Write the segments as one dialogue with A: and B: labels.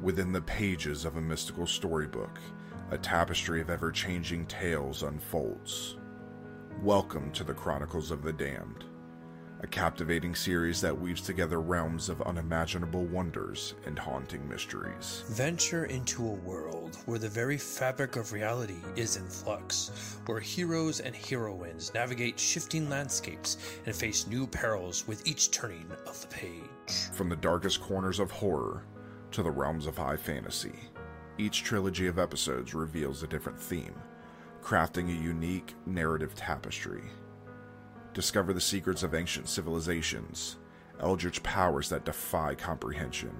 A: within the pages of a mystical storybook, a tapestry of ever changing tales unfolds. Welcome to the Chronicles of the Damned, a captivating series that weaves together realms of unimaginable wonders and haunting mysteries.
B: Venture into a world where the very fabric of reality is in flux, where heroes and heroines navigate shifting landscapes and face new perils with each turning of the page.
A: From the darkest corners of horror to the realms of high fantasy, each trilogy of episodes reveals a different theme, crafting a unique narrative tapestry. Discover the secrets of ancient civilizations, eldritch powers that defy comprehension,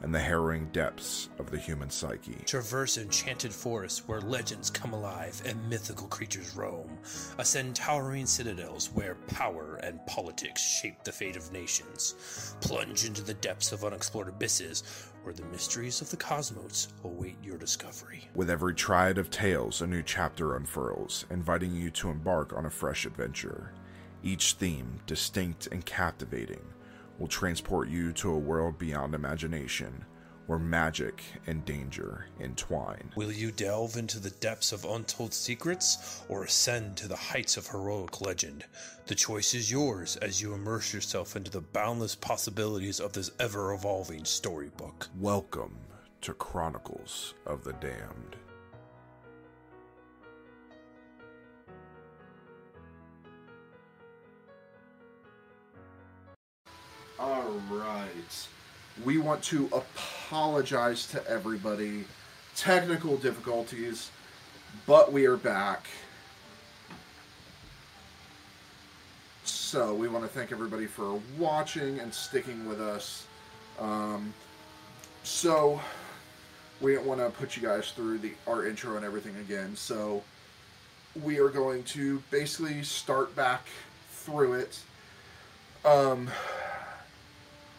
A: and the harrowing depths of the human psyche.
B: Traverse enchanted forests where legends come alive and mythical creatures roam, ascend towering citadels where power and politics shape the fate of nations, plunge into the depths of unexplored abysses where the mysteries of the cosmos await your discovery.
A: With every triad of tales, a new chapter unfurls, inviting you to embark on a fresh adventure. Each theme, distinct and captivating, will transport you to a world beyond imagination where magic and danger entwine.
B: Will you delve into the depths of untold secrets or ascend to the heights of heroic legend? The choice is yours as you immerse yourself into the boundless possibilities of this ever evolving storybook.
A: Welcome to Chronicles of the Damned.
C: All right. We want to apologize to everybody. Technical difficulties, but we are back. So we want to thank everybody for watching and sticking with us. Um, so we didn't want to put you guys through the our intro and everything again. So we are going to basically start back through it. Um,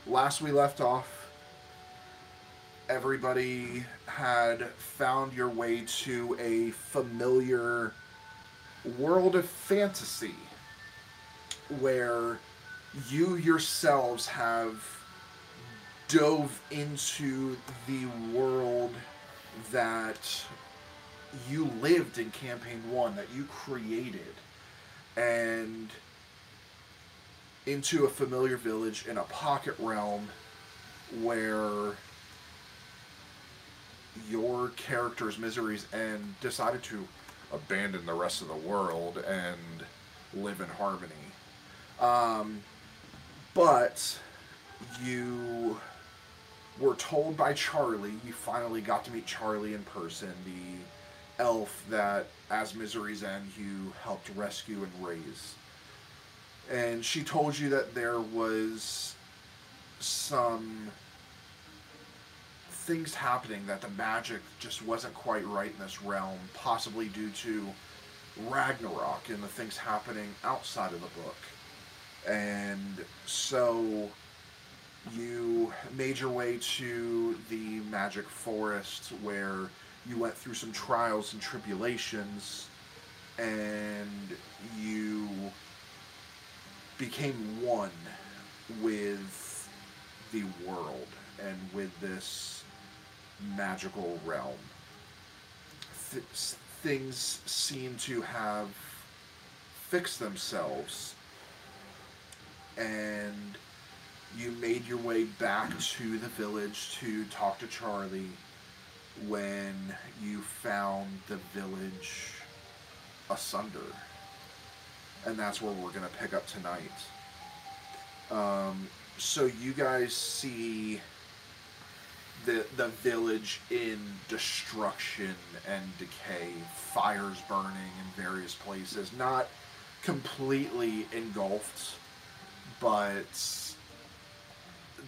C: last we left off, everybody had found your way to a familiar world of fantasy where you yourselves have dove into the world that you lived in campaign one, that you created. And into a familiar village in a pocket realm where your character's miseries and decided to abandon the rest of the world and live in harmony. Um, but you were told by Charlie, you finally got to meet Charlie in person, the elf that, as Misery's End, you helped rescue and raise and she told you that there was some things happening that the magic just wasn't quite right in this realm, possibly due to Ragnarok and the things happening outside of the book. And so you made your way to the magic forest where you went through some trials and tribulations and you became one with the world and with this magical realm. Th- things seem to have fixed themselves, and you made your way back to the village to talk to Charlie when you found the village asunder and that's where we're going to pick up tonight. Um, so you guys see the the village in destruction and decay, fires burning in various places, not completely engulfed, but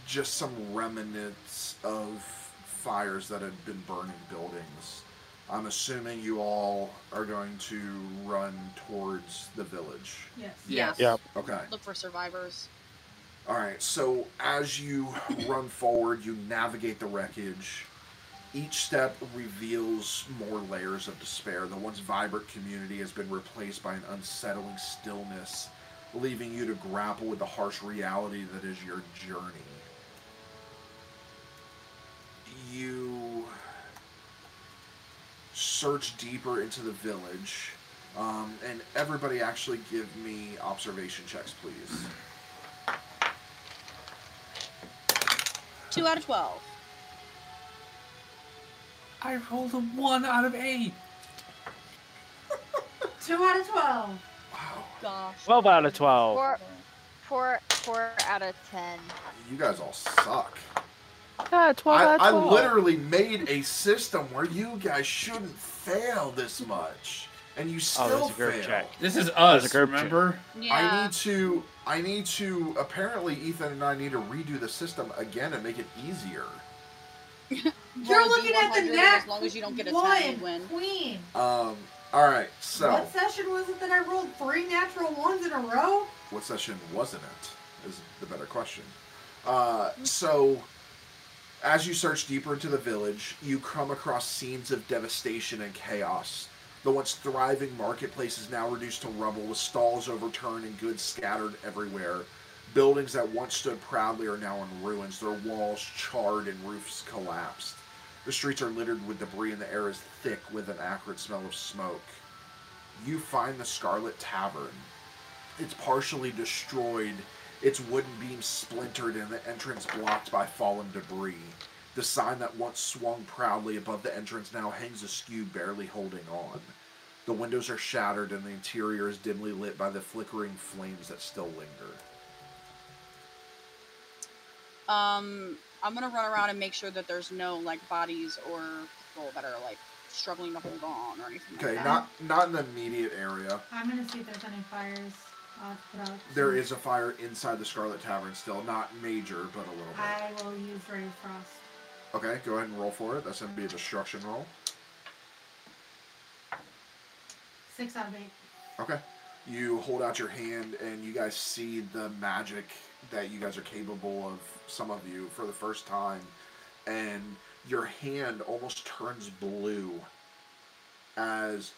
C: just some remnants of fires that had been burning buildings. I'm assuming you all are going to run towards the village.
D: Yes.
E: Yeah.
F: Yeah.
C: Okay.
E: Look for survivors.
C: All right. So as you run forward, you navigate the wreckage. Each step reveals more layers of despair. The once vibrant community has been replaced by an unsettling stillness, leaving you to grapple with the harsh reality that is your journey. you search deeper into the village, um, and everybody actually give me observation checks, please.
D: Two out of twelve.
E: I rolled a one out of eight.
F: Two out of twelve.
C: Wow,
D: Gosh.
G: 12 out of 12.
D: Four, four, four out of ten.
C: you guys all suck.
G: Yeah, 12
C: I,
G: out
C: I
G: of 12.
C: literally made a system where you guys shouldn't fail this much, and you still
G: Oh, that's a group
C: fail.
G: check.
E: This is us,
G: a group check.
E: remember?
C: I need to. I need to. Apparently, Ethan and I need to redo the system again and make it easier.
F: You're
D: Roll a
F: looking at the
D: D100
F: next
D: As long as you don't get a
F: one,
D: tiny win.
F: queen.
C: Um. All right. So,
F: What session was it that I rolled three natural ones in a row?
C: what session wasn't it? Is the better question. Uh. So, as you search deeper into the village, you come across scenes of devastation and chaos. The once thriving marketplace is now reduced to rubble, with stalls overturned and goods scattered everywhere. Buildings that once stood proudly are now in ruins, their walls charred and roofs collapsed. The streets are littered with debris and the air is thick with an acrid smell of smoke. You find the Scarlet Tavern. It's partially destroyed, its wooden beams splintered, and the entrance blocked by fallen debris. The sign that once swung proudly above the entrance now hangs askew, barely holding on. The windows are shattered, and the interior is dimly lit by the flickering flames that still linger.
D: Um, I'm gonna run around and make sure that there's no like bodies or people that are like struggling to hold on or anything.
C: Okay,
D: like that.
C: not not in the immediate area.
F: I'm gonna see if there's any fires. I'll put out.
C: There is a fire inside the Scarlet Tavern still, not major, but a little bit.
F: I will use ray of frost.
C: Okay, go ahead and roll for it. That's gonna be a destruction roll.
F: Six out of eight.
C: Okay. You hold out your hand, and you guys see the magic that you guys are capable of, some of you, for the first time. And your hand almost turns blue as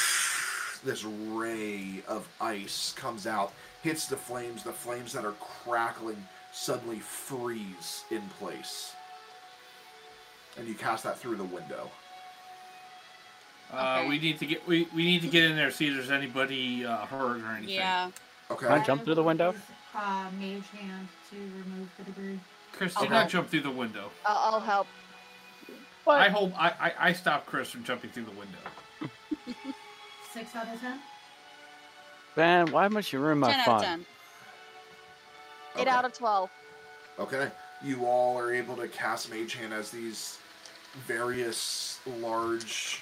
C: this ray of ice comes out, hits the flames. The flames that are crackling suddenly freeze in place. And you cast that through the window.
E: Uh,
D: Okay.
E: we need to get we, we need to get in there see if there's anybody uh, hurt or anything.
D: Yeah.
C: Okay.
G: Can I jump through the window?
F: Use, Uh, mage hand to remove the debris.
E: Kristen,
D: Okay.
E: jump through the window.
D: I'll, I'll help.
E: I
G: What?
E: hope I, I I stop Chris from jumping through the window.
F: Six out of ten.
G: Man, why must you ruin my
D: ten out of
G: fun?
D: ten. Eight
C: Okay.
D: out of twelve.
C: Okay. You all are able to cast Mage Hand as these various large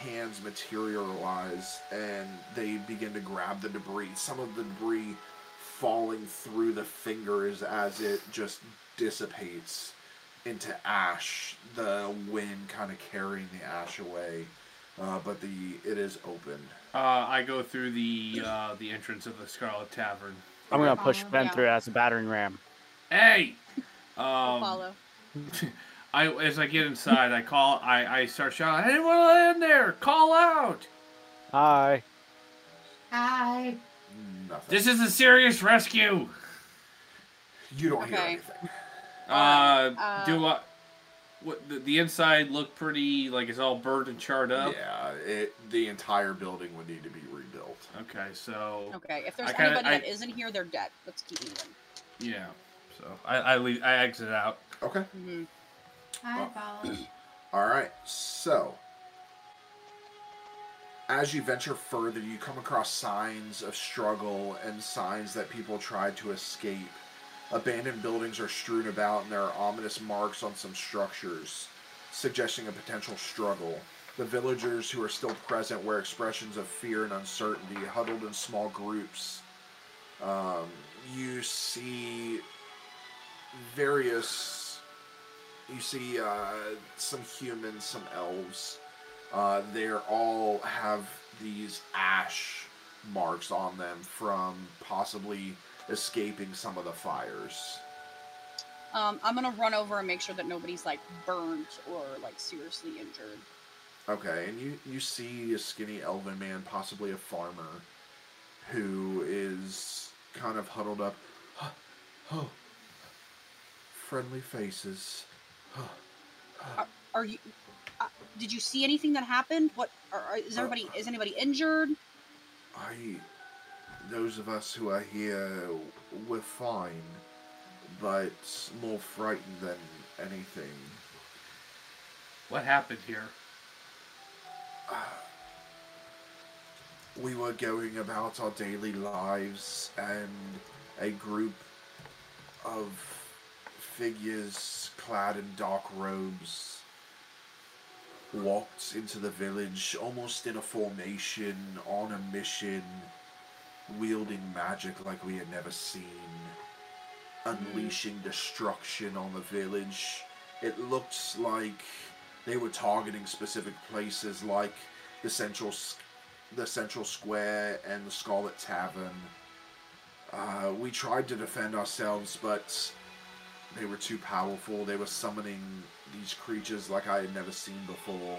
C: hands materialize and they begin to grab the debris. Some of the debris falling through the fingers as it just dissipates into ash. The wind kind of carrying the ash away. Uh, but the it is open.
E: Uh, I go through the uh, the entrance of the Scarlet Tavern.
G: I'm going to push
F: Oh,
G: Ben
D: yeah.
G: through as a battering ram.
E: Hey.
D: I'll
E: Um,
D: follow.
E: I as I get inside, I call. I I start shouting, "Anyone in there? Call out!
G: Hi.
F: Hi.
C: Nothing.
E: This is a serious rescue."
C: you don't hear
D: Okay.
C: anything.
E: Uh,
D: Uh,
E: do I? What the, the inside look pretty like it's all burned and charred up.
C: Yeah, it the entire building would need to be rebuilt.
E: Okay, so
D: Okay. If there's
E: I kinda-
D: anybody
E: I-
D: that isn't here, they're dead. Let's keep moving.
E: yeah, so I I leave. I exit out.
C: Okay.
D: hmm
F: I
C: Oh.
F: follow.
C: All right, so as you venture further, you come across signs of struggle and signs that people tried to escape. Abandoned buildings are strewn about, and there are ominous marks on some structures, suggesting a potential struggle. The villagers who are still present wear expressions of fear and uncertainty, huddled in small groups. Um, you see various you see uh, some humans, some elves. Uh, they're all have these ash marks on them from possibly escaping some of the fires.
D: Um, I'm gonna run over and make sure that nobody's like burnt or like seriously injured.
C: Okay, and you you see a skinny elven man, possibly a farmer, who is kind of huddled up. Oh, friendly faces.
D: Are you? Uh, did you see anything that happened? What are, are- is
C: Uh,
D: everybody? Is anybody injured?
C: I. Those of us who are here, we're fine, but more frightened than anything.
E: What happened here?
C: We were going about our daily lives, and a group of figures clad in dark robes walked into the village almost in a formation on a mission, wielding magic like we had never seen, unleashing destruction on the village. It looked like they were targeting specific places like the central s- the central square and the Scarlet Tavern. Uh, we tried to defend ourselves, but they were too powerful. They were summoning these creatures like I had never seen before.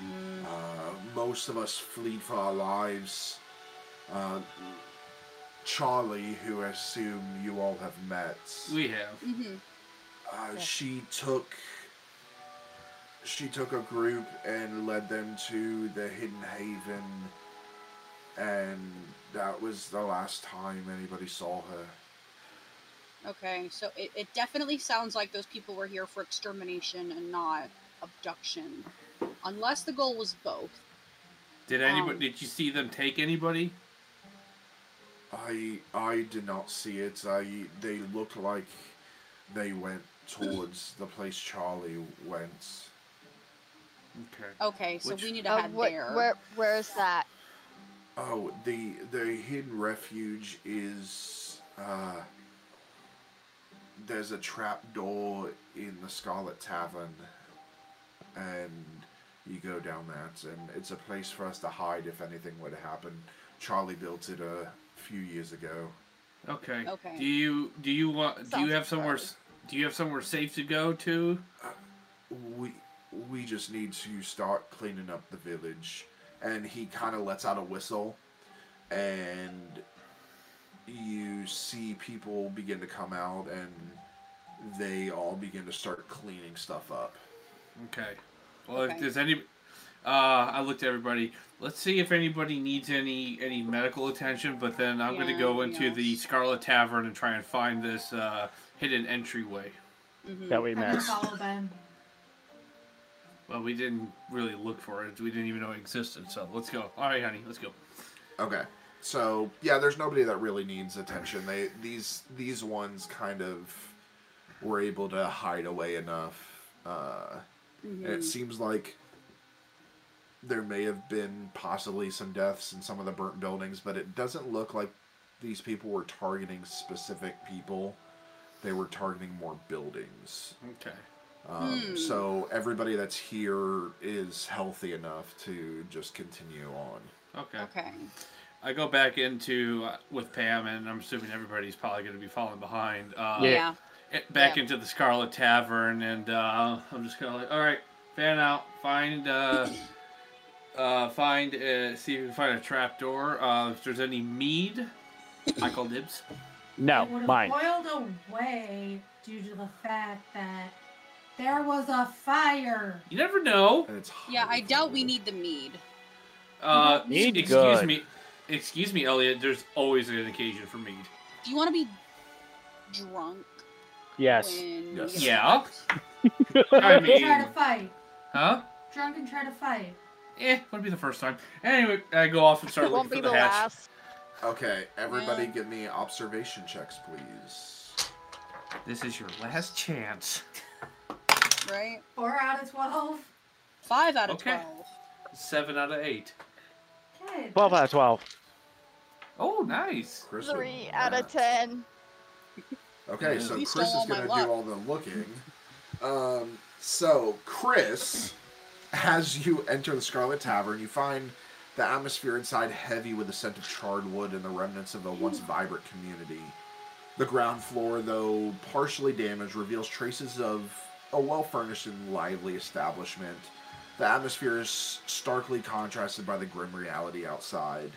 D: Mm,
C: Uh, most of us fleed for our lives. Uh, Charlie, who I assume you all have met,
E: We have.
D: mhm.
C: uh,
D: Yeah.
C: she took she took a group and led them to the hidden haven and that was the last time anybody saw her
D: Okay, so it, it definitely sounds like those people were here for extermination and not abduction, unless the goal was both.
E: Did anybody?
D: Um,
E: did you see them take anybody?
C: i i did not see it i they looked like they went towards the place charlie went
E: Okay.
D: Okay, so
E: Which-
D: we need to
H: Uh,
D: head
H: wh-
D: there.
H: where where is that?
C: Oh, the the hidden refuge is uh there's a trap door in the Scarlet Tavern and you go down that and it's a place for us to hide if anything were to happen. Charlie built it a few years ago.
E: Okay.
D: Okay.
E: Do you do you want? Do
H: Sounds
E: you have somewhere?
H: right.
E: s- Do you have somewhere safe to go to?
C: We we just need to start cleaning up the village. And he kind of lets out a whistle, and you see people begin to come out, and they all begin to start cleaning stuff up.
E: Okay. Well, if
D: Okay.
E: there's any, uh, I looked at everybody. Let's see if anybody needs any any medical attention. But then I'm going
D: Yeah,
E: to go into the
D: yes.
E: Scarlet Tavern and try and find this uh, hidden entryway.
D: Mhm.
G: that we
F: I'm gonna
G: met.
F: follow them.
E: Well, we didn't really look for it. We didn't even know it existed. So let's go. All right, honey, let's go.
C: Okay. So yeah, there's nobody that really needs attention. They these these ones kind of were able to hide away enough. Uh,
D: Mhm.
C: And it seems like there may have been possibly some deaths in some of the burnt buildings, but it doesn't look like these people were targeting specific people. They were targeting more buildings.
E: Okay.
C: Um,
D: Hmm.
C: So everybody that's here is healthy enough to just continue on.
E: Okay.
D: Okay.
E: I go back into uh, with Pam, and I'm assuming everybody's probably going to be falling behind. Uh,
G: Yeah.
D: yeah.
E: it- back
D: Yeah.
E: into the Scarlet Tavern, and uh, I'm just kind of like, all right, fan out, find, uh, uh, find, uh, see if you can find a trap door. Uh, if there's any mead, I call dibs.
G: No,
F: It would have
G: mine.
F: boiled away due to the fact that there was a fire.
E: You never know.
C: And it's
D: Yeah, I
C: highly
D: doubt we
C: favored.
D: need the mead.
E: Uh,
G: Mead
E: excuse
G: good.
E: me, excuse me, Elliot. There's always an occasion for mead.
D: Do you want to be drunk
G: Yes.
D: when?
C: Yes.
D: we get
E: Yeah.
F: Drunk
D: fucked?
E: I
F: and try to
E: mean,
F: fight.
E: huh?
F: Drunk and try to fight.
E: Eh, wouldn't be the first time. Anyway, I go off and start
H: It won't
E: looking
H: be
E: for
H: the
E: the hatch.
H: last.
C: Okay, everybody
D: Well-
C: give me observation checks, please.
E: This is your last chance.
D: Right.
F: Four out of twelve.
D: Five out of
E: Okay.
D: twelve.
E: Seven out of eight.
F: Good.
G: 12 out of 12.
E: Oh, nice.
C: Chris would
H: Three out of
C: not.
H: ten.
C: Okay,
E: Yeah.
C: so
D: You
C: Chris
D: stole
C: is
D: all my
C: going to
D: luck.
C: do all the looking. Um, so, Chris, as you enter the Scarlet Tavern, you find the atmosphere inside heavy with the scent of charred wood and the remnants of a once vibrant community. The ground floor, though partially damaged, reveals traces of a well furnished and lively establishment. The atmosphere is starkly contrasted by the grim reality outside.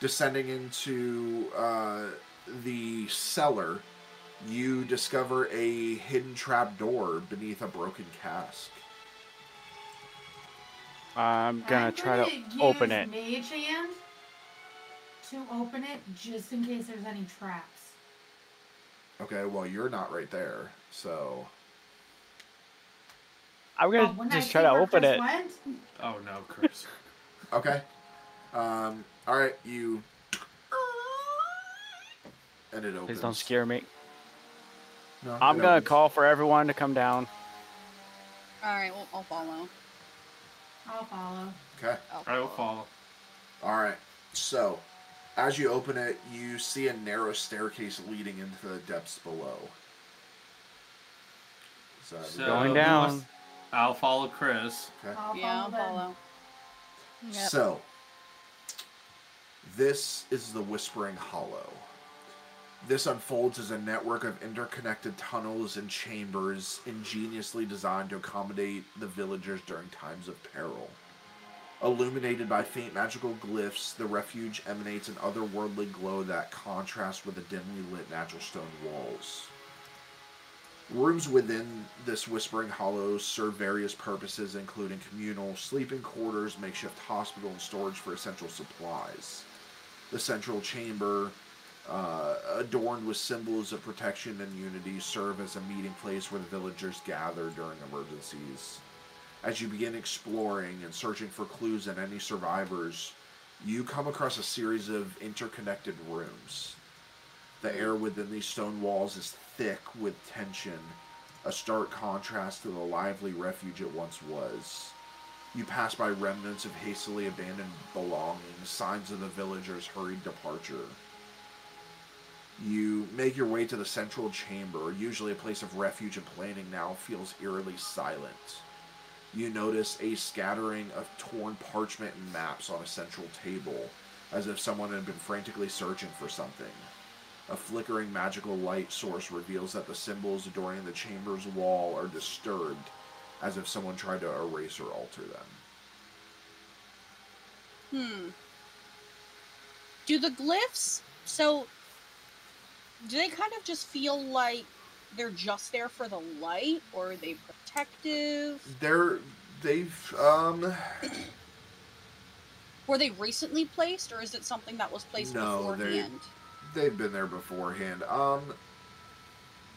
C: Descending into uh, the cellar, you discover a hidden trapdoor beneath a broken cask.
G: I'm gonna try to
F: use
G: open it.
F: Mage hand to open it just in case there's any traps.
C: Okay, well, you're not right there, so.
G: I'm
F: Oh,
G: gonna
F: when I
G: just try
F: see
G: to
F: where
G: open
F: Chris
G: it.
F: went,
E: Oh no, Chris.
C: Okay. Um, alright, you. And it opens.
G: Please don't scare me.
C: No,
G: I'm
C: it
G: gonna
C: opens.
G: call for everyone to come down.
D: All right, well, I'll follow.
F: I'll follow.
C: Okay.
D: I'll
E: I will follow.
C: All right. So, as you open it, you see a narrow staircase leading into the depths below. So,
E: So-
G: Going
E: who
G: down.
E: wants- I'll follow Chris.
F: I'll
D: Yeah,
F: follow.
D: I'll
F: them.
D: follow. Yep.
C: so this is the Whispering Hollow. This unfolds as a network of interconnected tunnels and chambers ingeniously designed to accommodate the villagers during times of peril. Illuminated by faint magical glyphs, the refuge emanates an otherworldly glow that contrasts with the dimly lit natural stone walls. Rooms within this Whispering Hollow serve various purposes, including communal sleeping quarters, makeshift hospital, and storage for essential supplies. The central chamber, uh, adorned with symbols of protection and unity, serve as a meeting place where the villagers gather during emergencies. As you begin exploring and searching for clues and any survivors, you come across a series of interconnected rooms. The air within these stone walls is thick with tension, a stark contrast to the lively refuge it once was. You pass by remnants of hastily abandoned belongings, signs of the villagers' hurried departure. You make your way to the central chamber, usually a place of refuge and planning now feels eerily silent. You notice a scattering of torn parchment and maps on a central table, as if someone had been frantically searching for something. A flickering magical light source reveals that the symbols adorning the chamber's wall are disturbed, as if someone tried to erase or alter them.
D: Hmm. Do the glyphs so do they kind of just feel like they're just there for the light or are they protective?
C: They're they've um
D: Were they recently placed or is it something that was placed
C: No,
D: before
C: they-
D: the end?
C: they've been there beforehand. Um,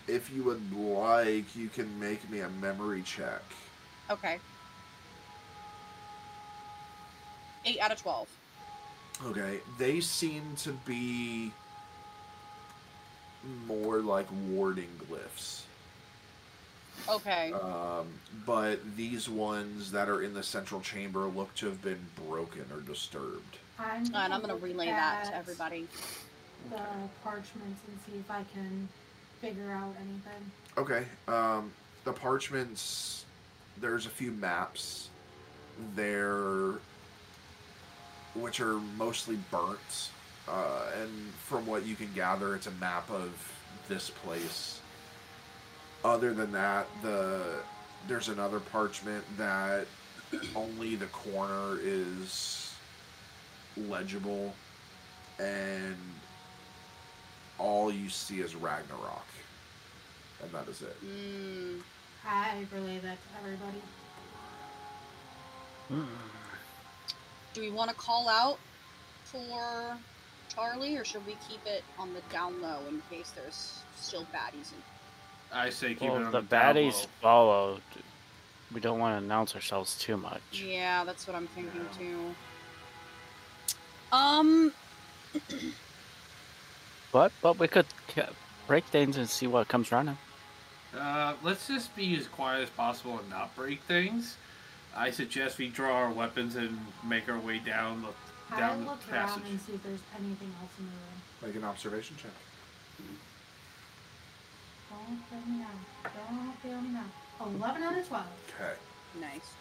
C: if you would like, you can make me a memory check.
D: Okay. 8 out of 12.
C: Okay, they seem to be more like warding glyphs.
D: Okay.
C: Um, but these ones that are in the central chamber look to have been broken or disturbed.
F: I'm gonna,
D: and I'm going
F: look
D: to relay that
F: at
D: to everybody.
F: The parchments and see if I can figure out anything.
C: Okay. Um, the parchments. There's a few maps. There, which are mostly burnt, uh, and from what you can gather, it's a map of this place. Other than that, the there's another parchment that only the corner is legible, and all you see is Ragnarok, and that is it.
D: Mm,
F: I relay that to everybody.
D: do we want to call out for Charlie or should we keep it on the down low in case there's still baddies in
E: I say keep it
G: Well,
E: on
G: the
E: the down
G: baddies
E: low.
G: follow. We don't want to announce ourselves too much.
D: Yeah, that's what I'm thinking
E: Yeah.
D: too. Um,
G: But but we could ca- break things and see what comes running.
E: Uh, let's just be as quiet as possible and not break things. I suggest we draw our weapons and make our way down the
F: I
E: down the
F: look
E: passage.
F: around and see if there's anything else in the room.
C: Make an observation check.
F: Don't fail me now. Don't fail me now. Eleven out of twelve.
C: Okay.
D: nice.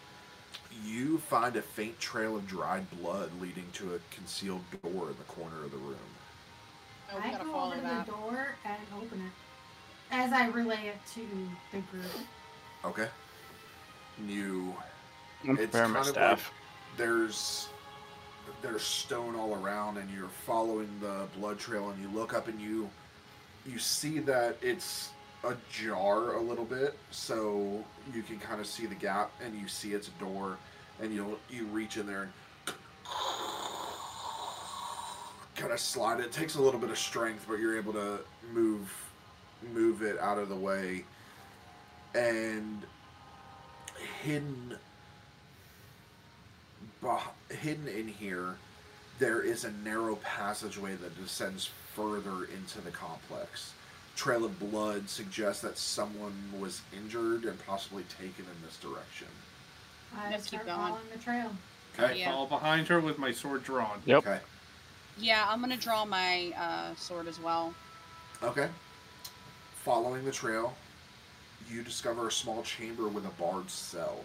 C: You find a faint trail of dried blood leading to a concealed door in the corner of the room.
D: Oh, we
F: I
D: gotta
F: go
D: follow
F: over to
D: that.
F: the door and open it. As I relay it to the group.
C: Okay. You
G: I'm
C: It's
G: preparing my
C: kind of
G: staff.
C: there's there's stone all around and you're following the blood trail and you look up and you you see that it's ajar a little bit, so you can kind of see the gap, and you see it's a door, and you you reach in there and kind of slide it. It takes a little bit of strength, but you're able to move move it out of the way, and hidden beh- hidden in here there is a narrow passageway that descends further into the complex. Trail of blood suggests that someone was injured and possibly taken in this direction.
F: I
D: Let's
F: start
D: keep going.
F: following the trail.
E: Okay,
D: Yeah.
E: follow behind her with my sword drawn.
G: Yep.
C: Okay.
D: Yeah, I'm gonna draw my uh, sword as well.
C: Okay. Following the trail, you discover a small chamber with a barred cell.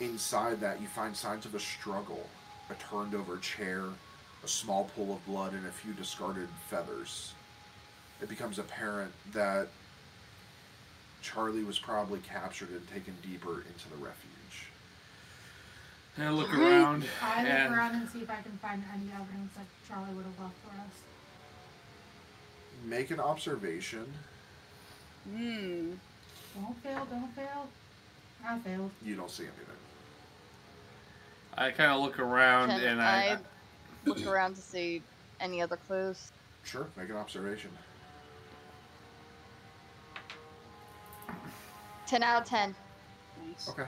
C: Inside that, you find signs of a struggle a turned over chair, a small pool of blood, and a few discarded feathers. It becomes apparent that Charlie was probably captured and taken deeper into the refuge.
E: And I look
D: Alright.
E: around.
F: I look
E: and
F: around and see if I can find any evidence that Charlie would have left for us.
C: Make an observation.
D: Hmm.
F: Don't fail, don't fail. I failed.
C: You don't see anything.
E: I kind of look around
H: Can
E: and I,
H: I- Look around to see any other clues.
C: Sure, make an observation.
H: 10 out of 10.
D: Nice.
C: Okay.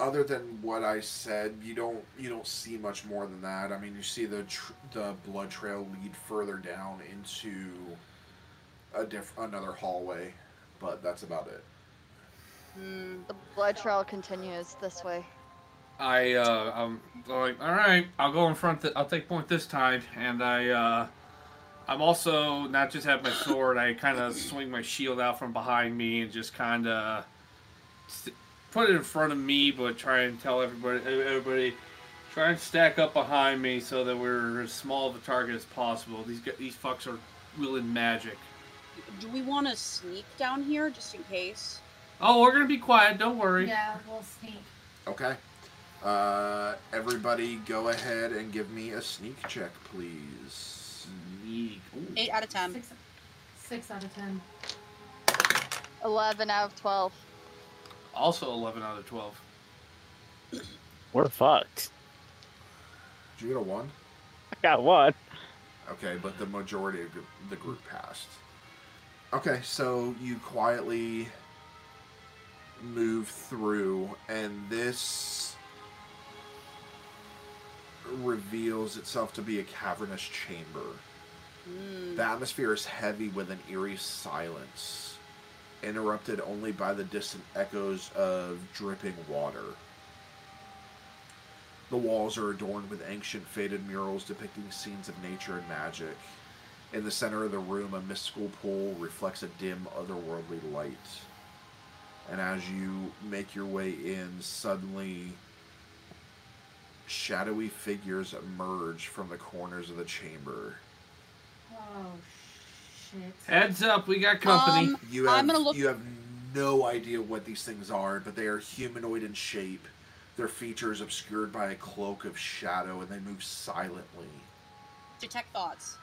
C: Other than what I said, you don't you don't see much more than that. I mean, you see the tr- the blood trail lead further down into a diff- another hallway, but that's about it.
D: Hmm.
H: The blood trail continues this way.
E: I, uh, I'm like, all right, I'll go in front. Th- I'll take point this time. And I, uh, I'm also not just have my sword. I kind of swing my shield out from behind me and just kind of st- put it in front of me, but try and tell everybody, everybody, try and stack up behind me so that we're as small of a target as possible. These gu- these fucks are wielding magic.
D: Do we want to sneak down here just in case?
E: Oh, we're gonna be quiet. Don't worry.
F: Yeah, we'll sneak.
C: Okay. Uh, everybody, go ahead and give me a sneak check, please.
E: Sneak. Ooh.
D: Eight out of ten.
F: Six, six out of ten.
H: 11 out of 12.
E: Also, eleven out of twelve.
G: We're fucked.
C: Did you get a one?
G: I got one.
C: Okay, but the majority of the group passed. Okay, so you quietly move through, and this reveals itself to be a cavernous chamber.
D: Hmm.
C: The atmosphere is heavy with an eerie silence, interrupted only by the distant echoes of dripping water. The walls are adorned with ancient faded murals depicting scenes of nature and magic. In the center of the room, a mystical pool reflects a dim, otherworldly light. And as you make your way in, suddenly shadowy figures emerge from the corners of the chamber.
F: Oh shit.
E: Heads up, we got company.
D: Um,
C: You have,
D: I'm gonna look-
C: you have no idea what these things are, but they are humanoid in shape. Their features obscured by a cloak of shadow, and they move silently.
D: Detect thoughts.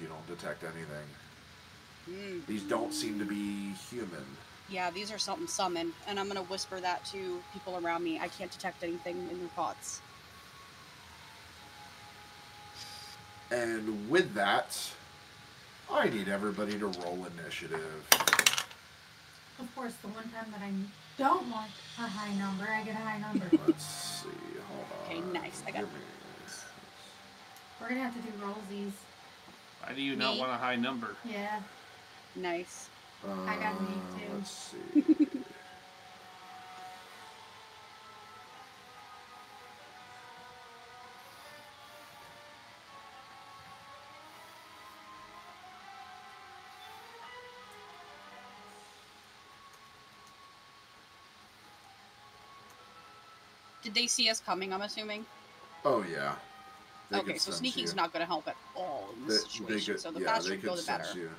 C: You don't detect anything.
D: Hmm.
C: These don't seem to be human.
D: Yeah, these are something summoned, and I'm gonna whisper that to people around me. I can't detect anything in their thoughts.
C: And with that, I need everybody to roll initiative.
F: Of course, the one time that I don't want a high number, I get a high number.
C: Let's see. Hold
D: Okay,
C: on.
D: nice, I got
C: Give me-
F: We're gonna have to do rollsies.
E: Why do you not
D: Me?
E: want a high number?
F: Yeah.
D: Nice.
F: I got me
C: Uh,
F: too.
C: Let's see.
D: Did they see us coming? I'm assuming.
C: oh yeah. They
D: okay,
C: can
D: so
C: sense
D: sneaking's
C: you.
D: not gonna help at all in
C: They-
D: this
C: they
D: situation.
C: could-
D: so the
C: yeah,
D: faster
C: they
D: we go,
C: could
D: the
C: sense
D: better.
C: you.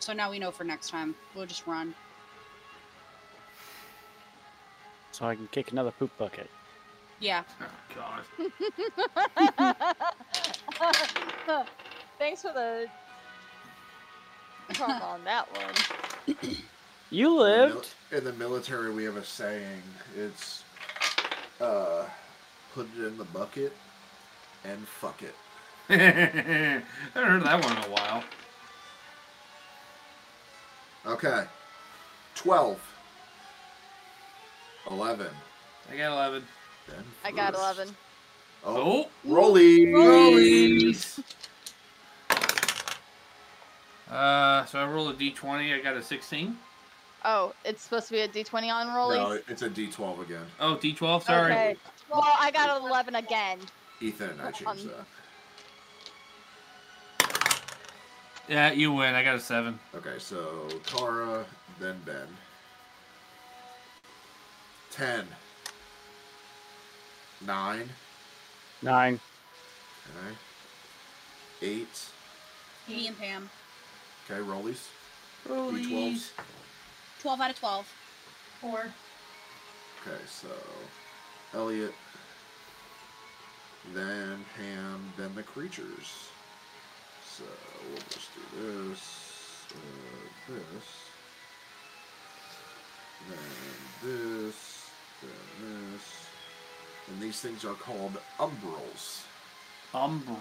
D: So now we know for next time. We'll just run.
G: So I can kick another poop bucket.
D: Yeah.
E: Oh, God.
H: Thanks for the prompt on that one.
G: You
C: In the
G: lived.
C: mil- In the military, we have a saying. It's uh, put it in the bucket and fuck it.
E: I haven't heard that one in a while.
C: Okay. 12. 11.
E: I got 11.
C: Then
H: I got
C: first.
H: 11.
C: Oh.
E: Oh.
C: Rollies.
D: Rollies.
E: Uh, so I rolled a d20. I got a 16.
H: Oh, it's supposed to be a d20 on rollies?
C: No, it's a D12 again.
E: Oh, d12. Sorry.
H: Okay. Well, I got an 11 again.
C: Ethan and I changed
H: Um,
C: that.
E: Yeah, you win. I got a seven.
C: Okay, so Tara, then Ben. 10. 9.
G: Nine.
C: Okay. 8.
D: Me and Pam.
C: Okay, rollies.
E: Rollies.
D: 12 out of 12.
F: Four.
C: Okay, so Elliot, then Pam, then the creatures. So we'll just do this, uh, this, then this, then this. And these things are called umbrals.
E: Umbrals.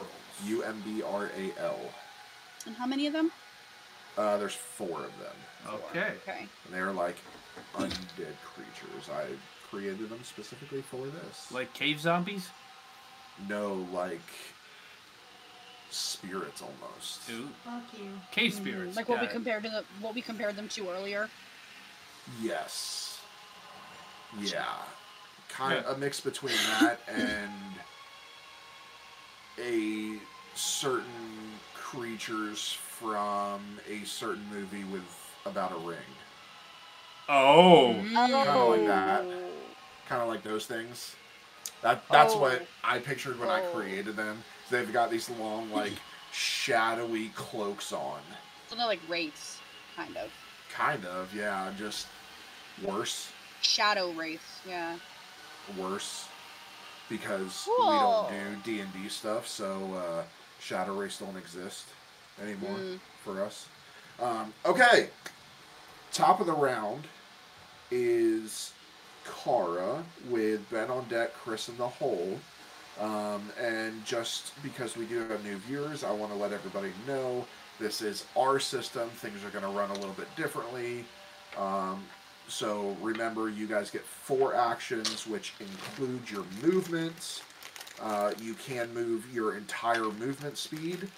C: U M B R A L.
D: And how many of them?
C: Uh, there's four of them.
E: Okay.
D: Okay.
C: And they're like undead creatures. I created them specifically for this.
E: Like cave zombies?
C: no like spirits almost.
E: Ooh.
F: Fuck you.
E: Cave spirits.
D: Like what
E: got
D: we
E: it.
D: compared to the what we compared them to earlier.
C: Yes. Yeah. Kind
E: Yeah.
C: of a mix between that and a certain creatures from a certain movie with about a ring.
E: Oh.
C: like that. Kind of like those things. That that's
H: Oh.
C: what I pictured when I
H: Oh.
C: created them. They've got these long like shadowy cloaks on.
D: So they're like wraiths, kind of.
C: Kind of, yeah, just worse.
D: Shadow wraiths, yeah.
C: worse because
H: Cool.
C: we don't do D and D stuff, so uh, Shadow Race don't exist anymore
D: Mm.
C: for us. Um, okay, top of the round is Kara with Ben on deck, Chris in the hole. Um, and just because we do have new viewers, I want to let everybody know this is our system. Things are going to run a little bit differently. Um, so remember, you guys get four actions, which include your movements. Uh, you can move your entire movement speed.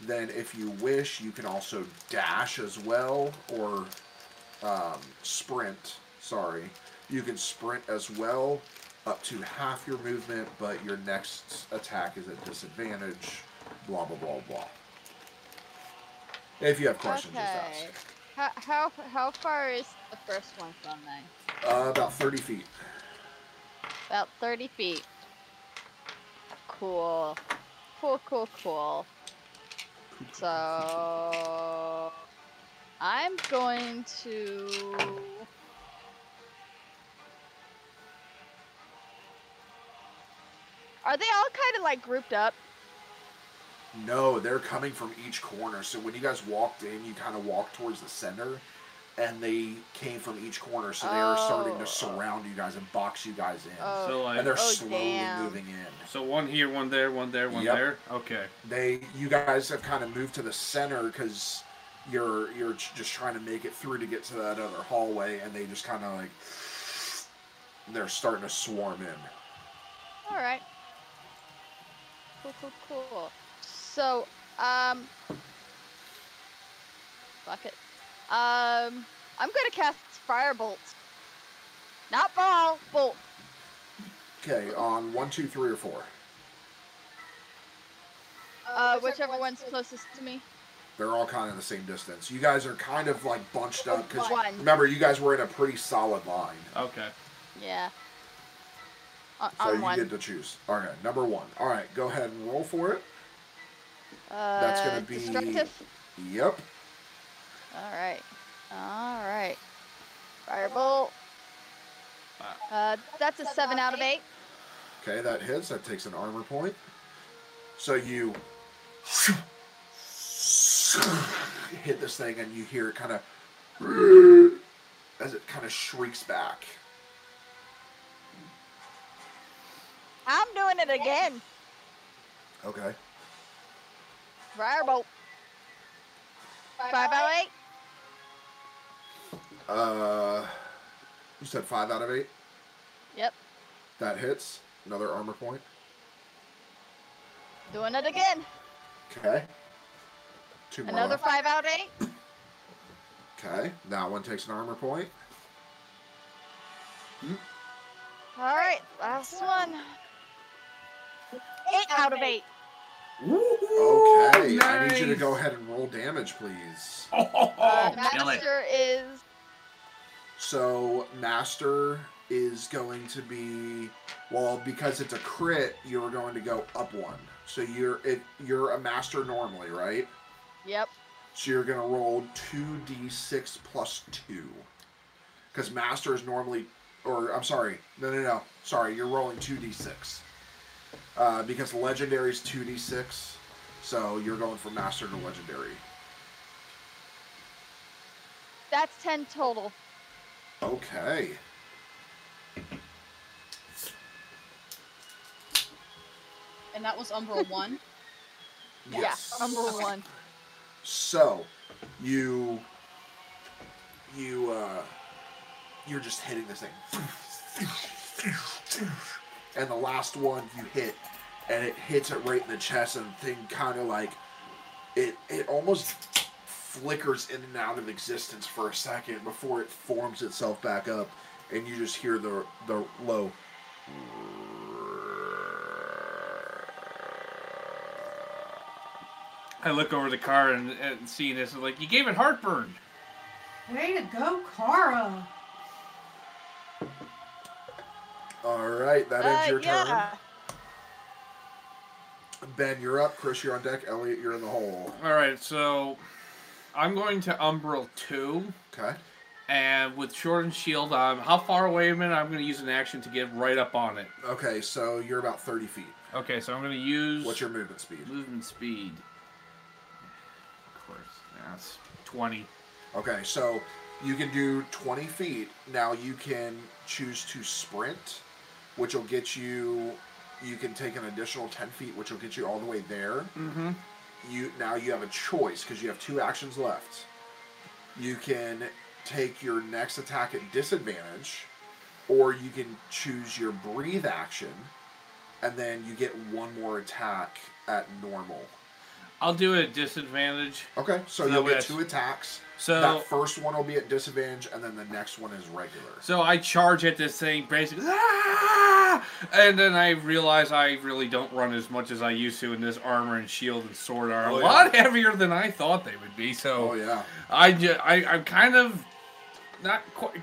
C: Then, if you wish, you can also dash as well, or um, sprint. Sorry, you can sprint as well, up to half your movement, but your next attack is at disadvantage. Blah blah blah blah. If you have questions, just
H: Okay.
C: ask.
H: How, how, how far is the first one from me?
C: Uh, about thirty feet.
H: About 30 feet. Cool. Cool, cool, cool. So. I'm going to. Are they all kind of like grouped up?
C: No, they're coming from each corner. So when you guys walked in, you kind of walked towards the center, and they came from each corner. So they are starting
H: Oh.
C: to surround you guys and box you guys in.
H: Oh.
E: So
C: and
E: like.
C: they're
H: Oh,
C: slowly
H: damn.
C: moving in.
E: So one here, one there, one there, one
C: Yep.
E: there. Okay.
C: They, you guys have kind of moved to the center because you're you're j- just trying to make it through to get to that other hallway, and they just kind of like they're starting to swarm in.
H: All right. Cool, cool, cool. So, um, fuck it. Um, I'm gonna cast firebolt. Not ball, bolt.
C: Okay, on one, two, three, or four.
H: Uh, whichever one's closest to me.
C: They're all kind of the same distance. You guys are kind of like bunched up because
H: One.
C: remember, you guys were in a pretty solid line.
E: Okay.
H: Yeah. On,
C: So
H: on
C: you
H: one.
C: get to choose. All right, number one. All right, go ahead and roll for it.
H: uh,
C: that's gonna be-
H: destructive.
C: Yep.
H: All right. All right. Firebolt. Uh, that's a seven out of eight.
C: Okay, that hits. That takes an armor point. So you hit this thing, and you hear it kind of as it kind of shrieks back.
H: I'm doing it again.
C: Okay.
H: Firebolt. 508.
C: Uh, you said five out of eight.
H: Yep.
C: That hits another armor point.
H: Doing it again.
C: Okay. Two more.
H: Another
C: left.
H: 5 out 8.
C: Okay. That one takes an armor point.
H: Alright, last one. 8 out of 8.
C: Okay.
E: Woo-hoo,
C: I need you to
E: nice.
C: go ahead and roll damage, please.
E: Oh, oh,
H: Uh,
E: oh kill it.
H: Magister is.
C: So master is going to be well because it's a crit. You're going to go up one. So you're it, you're a master normally, right?
H: Yep.
C: So you're gonna roll two d6 plus two, because master is normally, or I'm sorry, no no no, sorry, you're rolling two d6, uh, because legendary is two d6, so you're going from master to legendary.
H: That's 10 total.
C: Okay.
D: And that was Umbral 1.
C: Yes.
H: Yeah, number 1.
C: So, you, you, uh, you're just hitting this thing, and the last one you hit, and it hits it right in the chest, and the thing kind of like, it, it almost flickers in and out of existence for a second before it forms itself back up, and you just hear the the low.
E: I look over the car and, and see this. I'm like, you gave it heartburn.
F: Way to go, Kara.
C: All right, that
H: Uh,
C: ends your
H: yeah.
C: turn. Ben, you're up. Chris, you're on deck. Elliot, you're in the hole.
E: All right, so I'm going to Umbral two,
C: Okay.
E: and with shortened shield, um, how far away am I? I'm going to use an action to get right up on it.
C: Okay, so you're about 30 feet.
E: Okay, so I'm going to use
C: What's your movement speed?
E: movement speed? Of course, that's twenty.
C: Okay, so you can do 20 feet. Now you can choose to sprint, which will get you. You can take an additional 10 feet, which will get you all the way there.
E: Mm-hmm.
C: You now you have a choice because you have two actions left. You can take your next attack at disadvantage, or you can choose your breathe action, and then you get one more attack at normal.
E: I'll do it at disadvantage.
C: Okay, so,
E: So
C: you'll get
E: that's-
C: two attacks.
E: So
C: that first one will be at disadvantage, and then the next one is regular.
E: So I charge at this thing, basically, "Ah!" and then I realize I really don't run as much as I used to, and this armor and shield and sword are a
C: Oh, yeah.
E: lot heavier than I thought they would be. So
C: Oh yeah,
E: I, ju- I, I'm kind of not quite.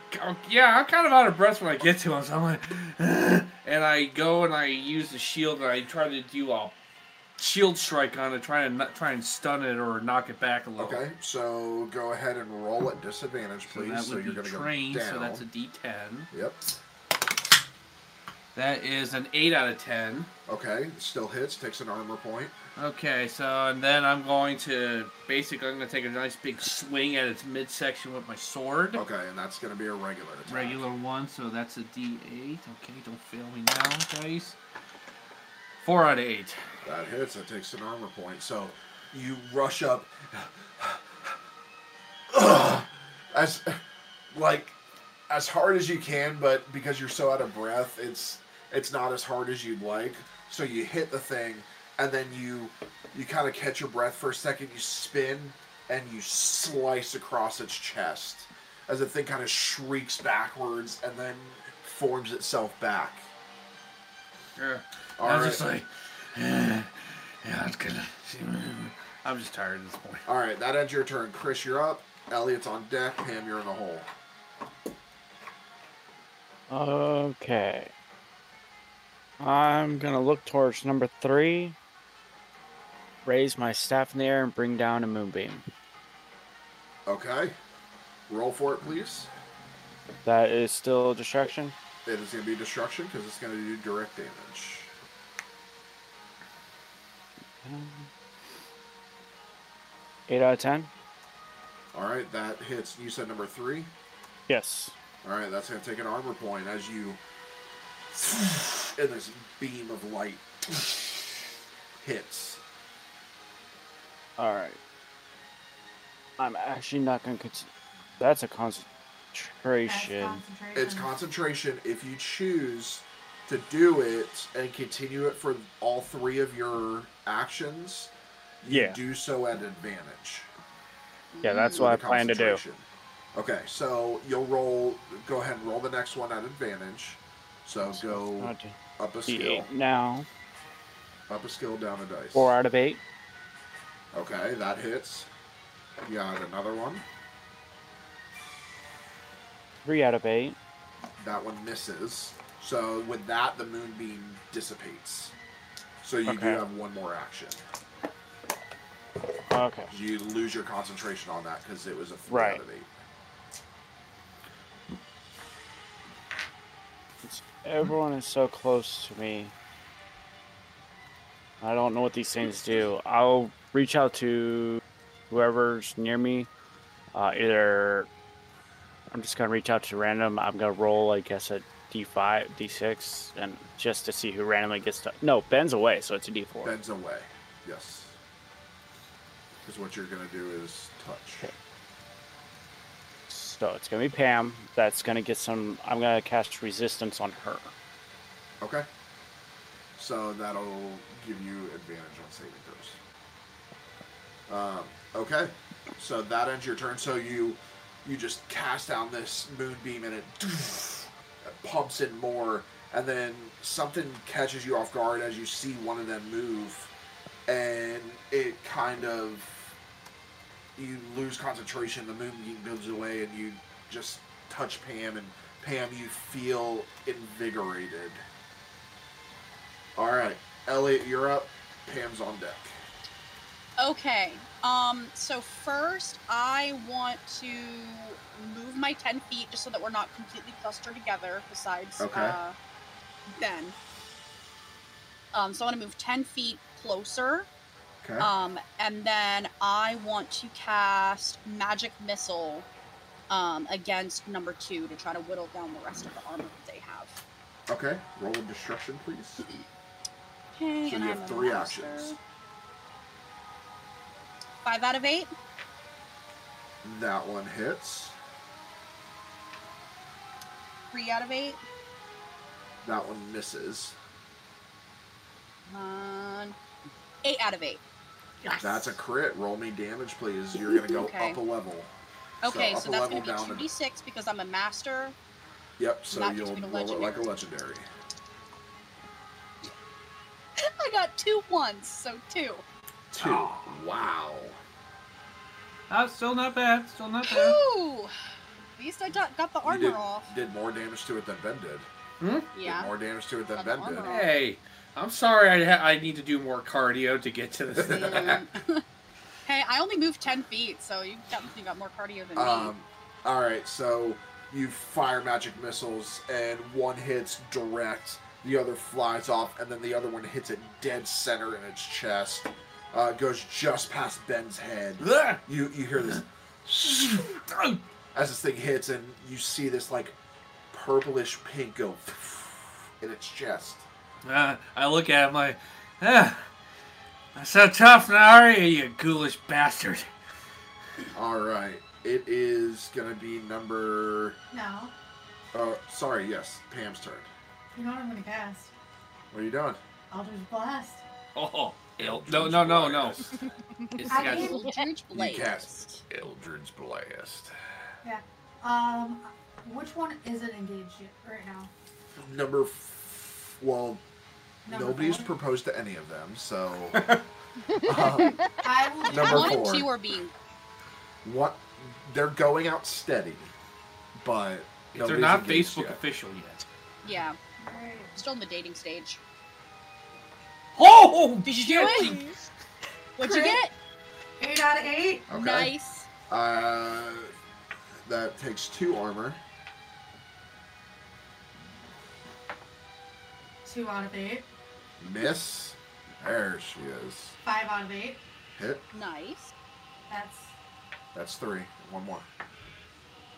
E: Yeah, I'm kind of out of breath when I get to him. So I'm like, "Ah!" and I go and I use the shield and I try to do a shield strike on it, try and try and stun it or knock it back a little.
C: okay. So go ahead and roll at disadvantage,
E: So
C: please.
E: that
C: So,
E: would
C: you're
E: be
C: gonna
E: trained,
C: go down.
E: so that's a D10.
C: Yep.
E: That is an 8 out of 10.
C: Okay, still hits. Takes an armor point.
E: Okay, so and then I'm going to basically I'm going to take a nice big swing at its midsection with my sword.
C: Okay, and that's gonna be a regular attack.
E: Regular one, so that's a D8. Okay, don't fail me now, guys. Four out of eight.
C: That hits. That takes an armor point. So you rush up. as like as hard as you can, but because you're so out of breath, it's it's not as hard as you'd like. So you hit the thing, and then you you kind of catch your breath for a second. You spin and you slice across its chest as the thing kind of shrieks backwards and then forms itself back.
E: Yeah.
C: All
E: I was
C: right.
E: just like, yeah, yeah, it's gonna. I'm just tired at this point.
C: All right, that ends your turn. Chris, you're up. Elliot's on deck. Pam, you're in the hole.
G: Okay. I'm gonna look towards number three, raise my staff in the air, and bring down a moonbeam.
C: Okay. Roll for it, please.
G: That is still distraction.
C: It is going to be destruction because it's going to do direct damage.
G: Um, Eight out of ten.
C: All right, that hits. You said number three.
G: Yes.
C: All right, that's gonna take an armor point as you, and this beam of light hits.
G: All right. I'm actually not gonna continue. That's a
F: That's
G: concentration.
F: concentration.
C: It's concentration. If you choose to do it and continue it for all three of your actions, you
G: Yeah.
C: do so at advantage.
G: Yeah, that's
C: for
G: what I
C: the
G: plan to do.
C: concentration. Okay, so you'll roll. Go ahead and roll the next one at advantage. So go
G: I'll do
C: up a
G: the
C: skill,
G: eight now.
C: up a skill, down a dice.
G: Four out of eight.
C: Okay, that hits. You got another one.
G: Three out of eight.
C: That one misses. So with that, the moonbeam dissipates. So you do
G: Okay.
C: have one more action.
G: Okay.
C: You lose your concentration on that because it was a three
G: Right.
C: out of eight.
G: Everyone is so close to me. I don't know what these things do. I'll reach out to whoever's near me. Uh, either I'm just gonna reach out to random. I'm gonna roll, I guess, a D5, D6, and just to see who randomly gets to. No, Ben's away, so it's a D4.
C: Bends away. Yes. Because what you're gonna do is touch.
G: Okay. So it's gonna be Pam. That's gonna get some. I'm gonna cast resistance on her.
C: Okay. So that'll give you advantage on saving throws. Um, okay. So that ends your turn. So you you just cast down this moonbeam and it pumps in more, and then something catches you off guard as you see one of them move, and it kind of you lose concentration. The moonbeam builds away, and you just touch Pam, and Pam, you feel invigorated. All right, Elliot, you're up. Pam's on deck.
D: Okay. Um. So first, I want to move my ten feet just so that we're not completely clustered together. Besides,
C: Okay.
D: uh, Ben. Um. So I want to move ten feet closer.
C: Okay.
D: Um. And then I want to cast magic missile, um, against number two to try to whittle down the rest of the armor that they have.
C: okay. Roll a destruction, please.
D: Okay.
C: So
D: and
C: you
D: I'm
C: have
D: a
C: three
D: monster.
C: actions.
D: Five out of eight.
C: That one hits.
D: Three out of eight.
C: That one misses.
D: One. Eight out of eight.
C: That's a crit. Roll me damage, please. You're gonna go
D: Okay.
C: up a level.
D: Okay,
C: up
D: so,
C: a
D: that's
C: level
D: going to be
C: down
D: two
C: and-
D: d six because I'm a master.
C: Yep. So
D: Not just
C: you'll
D: being a
C: roll it like a
D: legendary.
C: legendary.
D: I got two ones, so two.
C: Two. Wow.
E: Ah, still not bad. Still not bad.
D: Ooh! At least I got, got the
C: You
D: armor
C: did,
D: off.
C: did more damage to it than Ben did. Did
D: Yeah.
C: more damage to it than
D: Got
C: Ben
D: the
C: did.
D: armor off.
E: Hey, I'm sorry. I, ha- I need to do more cardio to get to this. thing.
D: And- hey, I only moved ten feet, so you definitely got more cardio than
C: Um,
D: me.
C: all right, so you fire magic missiles, and one hits direct, the other flies off, and then the other one hits it dead center in its chest. Uh, goes just past Ben's head.
E: Ugh.
C: You you hear this
E: Oh,
C: as this thing hits, and you see this like purplish pink go in its chest.
E: Uh, I look at him like, ah, I'm so tough now, are you, you ghoulish bastard?
C: All right, it is gonna be number.
F: No,
C: Oh, sorry, yes, Pam's turn.
F: you know what I'm gonna cast.
C: What are you doing?
F: Eldritch Blast.
E: Oh, ill. No, no, no, no. It's
F: I
E: got-
F: mean-
D: Little Eldritch Blade.
C: cast. Eldred's Blast.
F: Um, which one isn't engaged yet, right now?
C: Number, f- well,
F: Number
C: nobody's
F: four?
C: proposed to any of them, so. um,
F: I will.
C: Number
D: One and
C: four.
D: two are being.
C: what? They're going out steady, but
E: They're
C: nobody's
E: not
C: engaged
E: Facebook
C: yet.
E: official yet.
D: Yeah,
F: Alright.
D: still in the dating stage.
E: Oh,
D: Did you do it? What'd you
F: Crit.
D: get?
F: Eight out of eight.
C: Okay.
D: Nice.
C: Uh, that takes two armor.
F: Two out of eight.
C: Miss. There she is.
F: Five out of eight.
C: Hit.
D: Nice.
F: That's
C: That's three. One more.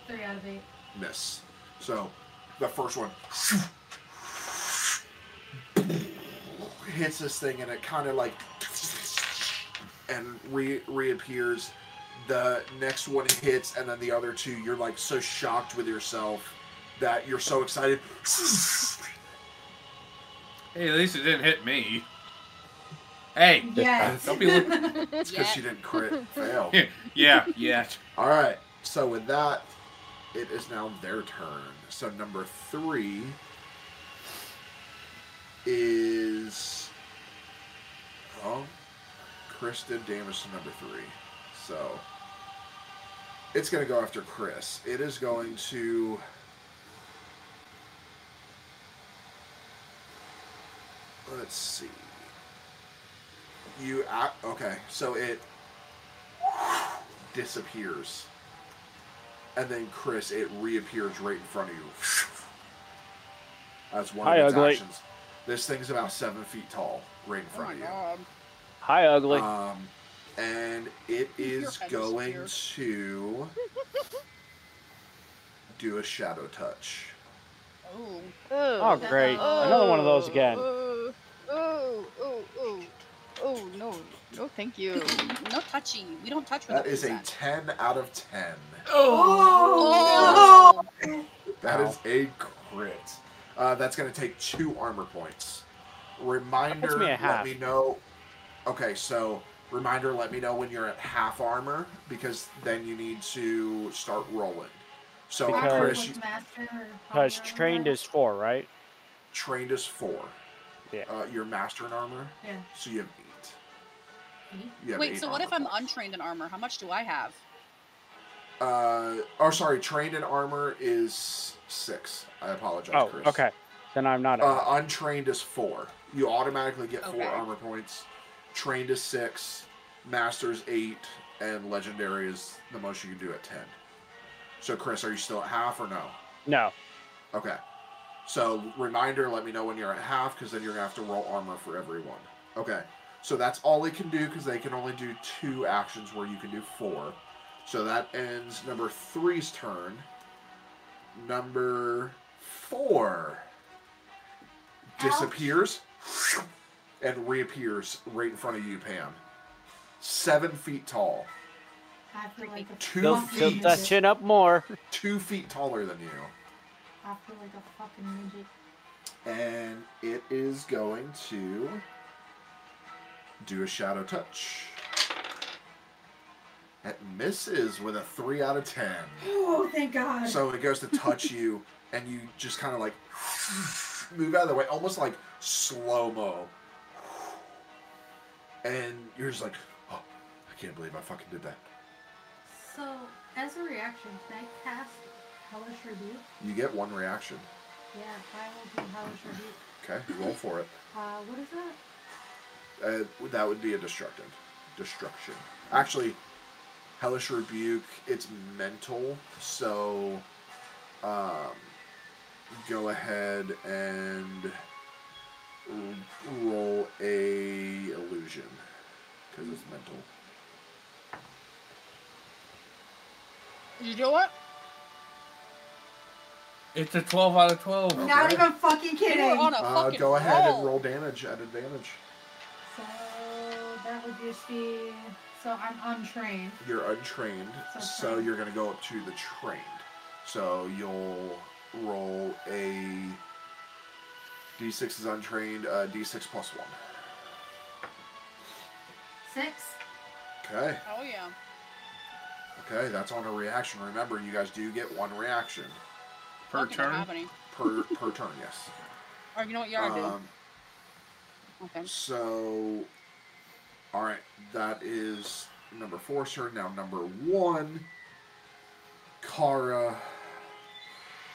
F: three out of eight.
C: miss. So the first one hits this thing and it kind of like and re- reappears. The next one hits and then the other two, you're like so shocked with yourself that you're so excited.
E: Hey, at least it didn't hit me. Hey.
F: Yes.
E: Don't be looking-
C: It's because you didn't crit. Fail.
E: yeah, yeah.
C: All right. So with that, it is now their turn. So number three is oh, Chris did damage to number three. So it's going to go after Chris. It is going to. Let's see. You ac- okay? So it disappears. And then Chris, it reappears right in front of you. That's one
G: Hi,
C: of its
G: ugly.
C: actions. This thing's about seven feet tall, right in
H: Oh my
C: front of
H: god.
G: Hi,
C: you.
G: ugly.
C: Um, and it
D: Your
C: is
D: head is
C: going
D: weird.
C: to do a shadow touch.
D: Oh,
G: oh, great. Another one of those again.
H: Oh, oh, oh, oh. Oh, no. No, thank you.
D: no touchy. We don't touch with
C: That is a ten out of ten.
F: Oh,
H: Oh.
C: That
G: Wow.
C: is a crit. Uh, that's going to take two armor points. Reminder,
G: me
C: let
G: at half.
C: me know. Okay, so reminder, let me know when you're at half armor because then you need to start rolling. So
F: no.
C: on
G: Because-
C: Chris, you
F: Conflict master or
G: Because
F: conqueror or
G: trained
F: whatever.
G: is four, right?
C: trained as four.
G: Yeah.
C: Uh, you're master in armor,
F: Yeah.
C: so you have eight.
F: Eight?
C: You have
D: Wait,
C: eight
D: so what if
C: armor
D: I'm
C: points.
D: untrained in armor? How much do I have?
C: Uh, oh, sorry, trained in armor is six. I apologize,
G: Oh,
C: Chris.
G: okay. Then I'm not.
C: Uh, untrained is four. You automatically get
D: Okay.
C: four armor points. Trained is six. Master is eight, and legendary is the most you can do at ten. So, Chris, are you still at half or no?
G: no.
C: Okay. So, reminder, let me know when you're at half, because then you're gonna have to roll armor for everyone. Okay. So that's all they can do, because they can only do two actions where you can do four. So that ends number three's turn. Number four disappears and reappears right in front of you, Pam. Seven feet tall,
F: I feel like a
C: Two
G: Fill,
F: fucking
G: fill
C: feet.
G: that
F: midget.
G: chin up more.
C: two feet taller than you,
F: I feel like a fucking midget.
C: and it is going to do a shadow touch. It misses with a three out of ten.
F: Oh, thank God.
C: So it goes to touch you, and you just kind of like move out of the way, almost like slow mo. And you're just like, oh, I can't believe I fucking did that.
F: So, as a reaction, can I cast Hellish Rebuke?
C: You get one reaction.
F: Yeah, I will do Hellish Rebuke.
C: Okay, roll for it.
F: Uh, what is that?
C: Uh, that would be a destructive. Destruction. Actually, Hellish Rebuke, it's mental, so um, go ahead and r- roll a illusion because it's mental.
D: You do what?
E: It's a 12 out of 12.
C: Okay.
F: Not even fucking
D: You were
F: kidding.
D: on a
C: Uh,
D: fucking
C: go ahead
D: roll.
C: and roll damage at advantage.
F: So that would just be. So I'm untrained.
C: You're untrained,
F: So
C: so
F: trained.
C: you're going to go up to the trained. So you'll roll a d6 is untrained, uh, d6 plus 1.
F: Six.
C: Okay,
D: Oh yeah.
C: okay, that's on a reaction. Remember, you guys do get one reaction
E: Per
D: Fucking don't
E: turn.
D: have any.
C: per per turn. Yes.
D: Or you know what? Yeah, I do.
C: Um,
D: Okay.
C: so, all right, that is number four, sir. Now number one, Kara.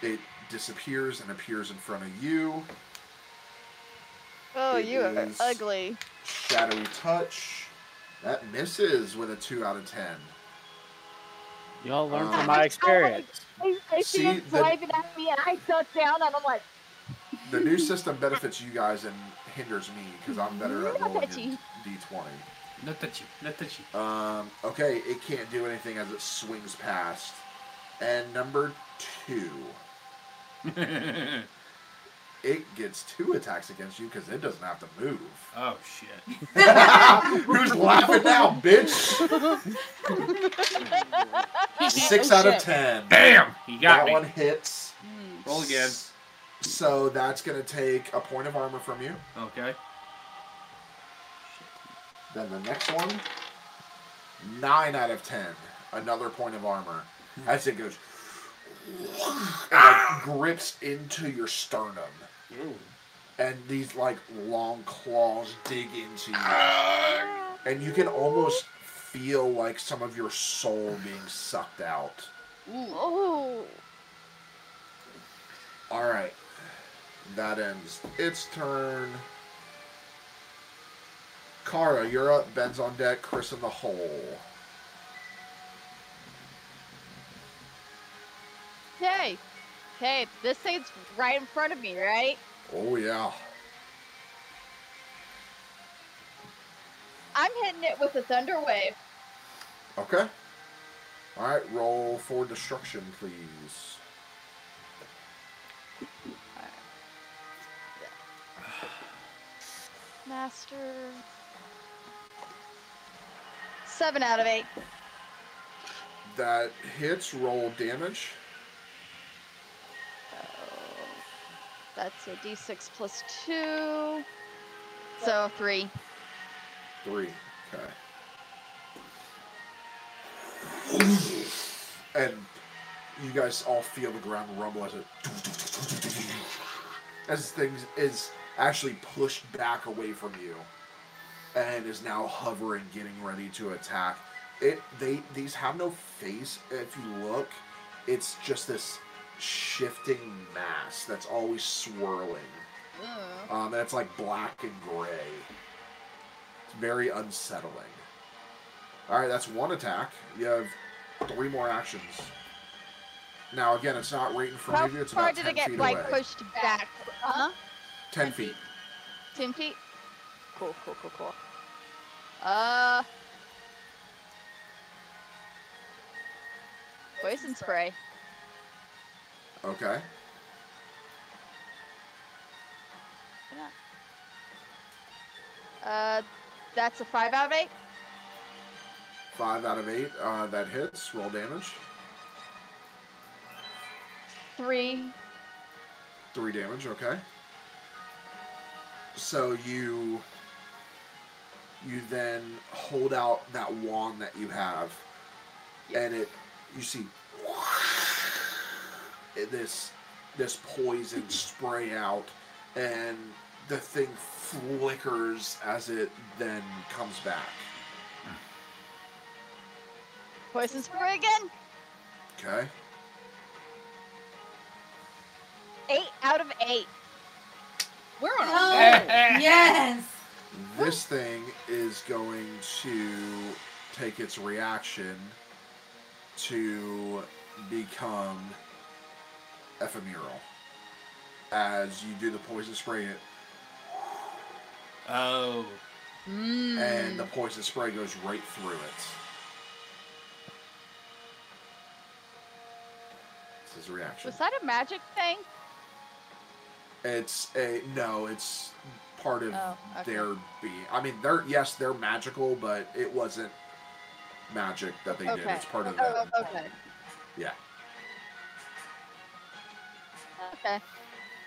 C: It disappears and appears in front of you.
H: Oh,
C: It
H: you are
C: is-
H: ugly.
C: Shadowy touch. That misses with a two out of ten.
G: Y'all learn
C: Um,
G: from my experience.
H: I,
C: see See, him the- driving
H: at me and I shut down and I'm like,
C: The new system benefits you guys and hinders me because I'm better at
H: Not
C: rolling
H: touchy.
C: d20.
E: Not touchy. Not touchy.
C: Um, okay, it can't do anything as it swings past. And number two, it gets two attacks against you because it doesn't have to move.
E: oh shit.
C: Who's laughing now, bitch? Six
D: Oh,
C: out of
D: shit.
C: ten.
E: Damn! He got
C: that
E: me.
C: one hits.
D: Mm.
E: Roll again.
C: So that's gonna take a point of armor from you.
E: Okay.
C: Then the next one, nine out of ten, another point of armor. As it goes, like, grips into your sternum, and these like long claws dig into you, and you can almost feel like some of your soul being sucked out.
H: Oh.
C: All right, that ends its turn. Kara, you're up. Ben's on deck. Chris in the hole.
H: Hey. Hey, this thing's right in front of me, right?
C: Oh yeah.
H: I'm hitting it with a thunder wave.
C: Okay. All right, roll for destruction, please.
H: Master. Seven out of eight.
C: That hits. Roll damage.
H: Oh, that's a d6 plus two. So three.
C: Three. Okay. And you guys all feel the ground rumble as it as things is actually pushed back away from you, and is now hovering, getting ready to attack. It they these have no face. If you look, it's just this shifting mass that's always swirling.
H: Mm.
C: Um, and it's like black and gray. It's very unsettling. All right, that's one attack. You have three more actions. Now, again, it's not right in front
H: How
C: of you. It's
H: far
C: about
H: did
C: ten
H: it get
C: feet
H: like
C: away.
H: pushed back? Huh?
C: ten feet.
H: Ten feet. Cool, cool, cool, cool. Uh. Poison spray.
C: Okay.
H: Uh, that's a five out of eight.
C: Five out of eight. Uh, that hits. Roll damage.
H: Three.
C: Three damage. Okay. So you you then hold out that wand that you have, and it you see it- this this poison spray out, and the thing flickers as it then comes back.
H: Poison spray again.
C: Okay.
H: Eight out of eight.
D: We're on a
F: Oh, yes.
C: This thing is going to take its reaction to become ephemeral. As you do the poison spray, it,
E: Oh.
D: Mm.
C: and the poison spray goes right through it. This is a reaction.
H: Was that a magic thing?
C: It's a no. It's part of
H: Oh, okay.
C: their being. I mean, they're yes, they're magical, but it wasn't magic that they did.
H: Okay.
C: It's part of them.
H: Oh, okay.
C: Yeah.
H: Okay.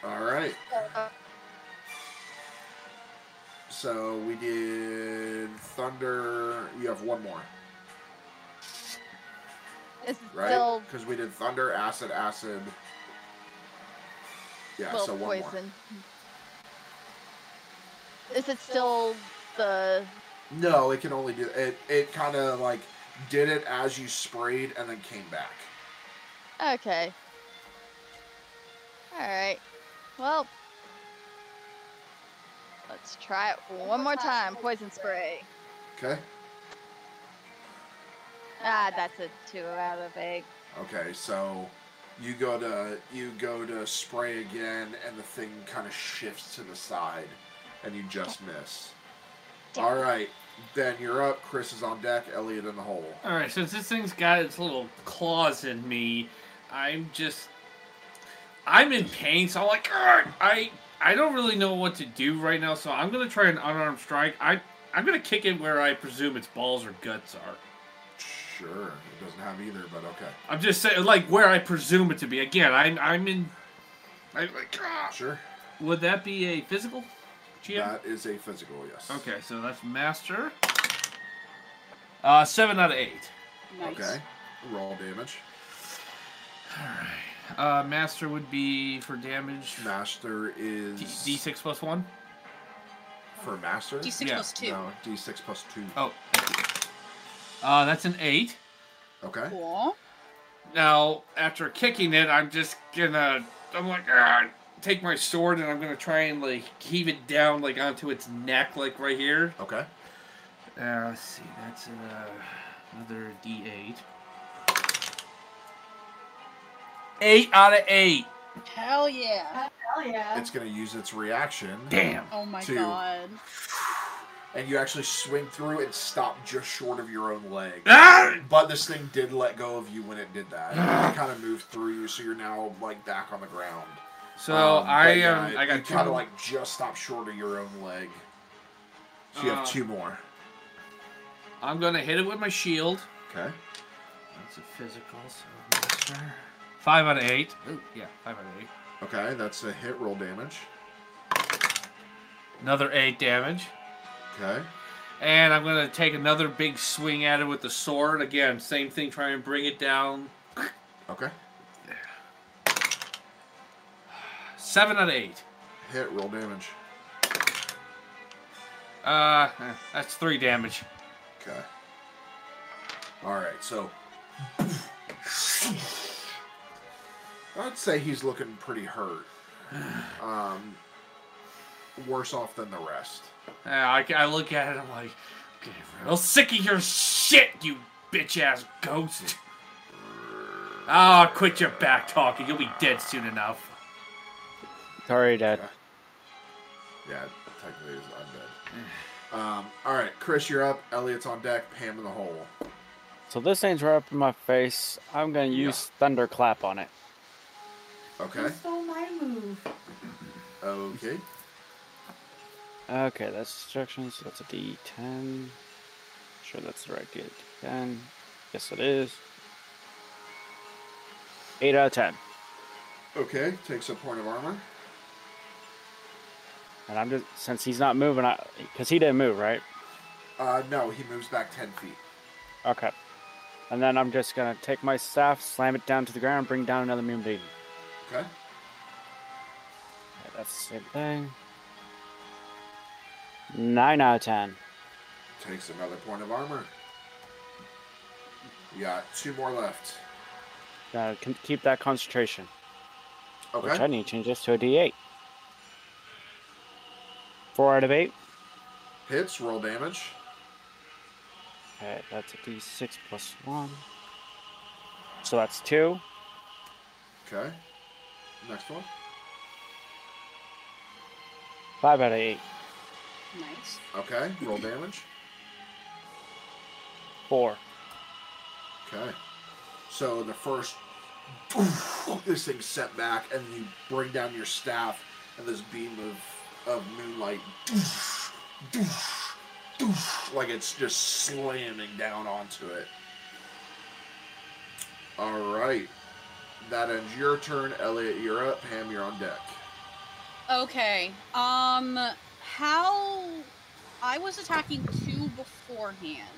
C: All right.
H: Uh,
C: So we did thunder. You have one more,
H: it's
C: right?
H: still
C: Because we did thunder, acid, acid. Yeah.
H: well
C: so one
H: poison. Is it still the?
C: more. No, it can only do it. It kind of like did it as you sprayed and then came back.
H: Okay. All right. Well, let's try it one more time. Poison spray.
C: Okay.
H: Ah, that's a two out of eight.
C: Okay, so you go to you go to spray again, and the thing kind of shifts to the side, and you just miss.
H: Damn.
C: All right, Ben, you're up. Chris is on deck. Elliot in the hole.
E: All right, since this thing's got its little claws in me, I'm just, I'm in pain. So I'm like, "Argh!" I, I don't really know what to do right now. So I'm gonna try an unarmed strike. I, I'm gonna kick it where I presume its balls or guts are.
C: Sure. It doesn't have either, but okay.
E: I'm just saying, like where I presume it to be. Again, I'm, I'm in. I'm like, "Ah!" "Argh!"
C: Sure.
E: would that be a physical? GM?
C: That is a physical, yes.
E: Okay, so that's master. Uh, seven out of eight.
D: Mm, Nice.
C: Okay. Roll damage.
E: All right. Uh, master would be for damage.
C: Master is
E: D- D6 plus one.
C: for master.
D: D6
E: Yeah,
D: plus 2.
C: No, D6 plus two.
E: Oh. Uh, that's an eight.
C: Okay.
D: Cool.
E: Now, after kicking it, I'm just gonna. I'm like, "Argh," take my sword and I'm gonna try and like heave it down like onto its neck, like right here.
C: Okay.
E: Uh, let's see. That's uh, another D8. Eight out of eight.
D: Hell yeah.
F: Hell yeah.
C: It's gonna use its reaction,
E: Damn.
D: Oh my
C: Two.
D: god.
C: and you actually swing through and stop just short of your own leg.
E: Ah!
C: But this thing did let go of you when it did that. It kind of moved through you, so you're now like back on the ground.
E: So
C: Um,
E: I
C: but yeah,
E: am. I
C: you
E: got
C: kind
E: two.
C: of like just stop short of your own leg. So you
E: Uh,
C: have two more.
E: I'm gonna hit it with my shield.
C: Okay.
E: That's a physical. So master. Five out of eight. Ooh, yeah, five out of eight.
C: Okay, that's a hit roll damage.
E: Another eight damage,
C: Okay.
E: and I'm gonna take another big swing at it with the sword. Again, same thing. Try and bring it down.
C: Okay.
E: Seven out of eight.
C: Hit roll damage.
E: Uh, eh, that's three damage.
C: Okay. All right, so I'd say he's looking pretty hurt. Um, worse off than the rest.
E: Uh, I, I look at it. I'm like, get real sick of your shit, you bitch ass ghost. Ah, quit your back talking. You'll be dead soon enough.
G: Sorry, Dad.
C: Yeah, technically he's undead. Um, all right, Chris, you're up. Elliot's on deck. Pam in the hole.
G: So this thing's right up in my face. I'm gonna use thunderclap on it.
C: Okay.
F: You stole my move.
C: Okay.
G: Okay, that's instructions. That's a D10. Sure, that's the right D10. Yes, it is. Eight out of ten,
C: Okay. Takes a point of armor.
G: and I'm just since he's not moving, I because he didn't move, right?
C: Uh, no, he moves back ten feet.
G: Okay, and then I'm just gonna take my staff, slam it down to the ground, bring down another moonbeam.
C: Okay.
G: Okay, that's the same thing. Nine out of ten.
C: Takes another point of armor. You got two more left.
G: Gotta con- Uh, keep that concentration,
C: Okay.
G: which I need to change this to a D8. Four out of eight.
C: Hits, roll damage.
G: Okay, that's a d6 plus 1. So that's 2.
C: Okay. Next one.
G: 5 out of 8.
D: Nice.
C: Okay. Roll damage.
G: 4.
C: Okay. So the first, this thing set back, and you bring down your staff, and this beam of of moonlight, like it's just slamming down onto it. All right. That ends your turn, Elliot. You're up. Ham, you're on deck.
D: Okay. Um, how I was attacking two beforehand,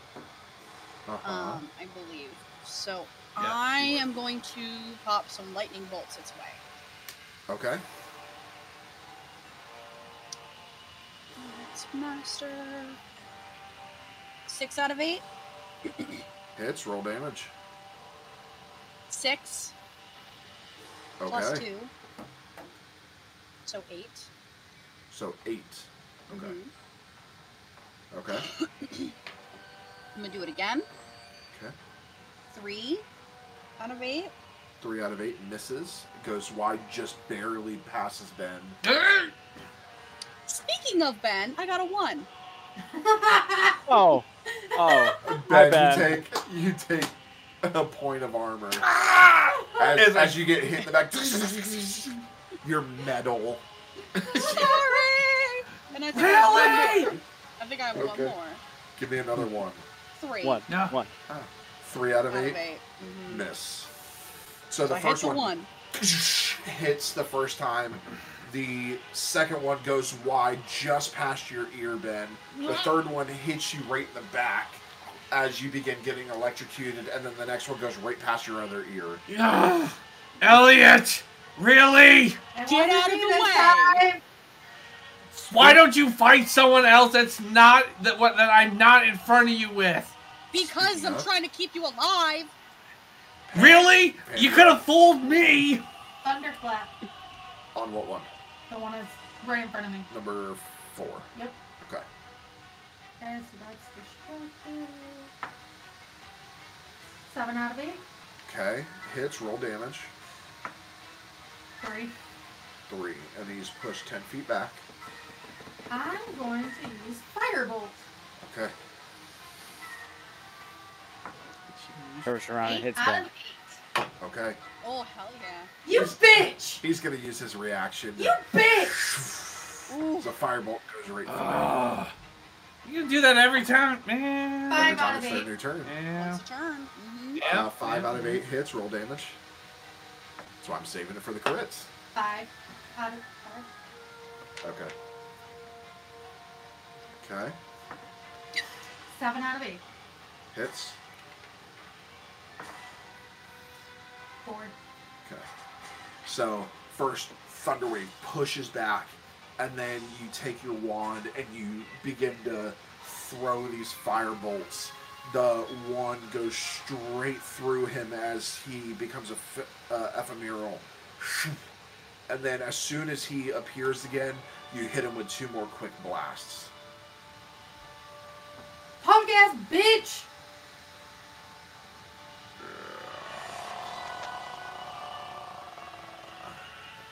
C: Uh-huh.
D: um, I believe. So
E: Yeah, you
D: I
E: were.
D: am going to pop some lightning bolts its way.
C: okay.
D: That's master. Six out of eight.
C: Hits. Roll damage.
D: Six
C: Okay.
D: plus two. So eight.
C: So eight. Okay.
D: Mhm.
C: Okay.
D: I'm gonna do it again.
C: Okay.
D: Three out of eight.
C: Three out of eight misses. Goes wide, just barely passes Ben.
D: Speaking of Ben, I got a one.
F: That's
G: Oh, oh, my
C: Ben,
G: bad.
C: you take you take a point of armor
D: Ah!
C: as,
E: As I-
C: as you get hit in the back. Your metal.
D: Sorry. And I think I, have one more. I think I have
C: Okay.
D: one more.
C: Give me another one.
D: Three.
G: One,
E: No.
G: one.
C: Three out of
D: Out of
C: eight.
D: eight. Mhm.
C: Miss. So
D: So
C: the
D: I hit
C: first
D: the
C: one
D: one.
C: hits the first time. The second one goes wide just past your ear, Ben. The third one hits you right in the back as you begin getting electrocuted, and then the next one goes right past your other ear.
E: Yeah. Elliot, really?
F: And
D: Get
F: what
D: out
F: did
D: of
F: you
D: the
F: decide?
E: Why don't you fight someone else that's not that what that I'm not in front of you with?
D: Because I'm
C: Enough.
D: trying to keep you alive.
E: Really? You could have fooled me.
F: Thunderclap.
C: On what one?
F: The one that's right in front of me.
C: Number four.
F: Yep.
C: Okay.
F: Okay, so that's distracted. Seven out of eight.
C: Okay. Hits, roll damage.
F: Three.
C: Three. And he's pushed 10 feet back.
F: I'm going to use Firebolt.
C: Okay.
G: Turns around and
F: Eight
G: hits
F: out
G: them.
F: of eight.
C: Okay.
D: Oh hell yeah.
F: You bitch!
C: He's going to use his reaction.
F: You bitch!
D: Ooh.
C: The firebolt goes right through.
F: Oh.
E: Ugh. you can do that every time, man.
F: Five
C: Every time
F: out of
C: it's their
F: eight.
C: new turn.
E: Yeah.
D: Once a turn. hmm
C: Uh, five out of eight hits, roll damage. That's why I'm saving it for the crits.
F: Five out of five.
C: Okay. Okay.
F: Seven out of eight.
C: Hits.
F: Four.
C: Okay. So first Thunderwave pushes back, and then you take your wand and you begin to throw these fire bolts. The wand goes straight through him as he becomes a f- uh, ephemeral. And then as soon as he appears again, you hit him with two more quick blasts.
F: Punk ass bitch!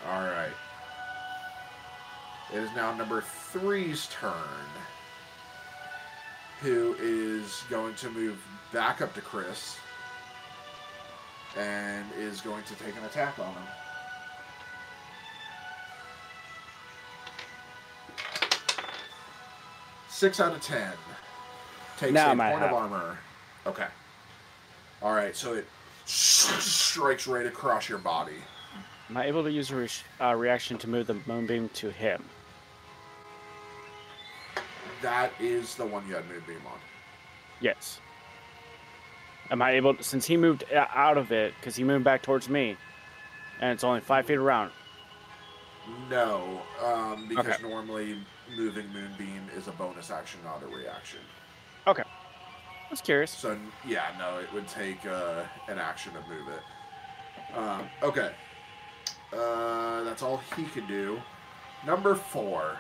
C: All right. It is now number three's turn. Who is going to move back up to Chris and is going to take an attack on him. Six out of ten. Takes
G: Now
C: a
G: I'm
C: point
G: at
C: of
G: half.
C: armor. Okay. All right. So it strikes right across your body.
G: Am I able to use a re- uh, reaction to move the moonbeam to him?
C: That is the one you had Moonbeam on.
G: Yes. Am I able? since he moved o- out of it, because he moved back towards me, and it's only five feet around.
C: No, um, because
G: Okay.
C: normally moving Moonbeam is a bonus action, not a reaction.
G: I was curious.
C: So n- yeah, no, it would take uh, an action to move it. Um, okay, uh, that's all he can do. Number four,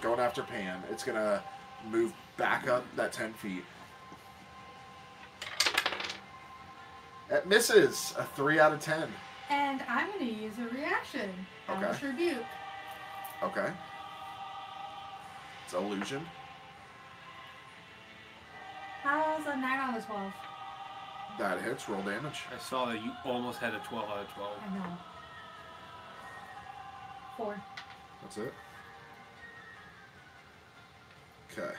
C: going after Pan. It's gonna move back up that ten feet. It misses a three out of ten.
F: And I'm going to use a reaction.
C: Okay.
F: Hellish Rebuke.
C: Okay. It's illusion.
F: How's a 9 out of 12?
C: That hits. Roll damage.
E: I saw that you almost had a 12 out of 12.
F: I know. Four.
C: That's it. Okay.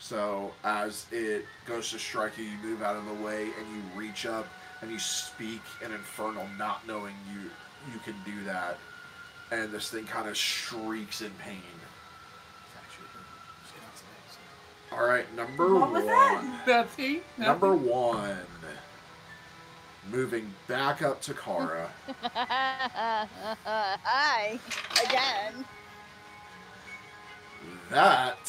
C: So as it goes to strike you, you move out of the way and you reach up and you speak an infernal, not knowing you you can do that. And this thing kind of shrieks in pain. All right, number
F: What
C: one.
F: was that?
E: Nothing.
C: Number one. Moving back up to Kara.
H: Hi. Again.
C: That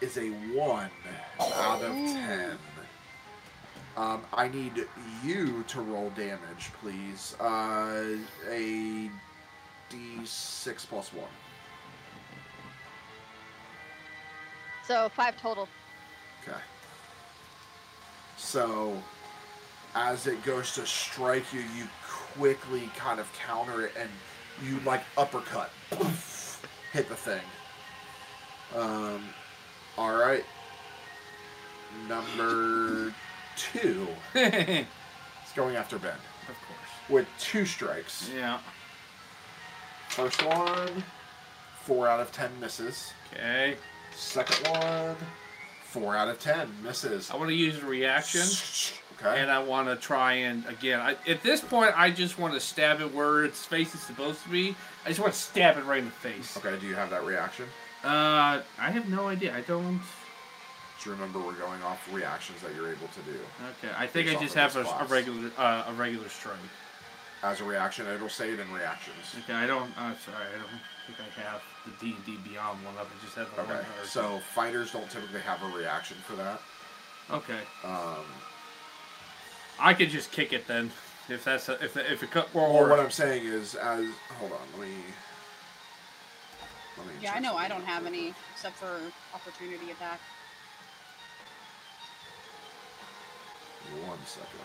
C: is a one out of ten. Um, I need you to roll damage, please. Uh, a d6 plus one.
H: So five total.
C: Okay. So, as it goes to strike you, you quickly kind of counter it and you like uppercut, poof, hit the thing. Um, all right. Number two
E: of
C: is going after Ben
E: course.
C: with two strikes.
E: Yeah.
C: First one, four out of ten misses.
E: Okay.
C: Second one, four out of ten misses.
E: I want to use a reaction,
C: Okay.
E: and I want to try and again. I, at this point, I just want to stab it where its face is supposed to be. I just want to stab it right in the face.
C: Okay. Do you have that reaction?
E: Uh, I have no idea. I don't.
C: Just remember, we're going off reactions that you're able to do.
E: Okay. I think
C: Based
E: I
C: off
E: just
C: of
E: have a,
C: this
E: a
C: class.
E: regular uh, a regular strike.
C: As a reaction, it'll say it in reactions.
E: Okay. I don't. I'm sorry. I don't think I have the D and D Beyond one up. I just have the
C: Okay.
E: one. card.
C: So fighters don't typically have a reaction for that.
E: Okay.
C: Um,
E: I could just kick it then, if that's a, if if it cut. Or,
C: or what I'm saying is, as hold on, let me. Let me
D: Yeah,
C: check
D: I know I
C: something
D: don't have
C: real
D: any
C: quick.
D: except for opportunity attack.
C: One second.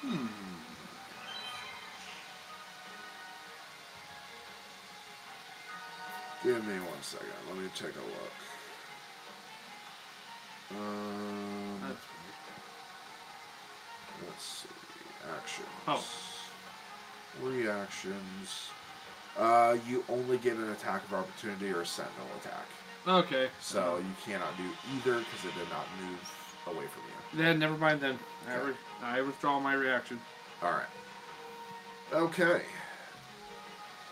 E: Hmm.
C: Give me one second. Let me take a look. Um,
E: That's weird.
C: let's see. Actions.
E: Oh.
C: Reactions. Uh, you only get an attack of opportunity or a sentinel attack.
E: Okay.
C: So you cannot do either because it did not move away from you.
E: Then never mind. Then I,
C: Okay.
E: re- I withdraw my reaction.
C: All right. Okay.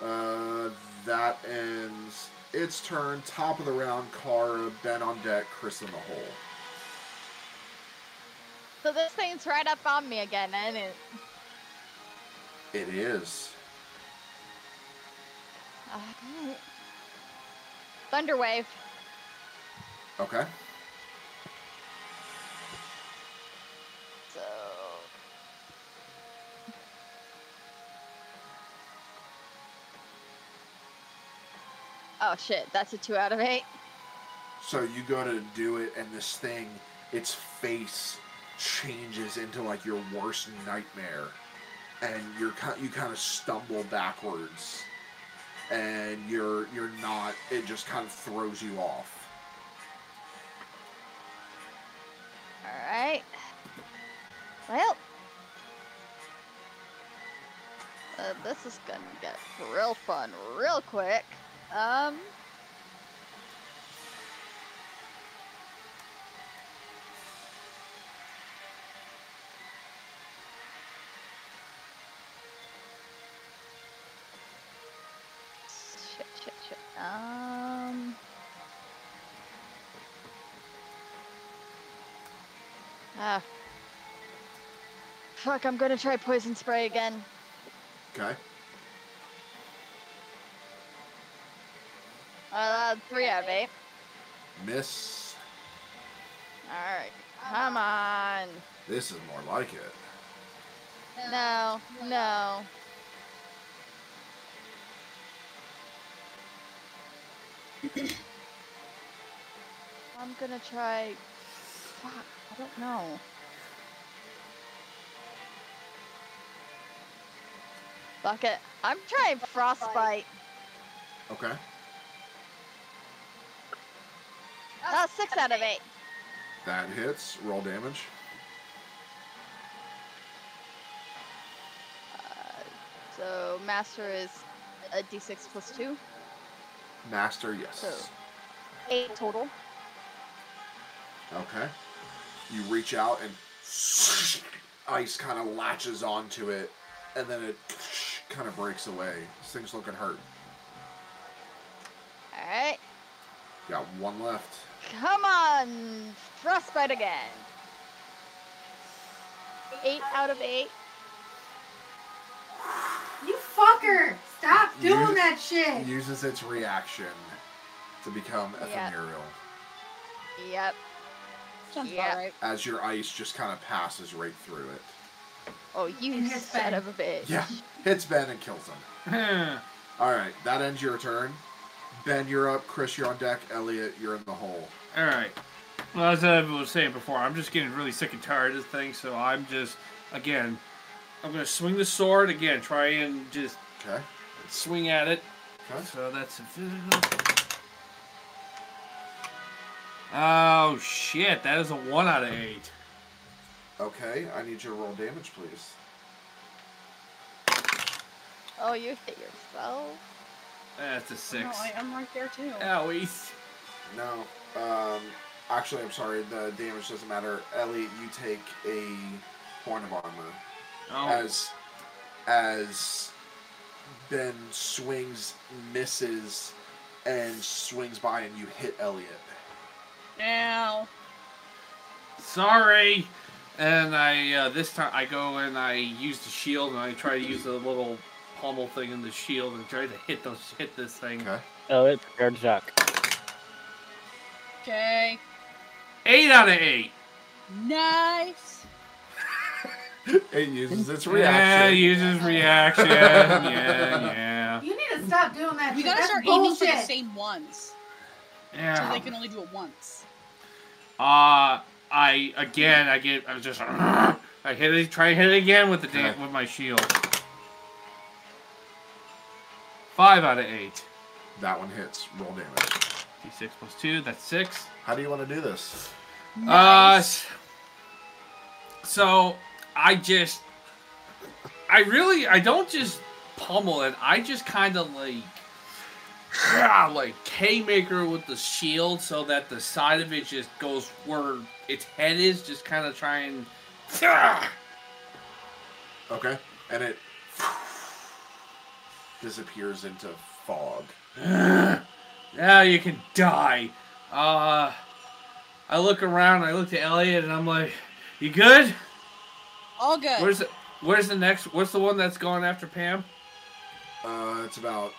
C: Uh, that ends its turn. Top of the round, Kara, Ben on deck, Chris in the hole.
H: So this thing's right up on me again, and it.
C: It is.
H: Uh, Thunderwave.
C: Okay.
H: So. Oh shit, that's a two out of eight.
C: So you go to do it, and this thing, its face changes into like your worst nightmare, and you're ki- you kind of stumble backwards, and you're you're not. It just kind of throws you off.
H: Alright. Well. Uh, this is gonna get real fun real quick. Um. Shit, shit, shit. Um. Ah. Fuck, I'm gonna try poison spray again.
C: Okay.
H: Uh, three out of eight.
C: Miss.
H: Alright, come on.
C: This is more like it.
H: No, no. I'm gonna try. Fuck, I don't know. Fuck it. I'm trying frostbite.
C: Okay.
H: Uh, six out of eight.
C: That hits. Roll damage.
H: So master is a d6 plus two.
C: Master, yes.
H: Eight total.
C: Okay. You reach out and ice kind of latches onto it, and then it kind of breaks away. This thing's looking hurt.
H: All right.
C: Got one left.
H: Come on, frostbite again. Eight out of eight.
F: You fucker! Stop
C: You-
F: doing that shit!
C: Uses its reaction to become
H: Yeah.
C: ephemeral
H: Yep.
D: Sounds
H: Yeah.
D: about right.
C: as your ice just kind of passes right through it.
H: Oh, you
F: In his
H: son
F: bed.
H: of a bitch.
C: Yeah, hits Ben and kills him. All right, that ends your turn. Ben, you're up. Chris, you're on deck. Elliot, you're in the hole.
E: All right. Well, as I was saying before, I'm just getting really sick and tired of this thing, so I'm just again, I'm gonna swing the sword again, try and just
C: Okay.
E: swing at it,
C: Okay.
E: So that's a physical. Oh shit! That is a one out of eight.
C: Okay, I need you to roll damage, please.
H: Oh, you hit yourself.
E: That's a six.
D: Oh, No, I, I'm right there too.
E: Owies.
C: No. Um, actually, I'm sorry. The damage doesn't matter. Elliot, you take a point of armor
E: Oh.
C: as as Ben swings, misses, and swings by, and you hit Elliot.
D: Now,
E: sorry. And I uh, this time I go and I use the shield and I try to use the little pommel thing in the shield and try to hit those hit this thing.
G: Elliot, prepare to attack.
D: okay,
E: Eight out of eight.
D: nice.
C: It uses its
E: Yeah,
C: reaction.
E: uses reaction. yeah, yeah,
F: You need to stop doing that.
D: We
F: shit.
D: gotta
F: That's
D: start aiming for
F: bullshit.
D: the same ones, so they
E: yeah.
D: can only do it once.
E: Uh, I again I get I just I hit it try to hit it again with the da-
C: Okay.
E: with my shield. Five out of eight.
C: That one hits. Roll damage.
E: D6 plus two. That's six.
C: How do you want to do this?
E: Uh,
D: Nice.
E: s- so I just, I really, I don't just pummel it. I just kind of like, ah, like K maker with the shield, so that the side of it just goes where its head is. Just kind of try and. ah,
C: Okay, and it disappears into fog.
E: Now ah, you can die. Uh, I look around. I look to Elliot, and I'm like, "You good?
D: All good.
E: Where's the, where's the next? What's the one that's going after Pam?"
C: Uh, it's about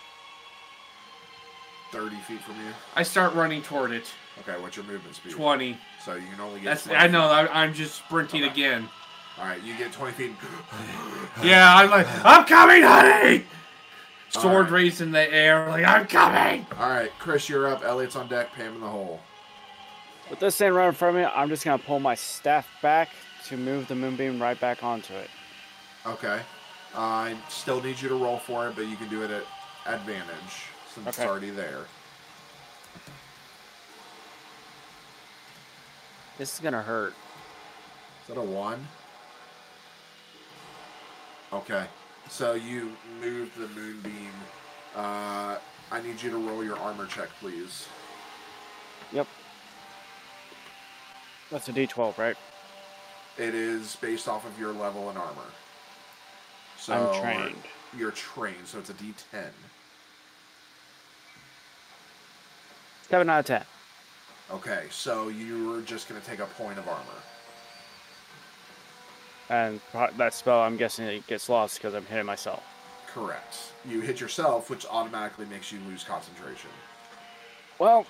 C: thirty feet from you.
E: I start running toward it.
C: Okay, what's your movement speed?
E: 20.
C: So you can only get.
E: That's
C: 20
E: I know. I, I'm just sprinting
C: Okay.
E: again.
C: All right, you get twenty feet.
E: Yeah, I'm like, I'm coming, honey. Sword
C: Alright.
E: raised in the air, like I'm coming.
C: All right, Chris, you're up. Elliot's on deck. Pam in the hole.
G: With this thing right in front of me, I'm just gonna pull my staff back to move the moonbeam right back onto it.
C: Okay. I still need you to roll for it, but you can do it at advantage since it's
G: Okay.
C: already there.
G: This is gonna hurt.
C: Is that a one? Okay. So you move the moonbeam. Uh, I need you to roll your armor check, please.
G: Yep. That's a D12, right?
C: It is based off of your level in armor. So
G: I'm trained.
C: You're trained, so it's a D10.
G: Seven out of ten.
C: Okay, so you were just going to take a point of armor.
G: And pro- that spell, I'm guessing it gets lost because I'm hitting myself.
C: Correct. You hit yourself, which automatically makes you lose concentration.
G: Well,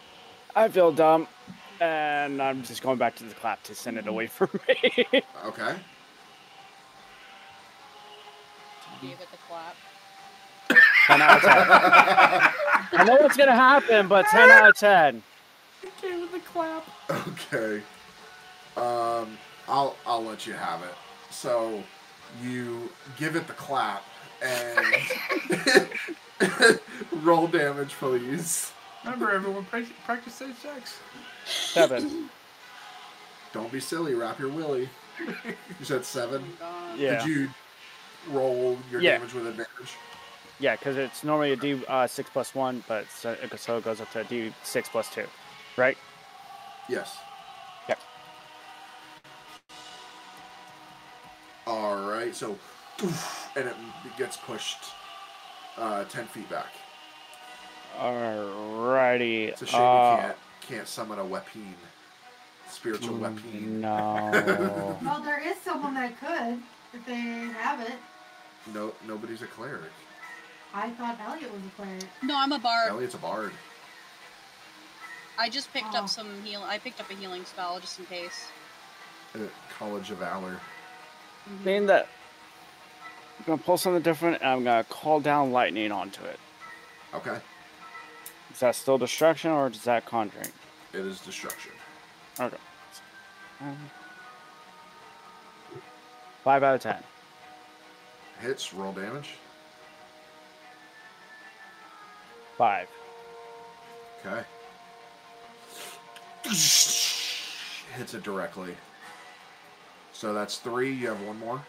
G: I feel dumb, and I'm just going back to the clap to send it away from me.
C: Okay.
D: Give it the clap.
G: ten out of ten. I know what's gonna happen, but ten out of ten.
C: Okay. Um, I'll I'll let you have it. So you give it the clap and roll damage, please.
E: Remember, everyone practice, practice safe sex.
G: Seven.
C: Don't be silly. Wrap your willy. You said seven.
D: God.
G: Yeah.
C: Did you roll your
G: Yeah.
C: damage with advantage?
G: Yeah, because it's normally a D uh, six plus one, but so, so it goes up to a D six plus two, right?
C: Yes.
G: Yep.
C: All right. So, oof, and it gets pushed uh, ten feet back.
G: Alrighty.
C: It's a shame
G: uh,
C: you can't can't summon a weapon, spiritual weapon.
G: mm, No.
F: Well, there is someone that could, if they have it.
C: No, nobody's a cleric.
F: I thought Elliot was a player.
D: No, I'm a bard.
C: Elliot's a bard.
D: I just picked
F: Oh.
D: up some heal. I picked up a healing spell just in case.
C: Uh, College of Valor.
G: Mean that I'm gonna pull something different, and I'm gonna call down lightning onto it.
C: Okay,
G: Is that still destruction, or is that conjuring?
C: it is destruction.
G: Okay. Um, Five out of ten.
C: Hits. Roll damage.
G: Five.
C: Okay. Hits it directly. So that's three. You have one more.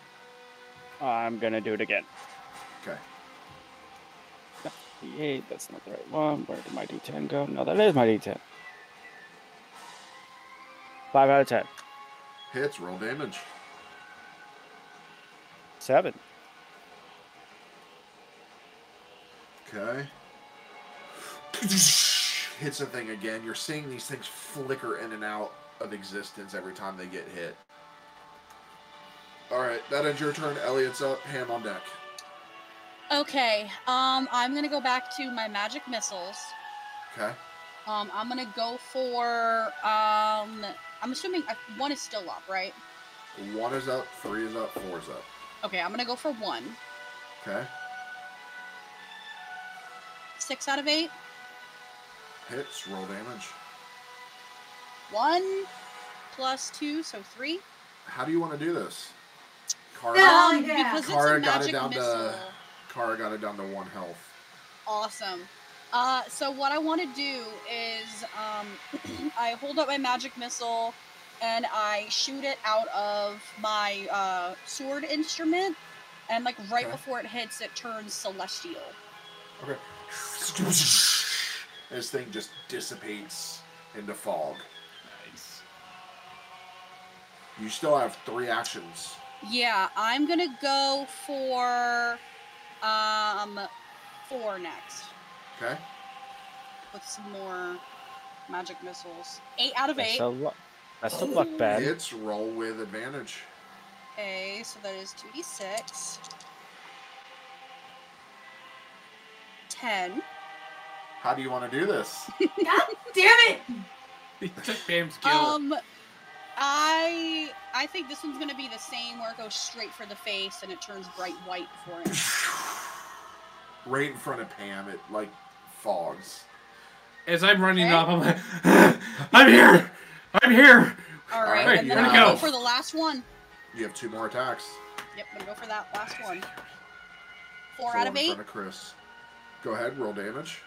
G: I'm gonna do it again.
C: Okay.
G: D8. That's not the right one. Where did my D10 go? No, that is my D10. Five out of ten.
C: Hits. Roll damage.
G: Seven.
C: Okay. Hits the thing again. You're seeing these things flicker in and out of existence every time they get hit. All right, that ends your turn. Elliot's up. Ham on deck.
D: Okay, um, I'm gonna go back to my magic missiles.
C: Okay.
D: Um, I'm gonna go for um, I'm assuming I, one is still up, right?
C: One is up. Three is up. Four is up.
D: Okay, I'm gonna go for one.
C: Okay.
D: Six out of eight.
C: Hits. Roll damage.
D: One plus two, so three.
C: How do you want to do this? Card.
F: No. Oh,
D: Um,
F: yeah.
D: because it's
C: Kara
D: a
C: got it
D: magic
C: down to-
D: missile.
C: Kara got it down to one health.
D: Awesome. Uh, so what I want to do is um, I hold up my magic missile and I shoot it out of my uh, sword instrument, and like right
C: Okay.
D: before it hits, it turns celestial.
C: Okay. This thing just dissipates into fog.
E: Nice.
C: You still have three actions.
D: Yeah, I'm gonna go for um four next
C: Okay.
D: with some more magic missiles. Eight out of
G: That's
D: eight.
G: a luck. That's a luck bad.
C: Hits. Roll with advantage.
D: Okay, so that is 2d6. 10.
C: How do you want to do this?
F: God damn it!
E: He took Pam's kill.
D: Um, I I think this one's gonna be the same where it goes straight for the face and it turns bright white for it.
C: right in front of Pam, it like fogs.
E: As I'm running
D: okay.
E: up, I'm like, I'm here! I'm here!
D: All right,
C: Alright,
D: and
C: here
D: then I'm
C: we
D: gonna go
E: go.
D: for the last one.
C: You have two more attacks.
D: Yep, I'm gonna go for that last one. Four
C: So
D: out of
C: in
D: eight,
C: front of Chris. Go ahead. Roll damage.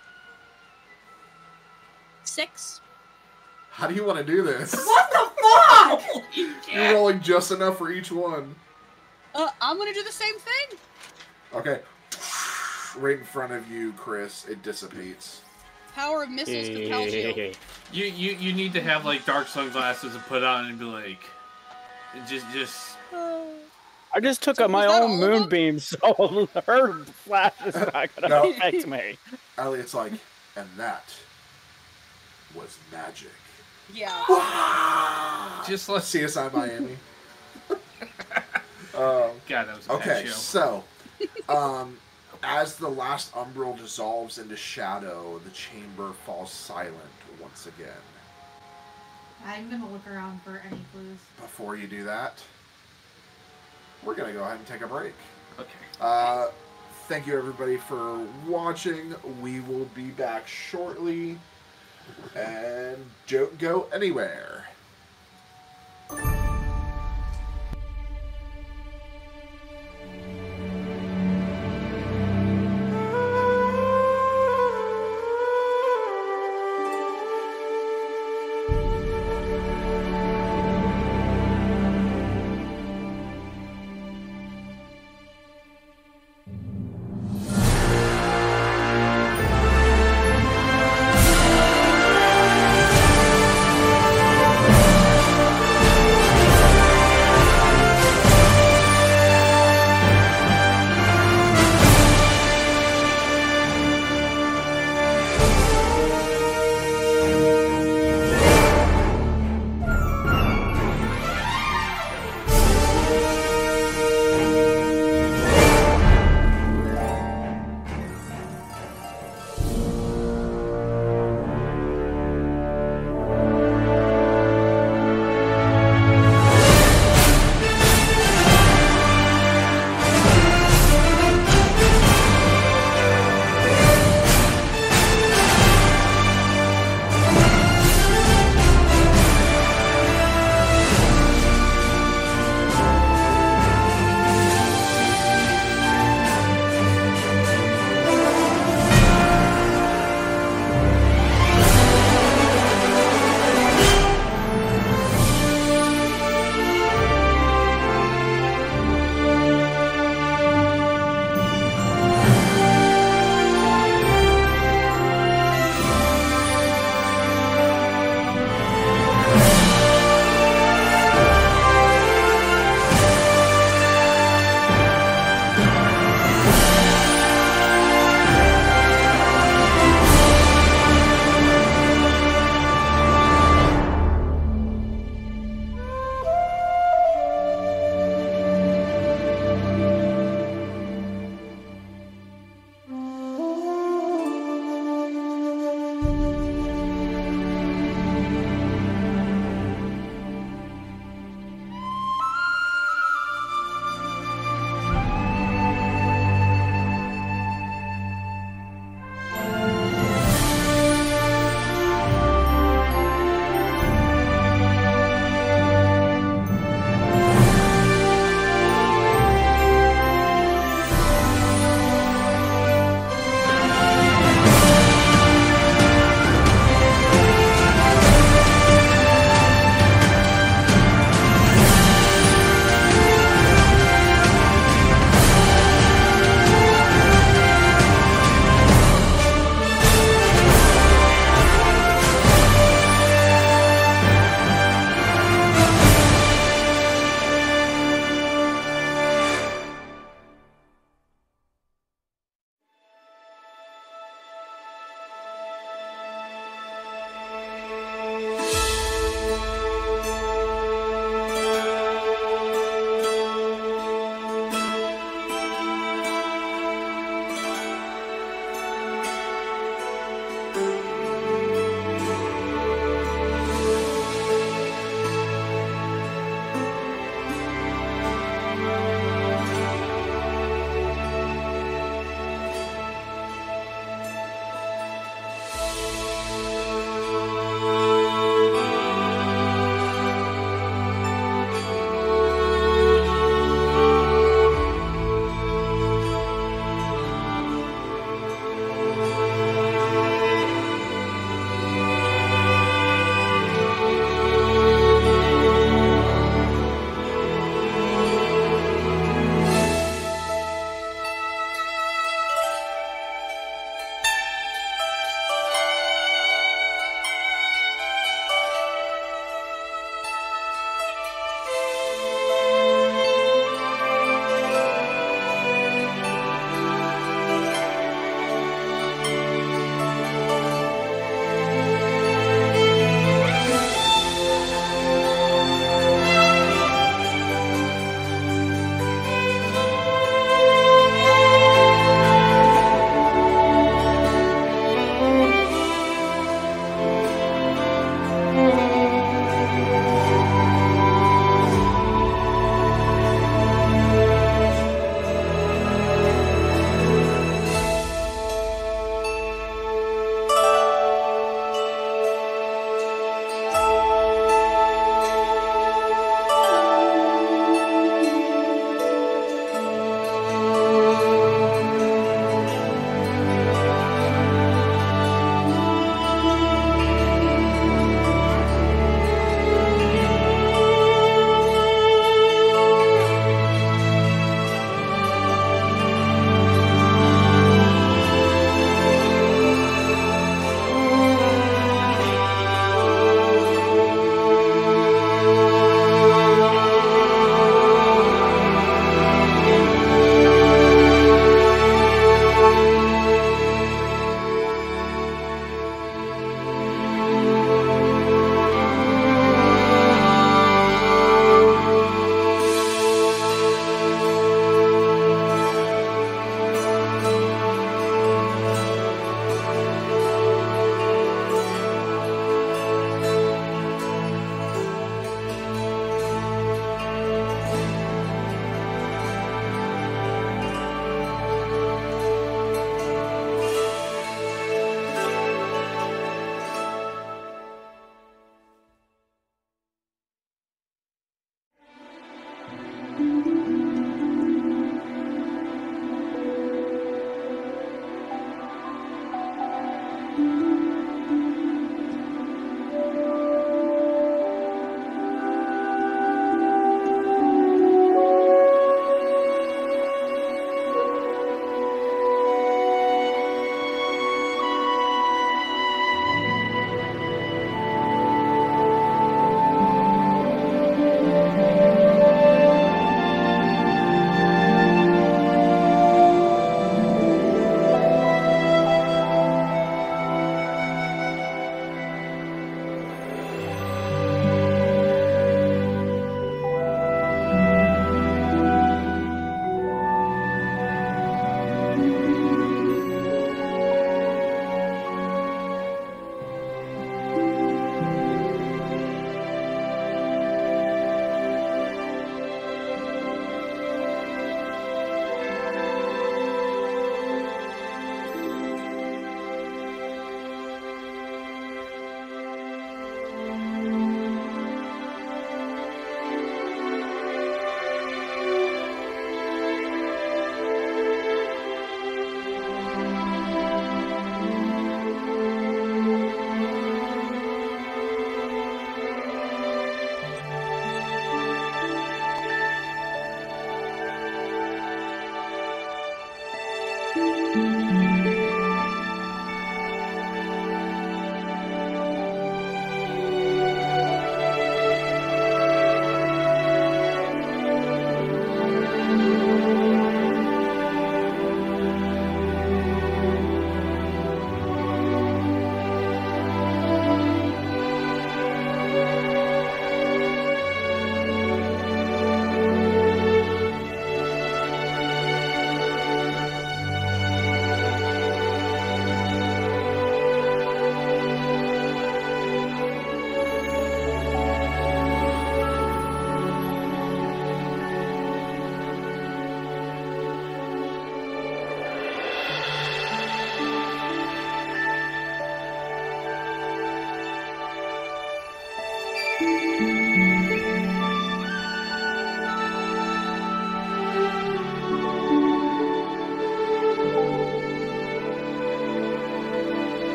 D: six.
C: How do you want to do this?
F: What the fuck?
C: You're rolling just enough for each one.
D: Uh, I'm gonna do the same thing.
C: Okay. Right in front of you, Chris. It dissipates.
D: Power of missiles compels you.
E: You, you you need to have like dark sunglasses and put on and be like, just just
G: I just took
D: So
G: up my
D: was that
G: own
D: all of 'em?
G: moonbeam, so her flash is not gonna
C: No.
G: affect me.
C: Elliot's like, and that was magic.
D: Yeah.
E: just let's see.
C: CSI Miami. um,
E: God, that was a bad
C: okay,
E: show.
C: so um, as the last umbral dissolves into shadow, the chamber falls silent once again.
F: I'm gonna look around for any clues.
C: Before you do that, we're gonna go ahead and take a break.
E: okay.
C: Uh, thank you everybody for watching. We will be back shortly. And don't go anywhere.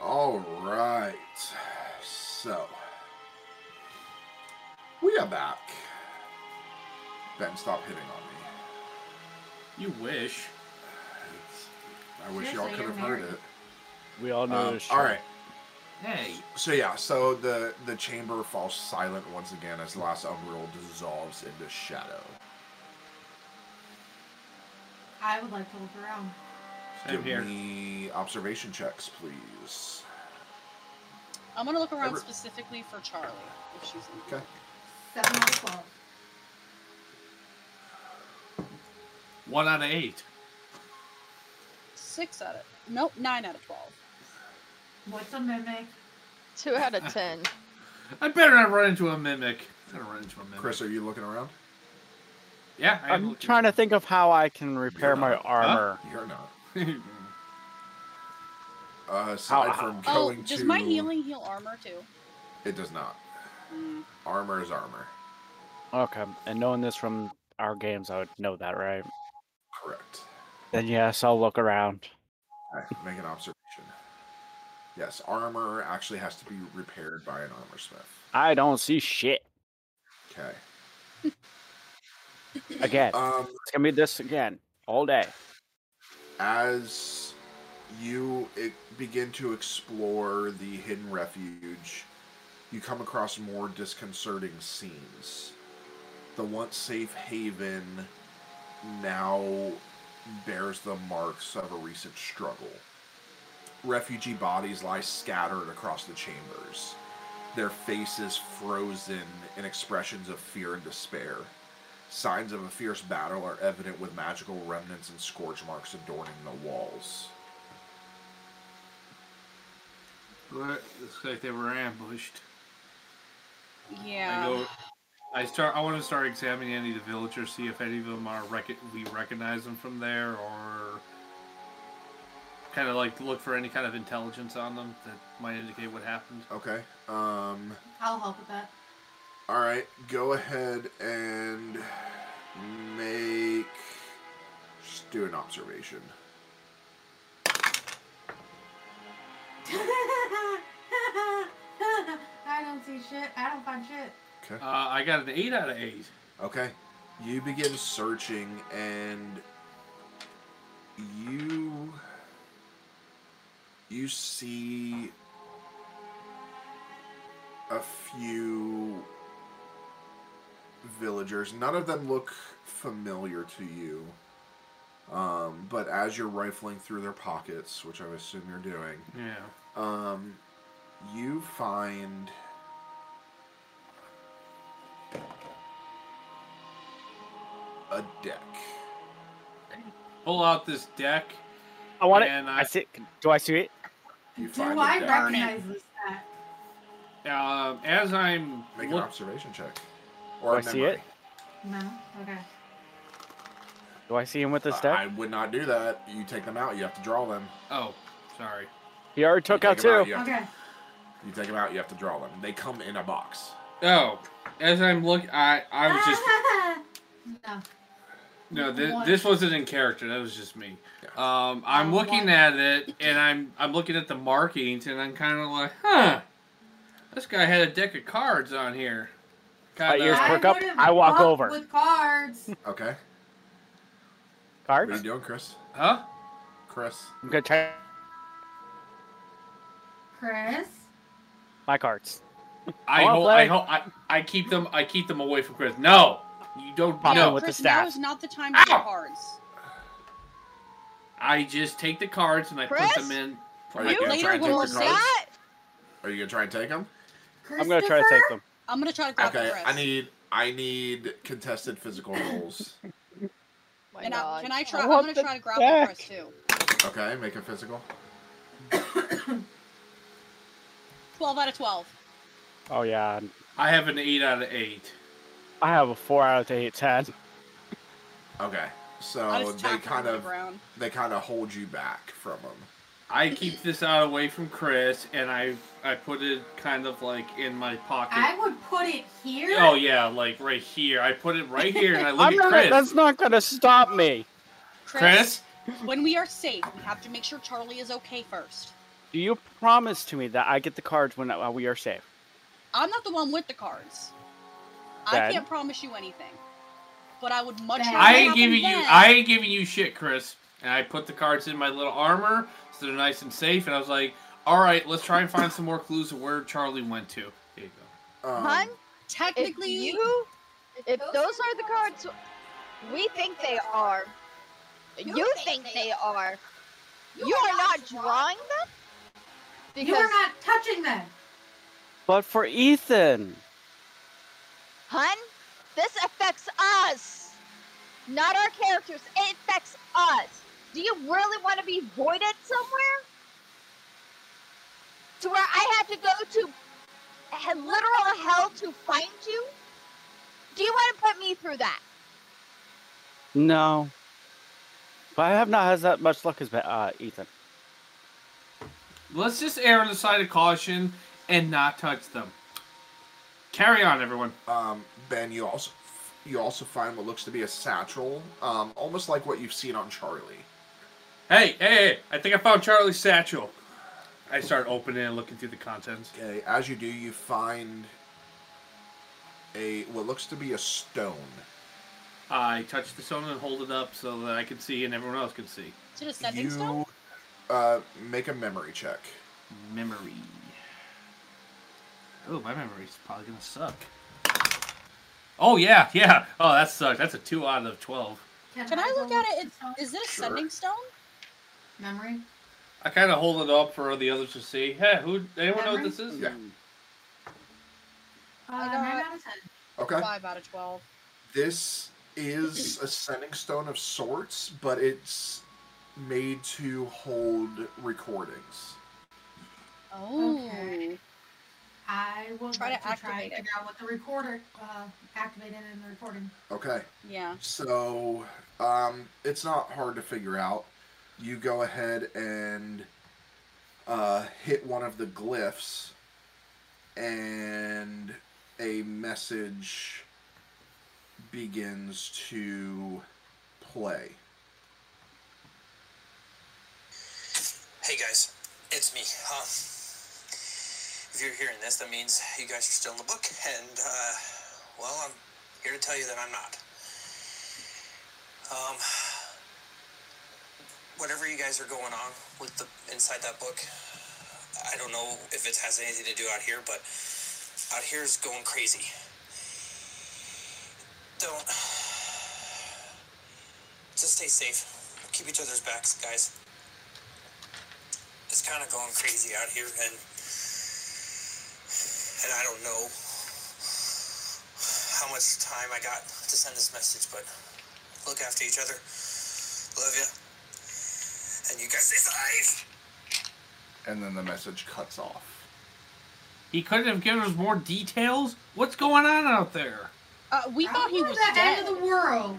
C: All right. So we are back. Ben, stop hitting on me.
E: You wish.
C: It's, I wish y'all
F: Seriously,
C: could
F: you're
C: have heard
F: married.
C: it.
G: We all know
C: Um,
G: this.
C: all right.
E: Hey.
C: So yeah. So the the chamber falls silent once again as the last Umbril dissolves into shadow.
F: I would like to look around.
E: Same
C: Give
E: here.
C: me observation checks, please.
D: I'm gonna look around
C: Ever-
D: specifically for Charlie if she's in.
C: Okay.
F: Seven out of twelve.
E: One out of eight.
D: Six out of nope, nine out of twelve.
F: What's a mimic?
H: Two out of ten.
E: I better not run into a mimic. I'm gonna run into a mimic.
C: Chris, are you looking around?
E: Yeah, I am
G: I'm
E: looking.
G: trying to think of how I can repair my armor.
C: You're not.
E: I
C: Uh, aside
G: How-
C: from
D: Oh,
C: going
D: does
C: to
D: my healing heal armor too?
C: It does not.
D: Mm,
C: Armor is armor.
G: Okay, and knowing this from our games, I would know that, right?
C: Correct.
G: Then yes, I'll look around.
C: All right, make an observation. Yes, armor actually has to be repaired by an armor smith.
G: I don't see shit
C: Okay.
G: again.
C: Um,
G: it's gonna be this again all day.
C: as you e- begin to explore the hidden refuge, you come across more disconcerting scenes. The once safe haven now bears the marks of a recent struggle. Refugee bodies lie scattered across the chambers, their faces frozen in expressions of fear and despair. Signs of a fierce battle are evident with magical remnants and scorch marks adorning the walls.
E: looks like they were ambushed. I
D: yeah.
E: go. I start. I want to start examining any of the villagers, see if any of them are rec- we recognize them from there, or kind of like look for any kind of intelligence on them that might indicate what happened. Uh,
C: Okay. Um.
F: I'll help with that.
C: All right. Go ahead and make. Just do an observation.
F: I don't see shit. I don't find shit.
C: Okay.
E: Uh, I got an eight out of eight.
C: Okay. You begin searching and you you see a few villagers. None of them look familiar to you. Um, but as you're rifling through their pockets, which I assume you're doing,
E: Yeah.
C: um, you find a deck.
E: Pull out this deck.
G: I want it.
C: uh,
E: and
G: I see. Do I see it?
C: You
F: Do
C: find a
F: I
C: deck.
F: recognize this hat?
E: Um, as I'm
C: Make an
E: look-
C: observation check. Or
G: I
C: a memory.
G: see it?
F: No. Okay.
G: Do I see him with this
C: I-
G: deck?
C: Uh, I would not do that. You take them out. You have to draw them.
E: oh, sorry.
G: He already took
C: you
G: out
C: take 'em
G: two.
C: you, have
F: Okay.
C: to, you take them out. You have to draw them. They come in a box.
E: Oh, as I'm look, I I was just
F: no.
E: No, thi-
F: What?
E: this wasn't in character. That was just me. Um, I'm
F: Oh,
E: looking
F: what?
E: at it, and I'm I'm looking at the markings, and I'm kind of like, huh, this guy had a deck of cards on here.
G: Right,
E: Kinda-
G: here's-
F: I
G: perk up,
F: would've
G: I walk
F: walked
G: over.
F: With cards.
C: Okay. What are you
G: Cards?
C: doing, Chris?
E: huh?
C: Chris.
G: I'm gonna try
F: Chris?
G: my cards.
E: I
G: Come on,
E: hold,
G: Blake.
E: I, hold, I I keep them I keep them away from Chris. No, you don't.
G: Pop
E: no,
G: in with the
D: Chris,
G: staff.
D: now is not the time for
E: Ow!
D: cards.
E: I just take the cards and I put
H: Chris?
E: them in.
C: Are
E: I
C: you
E: go
C: later
E: try and
D: will
E: take the
D: say-
E: cards.
H: That?
C: Are you gonna try and take him?
F: Christopher?
G: I'm gonna try to take them.
D: I'm gonna try to
F: Oh,
D: grab
C: Okay.
D: Chris.
C: I need I need contested physical rolls.
H: My
D: and I,
H: God.
D: can I try?
G: I
D: I'm
G: want
D: gonna
G: the
D: try to grab
G: deck.
D: Chris too.
C: Okay, make a physical.
D: Twelve out of twelve.
G: Oh yeah,
E: I have an eight out of eight.
G: I have a four out of eight ten.
C: Okay.
D: I
C: So
D: just
C: Oh, they
D: tapped him on
C: kind
D: the
C: of
D: ground.
C: they kind of hold you back from him.
E: I keep this out away from Chris, and I I put it kind of like in my pocket.
F: I would put it here.
E: Oh yeah, like right here. I put it right here, and I look
G: I'm
E: at
G: not.
E: Chris.
G: That's not gonna stop me.
E: Chris,
D: When we are safe, we have to make sure Charlie is okay first.
G: Do you promise to me that I get the cards when uh, we are safe?
D: I'm not the one with the cards. I
G: Then?
D: can't promise you anything. But I would much
F: Then-
D: rather
E: I ain't
D: have
E: giving
D: him
E: you.
D: then.
E: I ain't giving you shit, Chris. And I put the cards in my little armor, so they're nice and safe. And I was like, all right, let's try and find some more clues of where Charlie went to. There you go.
C: Um,
H: Hun, if
D: technically
H: you, if those are the cards we think they are, you think they are, you are not drawing them?
F: you are
H: Because,
F: not touching them.
G: But for Ethan,
H: hun, this affects us, not our characters. It affects us. Do you really want to be voided somewhere? To where I have to go to he- literal hell to find you? Do you want to put me through that?
G: no. But I have not had that much luck as uh, Ethan.
E: Let's just err on the side of caution and not touch them. Carry on, everyone.
C: Um, ben, you also you also find what looks to be a satchel, um, almost like what you've seen on Charlie.
E: Hey, hey, hey! I think I found Charlie's satchel. I start opening and looking through the contents.
C: Okay, as you do, you find a what looks to be a stone.
E: I touch the stone and hold it up so that I can see and everyone else can see.
D: to the sending
C: you
D: stone?
C: uh, make a memory check.
E: Memory. Oh, my memory's probably gonna suck. Oh yeah, yeah. Oh, that sucked. That's a two out of twelve.
D: Can I look
F: go
D: at it?
F: with
D: It's- Is it a
C: Sure.
D: sending stone?
F: memory?
E: I kind of hold it up for the others to see. Hey, who? Anyone know what this is?
C: Yeah.
F: Uh,
D: I got-
F: nine out of ten.
C: Okay,
D: Five out of twelve.
C: this is a sending stone of sorts, but it's made to hold recordings.
D: Oh.
F: Okay. I will
D: Try
F: like
D: to
F: try
D: activate
F: and
D: it.
F: figure out what the recorder uh, activated in the recording.
C: Okay,
D: Yeah.
C: So, um, it's not hard to figure out. You go ahead and uh, hit one of the glyphs, and a message begins to play.
I: Hey guys, it's me. Um, if you're hearing this, that means you guys are still in the book, and uh, well, I'm here to tell you that I'm not. Um, whatever you guys are going on with the inside that book, I don't know if it has anything to do out here, but out here is going crazy. Don't just stay safe. Keep each other's backs, guys it's kind of going crazy out here, and and I don't know how much time I got to send this message, but look after each other. Love you, and you guys stay safe.
C: And then the message cuts off.
E: He couldn't have given us more details. What's going on out there?
D: Uh, we thought he
F: Out of
D: was
F: the
D: dead.
F: end of the world.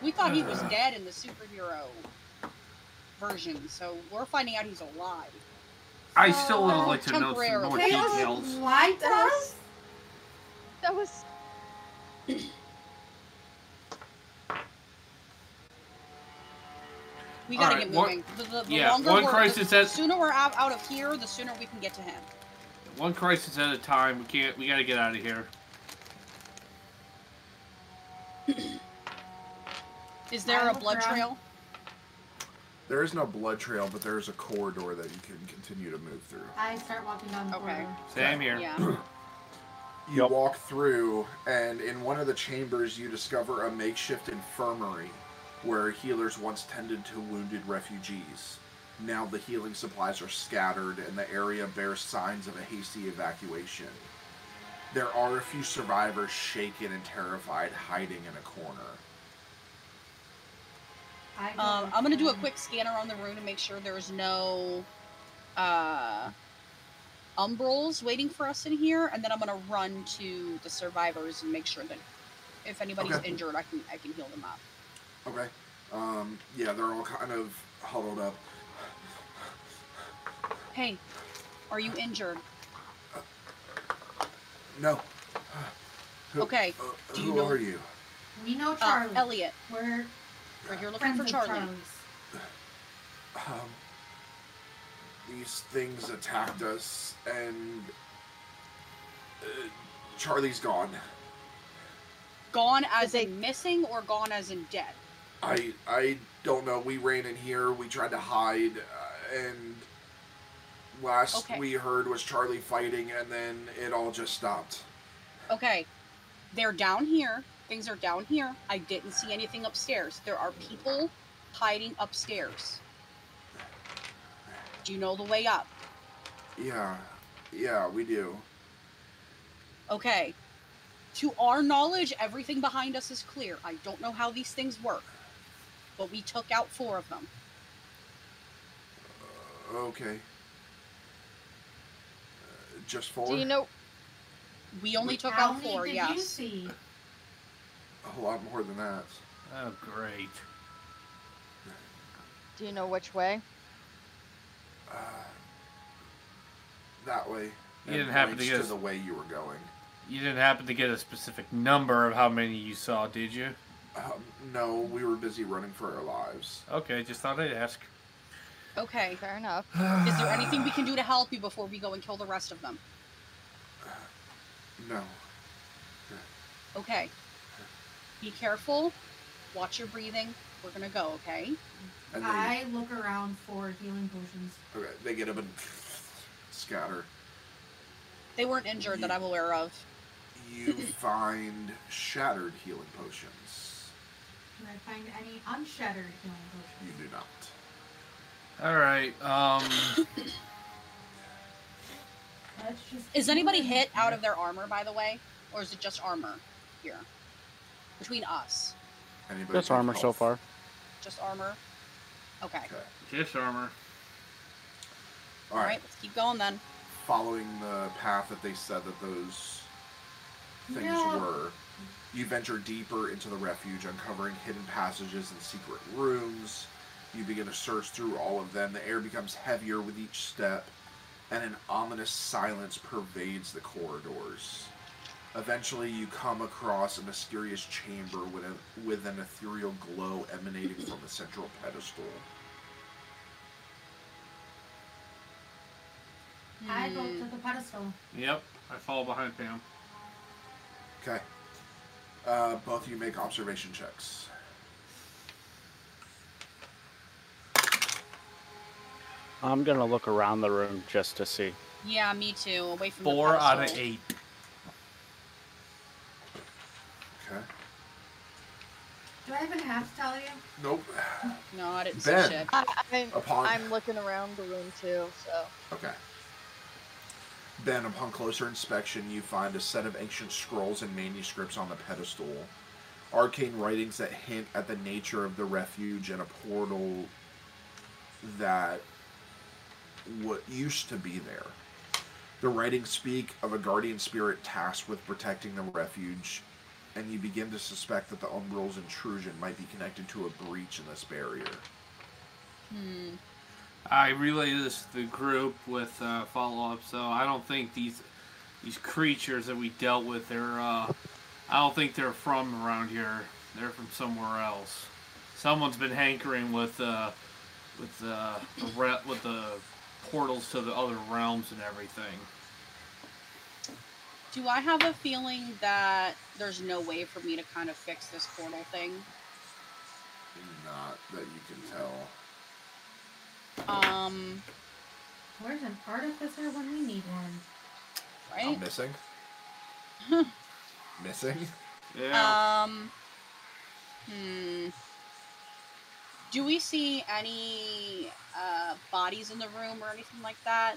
D: We thought he was dead in the superhero version, so we're finding out he's alive.
E: I still would
H: Oh,
D: Uh,
E: like to know some
D: temporarily.
E: more
F: They
E: details.
F: don't like us.
H: That was
D: We gotta
E: Alright,
D: get
E: one-
D: moving. the, the, the
E: yeah,
D: longer
E: one
D: we're,
E: crisis
D: the
E: at-
D: sooner we're out, out of here, the sooner we can get to him.
E: One crisis at a time. We can't. We gotta get out of here.
D: Is there
F: I
D: a
F: will
D: blood
F: grab-
D: trail?
C: There is no blood trail, but there is a corridor that you can continue to move through.
F: I start walking down the
D: Okay.
F: corridor.
E: Same here.
D: Yeah.
C: You
G: Yep.
C: walk through, and in one of the chambers, you discover a makeshift infirmary where healers once tended to wounded refugees. Now the healing supplies are scattered, and the area bears signs of a hasty evacuation. There are a few survivors shaken and terrified, hiding in a corner.
F: I go
D: Um, I'm gonna do a
F: down.
D: quick scan around the room to make sure there's no uh, umbrals waiting for us in here, and then I'm gonna run to the survivors and make sure that if anybody's
C: Okay.
D: injured, I can I can heal them up.
C: Okay. Um, yeah, they're all kind of huddled up.
D: Hey, are you injured?
C: No. Who,
D: Okay,
C: uh,
D: do you
C: who
D: know-
C: are you?
F: We know
D: Uh,
F: Charlie.
D: Elliot,
F: We're
D: we're here looking
F: friends
D: for
F: of
D: Charlie.
F: Charlie's.
C: um, these things attacked us, and uh, Charlie's gone.
D: Gone as
H: they-
D: in missing or gone as in dead?
C: I I don't know. We ran in here. We tried to hide, uh, and last
D: Okay.
C: we heard was Charlie fighting, and then it all just stopped.
D: Okay, they're down here. Things are down here. I didn't see anything upstairs. There are people hiding upstairs. Do you know the way up?
C: Yeah, yeah, we do.
D: Okay. To our knowledge, everything behind us is clear. I don't know how these things work, but we took out four of them.
C: Okay. Uh, just four.
H: Do you know?
D: We only took
F: How
D: out
F: many
D: four,
F: did
D: yes.
F: you see?
C: a whole lot more than that.
E: Oh, great.
H: Do you know which way?
C: Uh, that way.
E: You
C: and
E: didn't happen to
C: points
E: get us-
C: the way you were going.
E: You didn't happen to get a specific number of how many you saw, did you?
C: Um, no, we were busy running for our lives.
E: Okay, just thought I'd ask.
D: Okay.
H: Fair enough.
D: Is there anything we can do to help you before we go and kill the rest of them?
C: No.
D: Okay. Be careful. Watch your breathing. We're gonna go, okay?
C: And they,
F: I look around for healing potions.
C: okay, they get up and scatter.
D: They weren't injured that I'm aware of.
C: You find shattered healing potions.
F: Can I find any unshattered healing
C: You
F: potions?
C: do not.
E: All right. Um.
F: Let's just
D: Is anybody
F: heal him.
D: hit out of their armor, by the way? Or is it just armor here? Between us.
C: Anybody
G: That's
C: take
G: armor so
C: health?
G: far.
D: Just armor? Okay.
C: Okay.
E: Just armor.
C: All right.
D: Alright, let's keep going then.
C: Following the path that they said that those things
F: No.
C: were, you venture deeper into the refuge, uncovering hidden passages and secret rooms. You begin to search through all of them. The air becomes heavier with each step, and an ominous silence pervades the corridors. Eventually, you come across a mysterious chamber with, a, with an ethereal glow emanating from a central pedestal.
F: I go
D: Hmm.
F: to the pedestal.
E: Yep. I fall behind Pam.
C: Okay. Uh, both of you make observation checks.
G: I'm gonna look around the room just to see.
D: Yeah, me too. Away from
E: Four
D: the
E: out of
D: pedestal.
E: eight.
C: Okay.
F: Do I have an half tell you?
C: Nope.
D: No, I didn't
C: Ben.
D: see shit.
H: I, I'm,
C: Upon-
H: I'm looking around the room too, so.
C: Okay. Then, upon closer inspection, you find a set of ancient scrolls and manuscripts on the pedestal. Arcane writings that hint at the nature of the refuge and a portal that what used to be there. The writings speak of a guardian spirit tasked with protecting the refuge, and you begin to suspect that the Umbral's intrusion might be connected to a breach in this barrier.
D: Hmm.
E: I relay this to the group with uh, follow up, so I don't think these these creatures that we dealt with they're uh, I don't think they're from around here. They're from somewhere else. Someone's been hankering with uh, with uh, the re- with the portals to the other realms and everything.
D: Do I have a feeling that there's no way for me to kind of fix this portal thing?
C: Not that you can tell.
D: Um,
F: Where's an artificer when we need one?
D: right?
C: I'm missing. missing?
E: Yeah.
D: Um, hmm. Do we see any uh, bodies in the room or anything like that?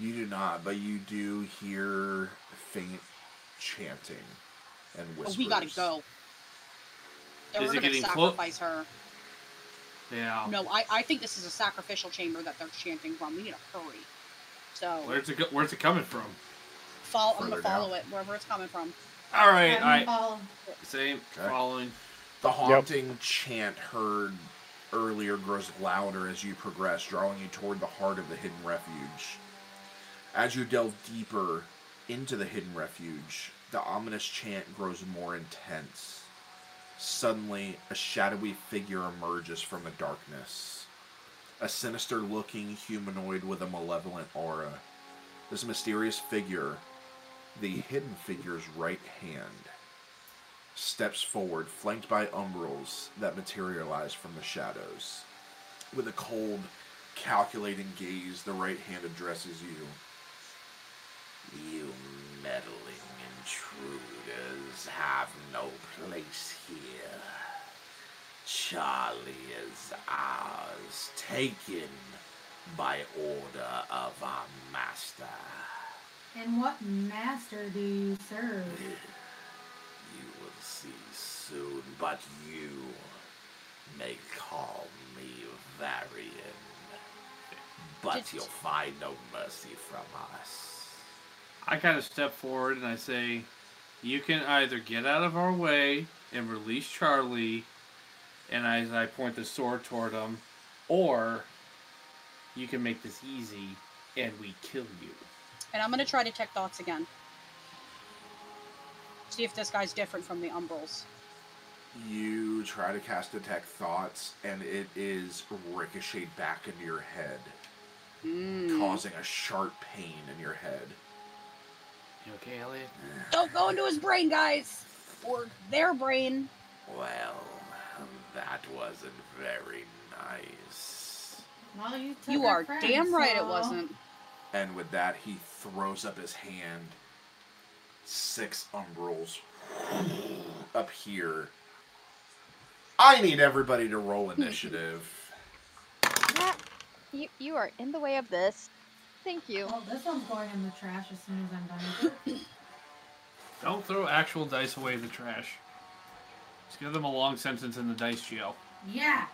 C: You do not, but you do hear faint chanting and
D: Oh,
C: whispers.
D: we gotta go. Yeah,
E: Is
D: we're
E: it
D: gonna
E: getting clo- Oh.
D: sacrifice her.
E: yeah.
D: No, I, I think this is a sacrificial chamber that they're chanting from. We need to hurry. So
E: Where's it go- Where's it coming from?
D: follow, I'm
C: Further
D: gonna follow it wherever it's coming from.
E: All
F: Have
E: right. All
F: him
E: right.
F: follow.
E: Same.
C: Okay.
E: Following.
C: The haunting chant heard earlier grows louder as you progress, drawing you toward the heart of the hidden refuge. As you delve deeper into the hidden refuge, the ominous chant grows more intense. Suddenly, a shadowy figure emerges from the darkness. A sinister looking humanoid with a malevolent aura. This mysterious figure, the hidden figure's right hand, steps forward, flanked by umbrals that materialize from the shadows. With a cold, calculating gaze, the right hand addresses you. You meddling intruders have no place here. Charlie is ours, taken by order of our master.
F: And what master do you serve?
C: You will see soon, but you may call me Varian. But
D: Just-
C: you'll find no mercy from us.
E: I kind of step forward and I say, "You can either get out of our way and release Charlie," and I, I point the sword toward him, or you can make this easy and we kill you.
D: And I'm gonna try detect thoughts again. See if this guy's different from the umbrals.
C: You try to cast detect thoughts, and it is ricocheted back into your head,
D: Mm.
C: causing a sharp pain in your head.
E: You okay, Elliot?
D: Don't go into his brain, guys, or their brain.
C: Well, that wasn't very nice.
F: Well, you took
D: You
F: our
D: are
F: friend,
D: damn right it
F: so-
D: wasn't.
C: And with that, he throws up his hand. Six umbrals appear. I need everybody to roll initiative.
H: Yeah, you, you are in the way of this. Thank you.
F: Well, this one's going in the trash as soon as I'm done with it.
E: Don't throw actual dice away in the trash. Just give them a long sentence in the dice jail.
F: Yeah.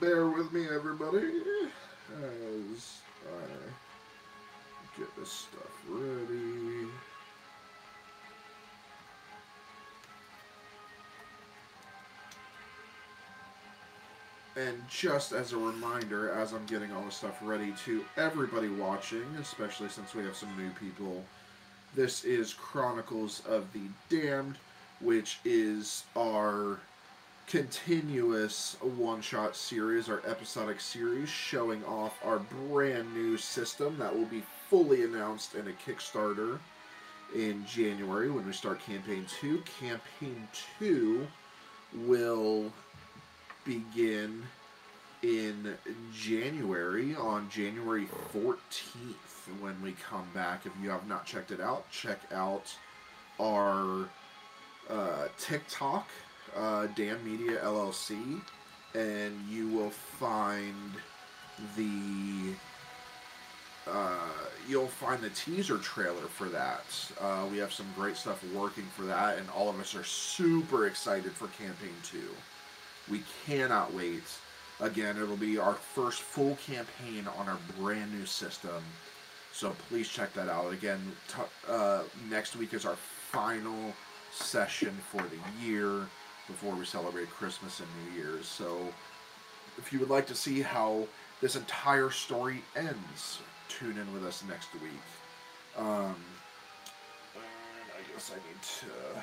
C: Bear with me, everybody, as I get this stuff ready. And just as a reminder, as I'm getting all this stuff ready to everybody watching, especially since we have some new people, this is Chronicles of the Damned, which is our continuous one shot series, our episodic series, showing off our brand new system that will be fully announced in a Kickstarter in January when we start campaign two. Campaign two will begin in January on January 14th when we come back. If you have not checked it out, check out our uh, TikTok, uh, Dan Media LLC, and you will find the uh, you'll find the teaser trailer for that. Uh, we have some great stuff working for that, and all of us are super excited for campaign two. We cannot wait. Again, it'll be our first full campaign on our brand new system. So please check that out. Again, t- uh, next week is our final session for the year before we celebrate Christmas and New Year's. So if you would like to see how this entire story ends, tune in with us next week. Um, and I guess I need to.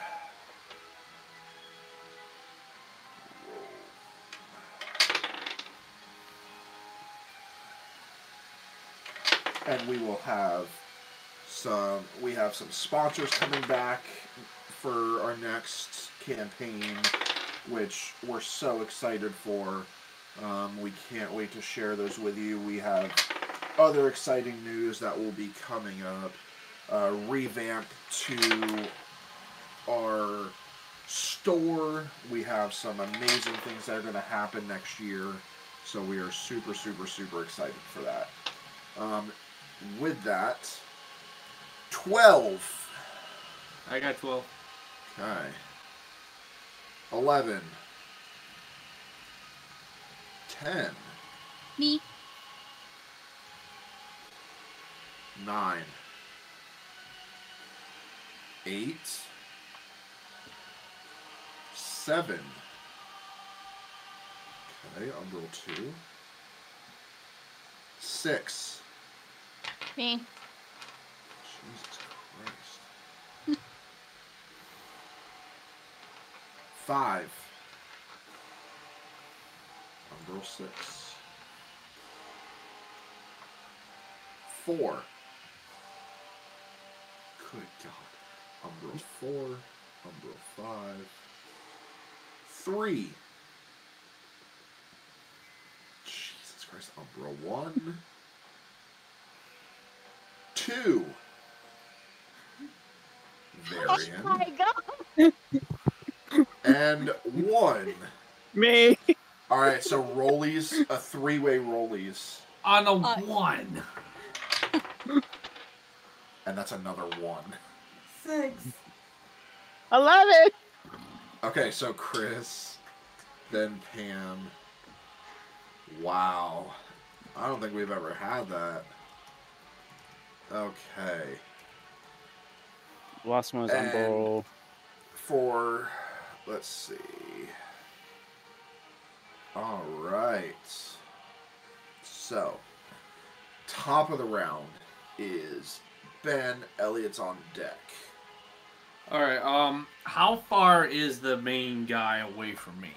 C: and we will have some we have some sponsors coming back for our next campaign which we're so excited for um, we can't wait to share those with you we have other exciting news that will be coming up uh, revamp to our store we have some amazing things that are going to happen next year so we are super super super excited for that um, with that, 12.
E: I got 12.
C: Okay. 11. 10.
D: Me.
C: 9. 8. 7. Okay, I'll roll 2. 6.
H: Me.
C: Jesus Christ. Five. On roll six. Four. Good God. On roll four. On roll five. Three. Jesus Christ. On roll one. Two.
H: Oh
C: Varian.
H: my god.
C: And one.
G: Me.
C: All right, so rollies, a three-way rollies,
E: On a
D: Uh,
E: one.
C: and that's another one.
F: Six.
G: I love it.
C: Okay, so Chris, then Pam. Wow, I don't think we've ever had that. Okay,
G: Last one is on
C: And-
G: roll.
C: for let's see. All right, so top of the round is Ben Elliott's on deck.
E: All right. Um, how far is the main guy away from me?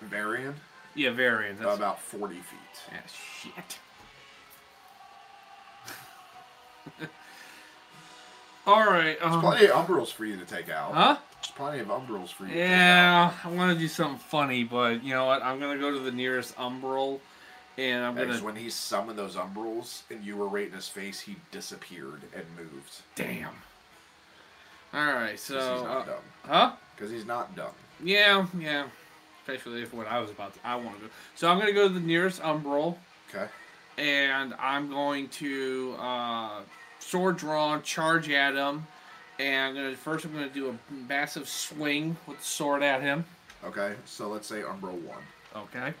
C: Varian,
E: Yeah, variant. That's
C: about 40 feet.
E: Ah, shit. All right. Um,
C: There's plenty of umbrals for you to take out.
E: huh?
C: There's plenty of umbrals for you
E: Yeah, I want to do something funny, but you know what? I'm gonna go to the nearest umbral, and I'm
C: to take out.
E: gonna
C: Because when he summoned those umbrals and you were right in his face, he disappeared and moved.
E: damn. All right. So,
C: 'Cause he's not
E: uh,
C: dumb.
E: huh?
C: Because he's not dumb.
E: Yeah, yeah. Especially if what I was about to, I want to go. So I'm gonna go to the nearest umbral,
C: Okay.
E: and I'm going to uh, sword drawn, charge at him, and I'm gonna first I'm gonna do a massive swing with the sword at him.
C: Okay. So let's say umbral one.
E: Okay.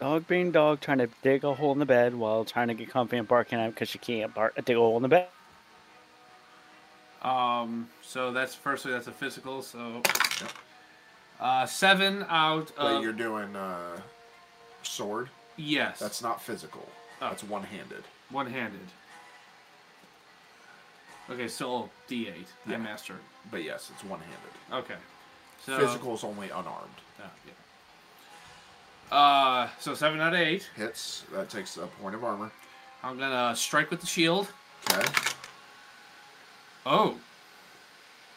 G: Dog being dog, trying to dig a hole in the bed while trying to get comfy and barking at him because she can't bark, dig a hole in the bed.
E: Um. So that's firstly that's a physical. So. Uh, seven out
C: Wait,
E: of
C: you're doing uh, sword.
E: yes,
C: That's not physical.
E: Oh.
C: That's one handed.
E: one-handed. Okay, so oh, D8. I
C: Yeah.
E: mastered.
C: But yes, it's one handed.
E: Okay, so
C: Physical is only unarmed.
E: Uh, yeah. Uh, so seven out of eight.
C: Hits. That takes a point of armor.
E: I'm gonna strike with the shield.
C: Okay.
E: Oh.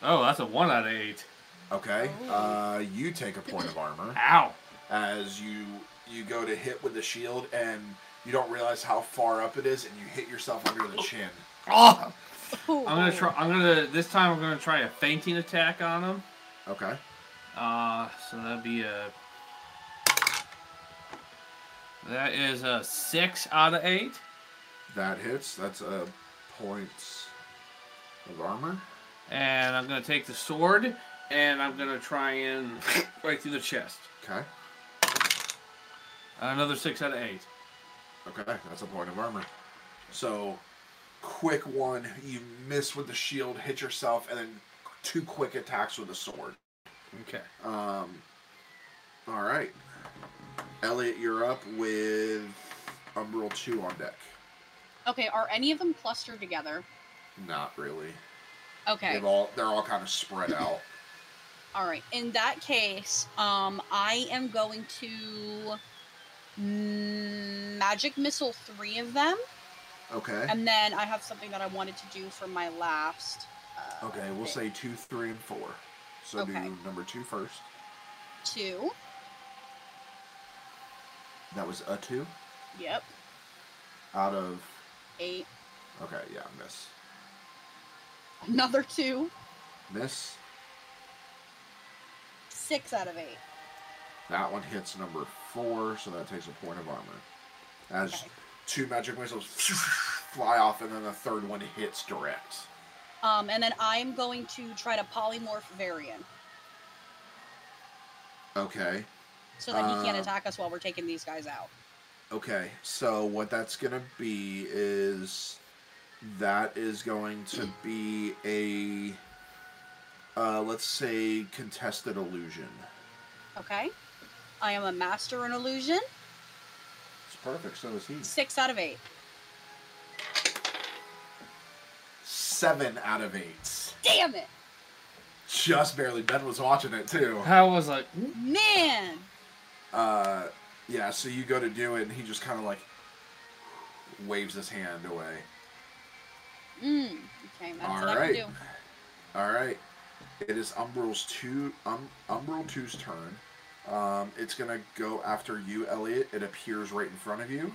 E: Oh, that's a one out of eight.
C: Okay.
E: Oh.
C: Uh, you take a point of armor.
E: Ow.
C: as you you go to hit with the shield and you don't realize how far up it is and you hit yourself under the chin.
E: Oh.
D: Ooh.
E: I'm gonna try. I'm gonna this time. I'm gonna try a fainting attack on him.
C: Okay.
E: Uh, so that'd be a. That is a six out of eight.
C: That hits. That's a point of armor.
E: And I'm gonna take the sword and I'm gonna try and right through the chest.
C: Okay.
E: Another six out of eight.
C: Okay. That's a point of armor. So, quick one, you miss with the shield, hit yourself, and then two quick attacks with the sword.
E: Okay.
C: Um, all right. Elliot, you're up with Umbral 2 on deck.
D: Okay, are any of them clustered together?
C: Not really.
D: Okay.
C: They've all, they're all kind of spread out.
D: All right. In that case, um, I am going to mm, magic missile three of them,
C: Okay.
D: and then I have something that I wanted to do for my last. Uh,
C: Okay, we'll
D: thing.
C: say 2, 3, and 4. So
D: Okay.
C: do number 2 first.
D: two.
C: That was a 2
D: Yep.
C: out of.
D: Eight.
C: Okay, yeah, miss.
D: Another two.
C: Miss.
D: Six out of eight.
C: That one hits number four, so that takes a point of armor. As
D: Okay.
C: two magic missiles fly off, and then the third one hits direct.
D: Um, and then I'm going to try to polymorph Varian
C: Okay,
D: so that he can't
C: Uh.
D: attack us while we're taking these guys out.
C: okay. So what that's gonna be is that is going to be a uh, let's say contested illusion.
D: Okay. I am a master in illusion.
C: It's perfect. So is he.
D: Six out of eight.
C: Seven out of eight.
D: Damn it,
C: Just barely. Ben was watching it too.
E: How was like?
D: man!
C: Uh, yeah, so you go to do it, and he just kind of like waves his hand away.
D: Mm. Okay, that's
C: All
D: what I
C: right.
D: can do.
C: All right, it is Umbral's two. Um, Umbral two's turn. Um, it's gonna go after you, Elliot. It appears right in front of you,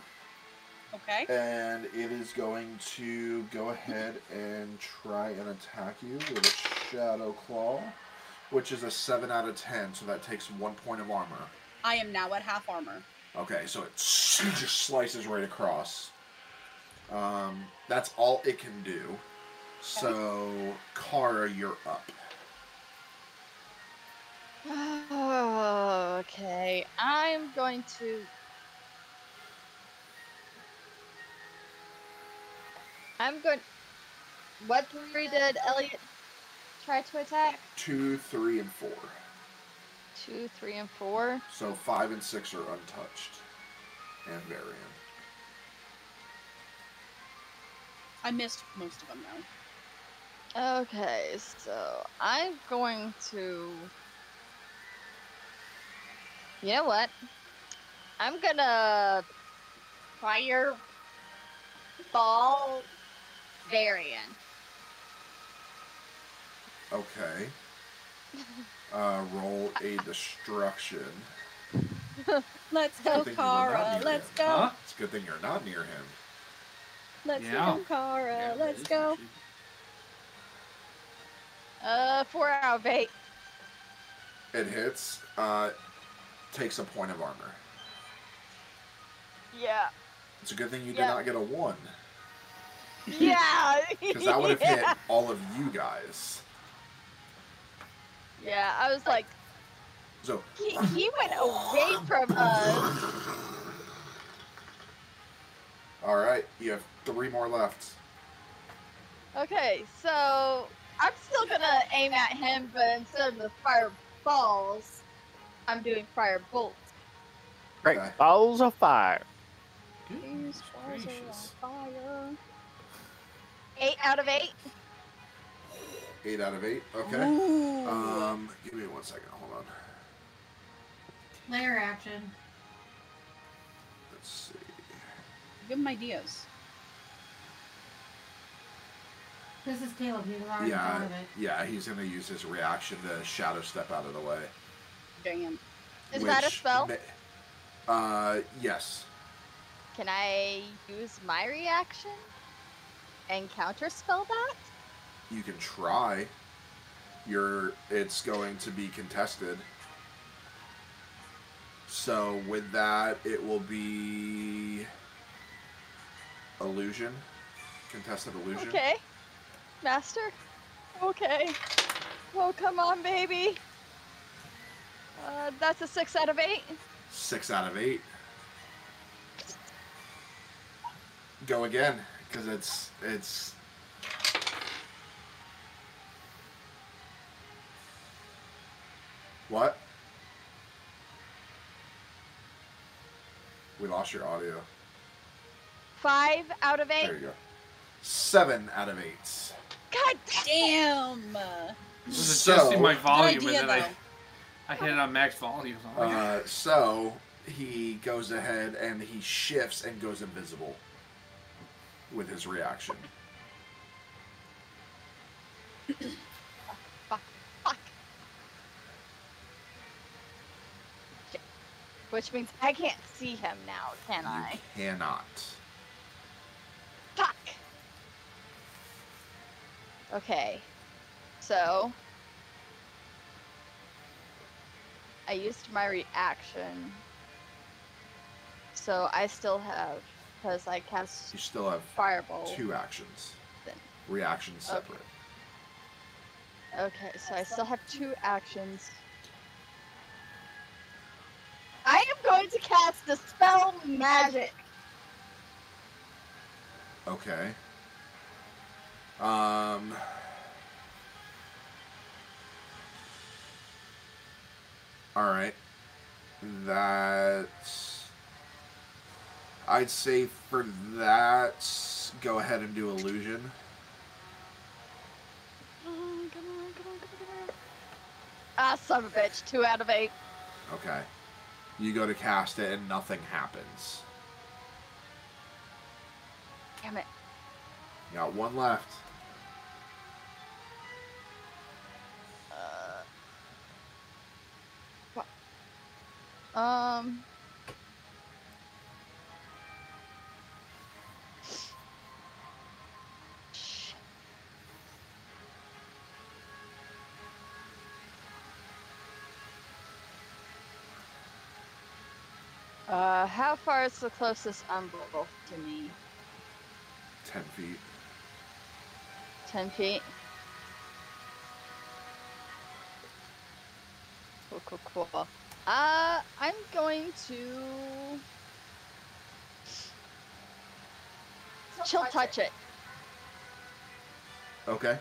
D: Okay.
C: and it is going to go ahead and try and attack you with its shadow claw, which is a seven out of ten. So that takes one point of armor.
D: I am now at half armor.
C: Okay, so it just slices right across. Um, that's all it can do. So, Kara, you're up.
H: Oh, okay, I'm going to. I'm going. What three did Elliot try to attack?
C: Two, three, and four.
H: Two, three, and four.
C: So five and six are untouched. And Varian.
D: I missed most of them though.
H: Okay, so I'm going to. You know what? I'm gonna fire ball variant.
C: Okay. Uh, roll a destruction.
D: Let's
C: Good
D: go,
C: thing you were not
D: Kara.
C: near
D: Let's
C: him.
D: go.
E: Huh?
C: It's a good thing you're not near him.
D: Let's
E: Yeah.
D: go, Kara.
E: Yeah, it
D: Let's
E: is
D: go.
E: actually-
H: Uh, four out of eight.
C: It hits, uh, takes a point of armor.
H: Yeah.
C: It's a good thing you did
H: Yeah.
C: not get a one,
H: Yeah.
C: because that would have
H: yeah.
C: hit all of you guys.
H: Yeah, I was like,
C: So,
H: he, he went away from us.
C: All right, you have three more left.
H: Okay, so I'm still gonna aim at him, but instead of the fireballs, I'm doing fire bolts.
G: Great.
C: Okay.
G: Balls of fire.
E: Goodness gracious.
D: Fire.
H: Eight out of eight.
C: Eight out of eight. Okay.
D: Ooh.
C: Um, give me one second. Hold on.
F: Layer action.
C: Let's see.
D: Give him ideas.
F: This is Caleb. He's already
C: Yeah,
F: part of it.
C: yeah. He's gonna use his reaction to shadow step out of the way.
D: Damn.
H: Is that a
C: which
H: spell?
C: ma- uh, yes.
H: Can I use my reaction and counterspell that?
C: You can try. You're. It's going to be contested. So with that, it will be illusion, contested illusion.
H: Okay, master. Okay. Oh, come on, baby. Uh, that's a six out of eight.
C: Six out of eight. Go again. because it's it's what we lost your audio
H: Five out of
C: there you
H: eight.
C: go seven out of eight
H: God
D: Damn.
H: damn.
E: This is
C: So-
E: adjusting my volume,
D: idea,
E: and then I, I hit it on max volume. I'm like,
C: uh, so he goes ahead and he shifts and goes invisible with his reaction
H: Fuck. Fuck. Shit. Which means I can't see him now, can I?
C: you cannot
H: Fuck. Okay. So. I used my reaction. So I still have. Because I cast
C: you still have
H: Fireball.
C: two actions
H: Then-
C: reactions
H: Okay.
C: separate
H: Okay, so I still have two actions. I am going to cast Dispel Magic.
C: Okay. Um. All right. That's. I'd say for that, go ahead and do illusion.
H: Ah, son of a bitch. Two out of eight.
C: Okay. You go to cast it and nothing happens.
H: Damn it.
C: You got one left.
H: Uh, fu- um. Shit. Uh, how far is the closest umbral to me?
C: Ten feet.
H: 10 feet. Cool, cool, cool. Uh, I'm going to. Chill touch it.
C: Okay.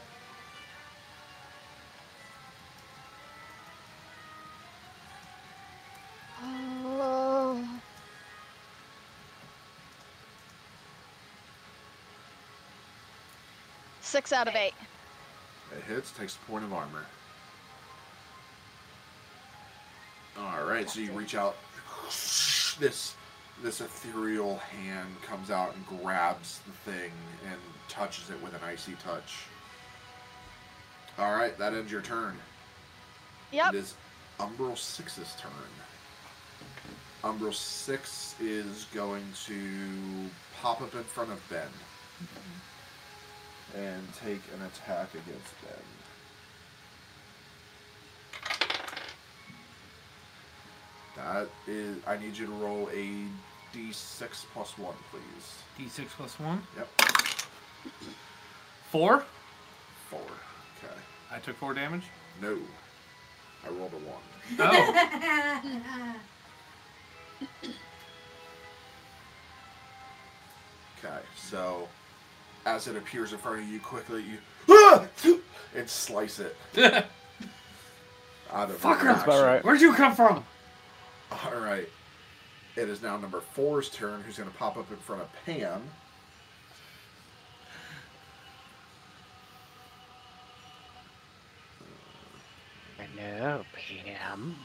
H: Oh. Six out of eight.
C: It hits, takes a point of armor. Alright, so you reach out. This this ethereal hand comes out and grabs the thing and touches it with an icy touch. Alright, that ends your turn.
H: Yep.
C: It is Umbral 6's turn. Umbral 6 is going to pop up in front of Ben and take an attack against Ben. That is. I need you to roll a d6 plus 1, please.
E: D6 plus one.
C: Yep.
E: Four.
C: 4. Okay.
E: I took four damage.
C: No. I rolled a 1.
E: Oh,
C: Okay, so as it appears in front of you quickly, you and slice it out of
E: Fucker.
C: reaction.
E: That's
G: about right.
E: where'd you come from?
C: All right. It is now number four's turn, who's going to pop up in front of Pam.
G: Hello, Pam.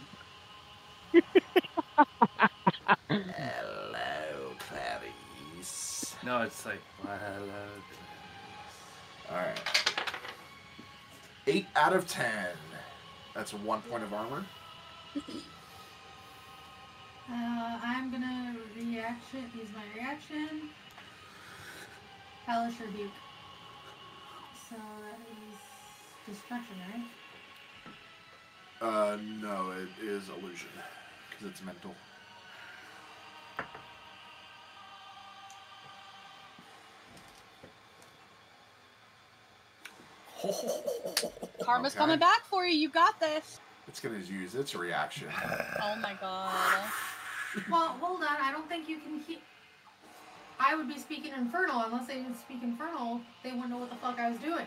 C: Hello, Clarice.
E: No, it's like
C: All right. Eight out of ten. That's one point of armor.
F: Uh, I'm gonna reaction. Use my reaction. Hellish rebuke. So that is destruction, right?
C: Uh, no, it is illusion because it's mental.
D: Karma's
C: Okay.
D: coming back for you. You got this.
C: It's going to use its reaction.
D: Oh my god.
F: Well, hold on. I don't think you can hear. I I would be speaking Infernal. Unless they didn't speak Infernal, they wouldn't know what the fuck I was doing.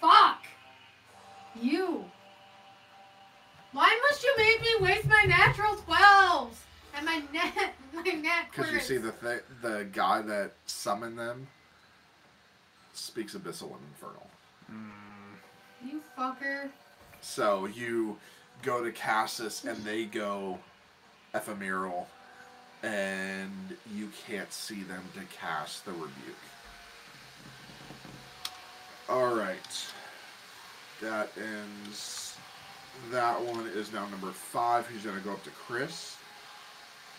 F: Fuck! You! Why must you make me waste my natural 12s? And my net, my net
C: Because you see, the th- the guy that summoned them speaks Abyssal and Infernal.
F: You fucker.
C: So you go to Cassis and they go Ephemeral, and you can't see them to cast the rebuke. Alright. That ends. That one is now number five. He's going to go up to Chris.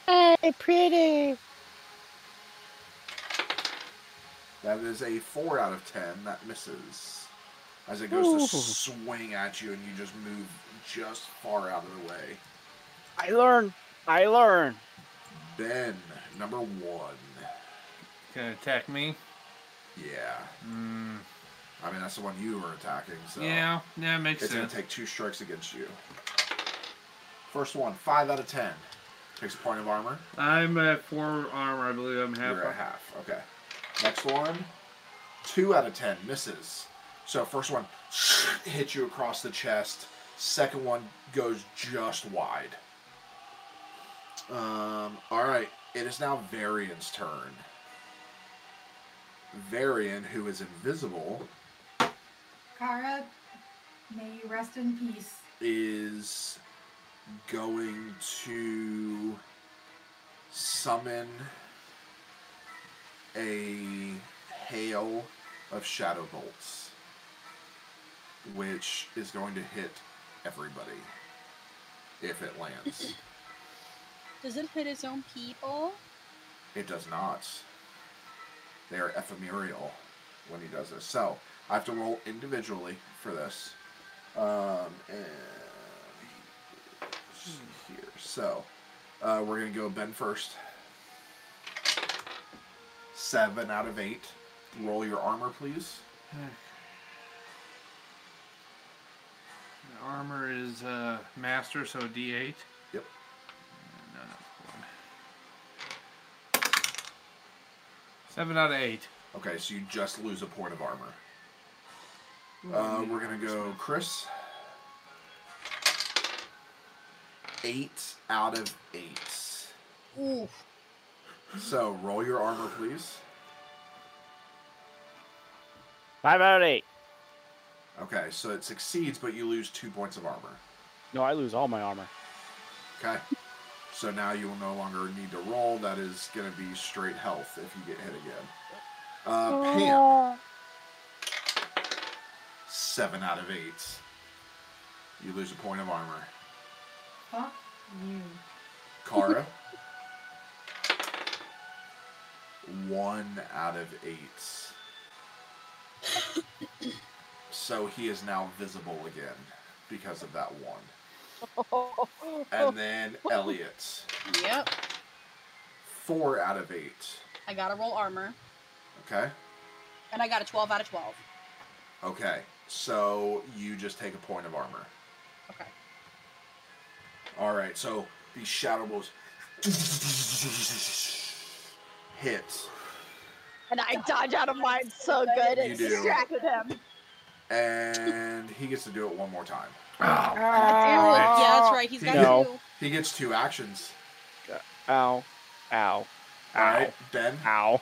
J: Hey, pretty.
C: That is a four out of ten. That misses. As it goes to
G: Ooh.
C: swing at you, and you just move just far out of the way.
G: I learn. I learn.
C: Ben, number one.
E: Can it attack me?
C: Yeah.
E: Mm,
C: I mean, that's the one you were attacking, so.
E: Yeah, yeah, it makes
C: It's going
E: sense.
C: to take two strikes against you. First one, five out of ten. Takes a point of armor.
E: I'm at four armor, I believe. I'm half.
C: You're at half. Okay. Next one, two out of ten misses. So first one hits you across the chest. Second one goes just wide. Um. All right. It is now Varian's turn. Varian, who is invisible,
F: Kara, may you rest in peace.
C: is going to summon a hail of shadow bolts, which is going to hit everybody if it lands.
D: Does it hit its own people?
C: It does not. They are ephemeral when he does this. So I have to roll individually for this. Um, and here. So uh, we're gonna go Ben first. Seven out of eight. Roll your armor, please.
E: The Armor is uh, master, so D8.
C: Yep.
E: No, no, one. Seven out of eight.
C: Okay, so you just lose a point of armor. Uh, we're gonna go Chris. Eight out of eight.
D: Ooh,
C: So roll your armor, please.
G: Five out of eight.
C: Okay, so it succeeds, but you lose two points of armor.
G: No, I lose all my armor.
C: Okay. So now you will no longer need to roll. That is going to be straight health if you get hit again. Uh,
H: Oh.
C: Pam, seven out of eight. You lose a point of armor.
F: Fuck you.
C: Kara, one out of eight. So he is now visible again because of that one. And then Elliot,
D: yep.
C: four out of eight.
D: I gotta roll armor,
C: Okay.
D: and I got a 12 out of 12.
C: Okay, so you just take a point of armor.
D: Okay.
C: All right, so these shadow blows hit,
H: And I dodge out of mine so good
C: You
H: it
C: do.
H: distracted him.
C: and he gets to do it one more time.
D: Damn it. Yeah, that's right. He's got
G: No.
D: two.
C: He gets two actions.
G: Ow. Ow.
C: All right,
G: Ow.
C: Ben,
G: Ow.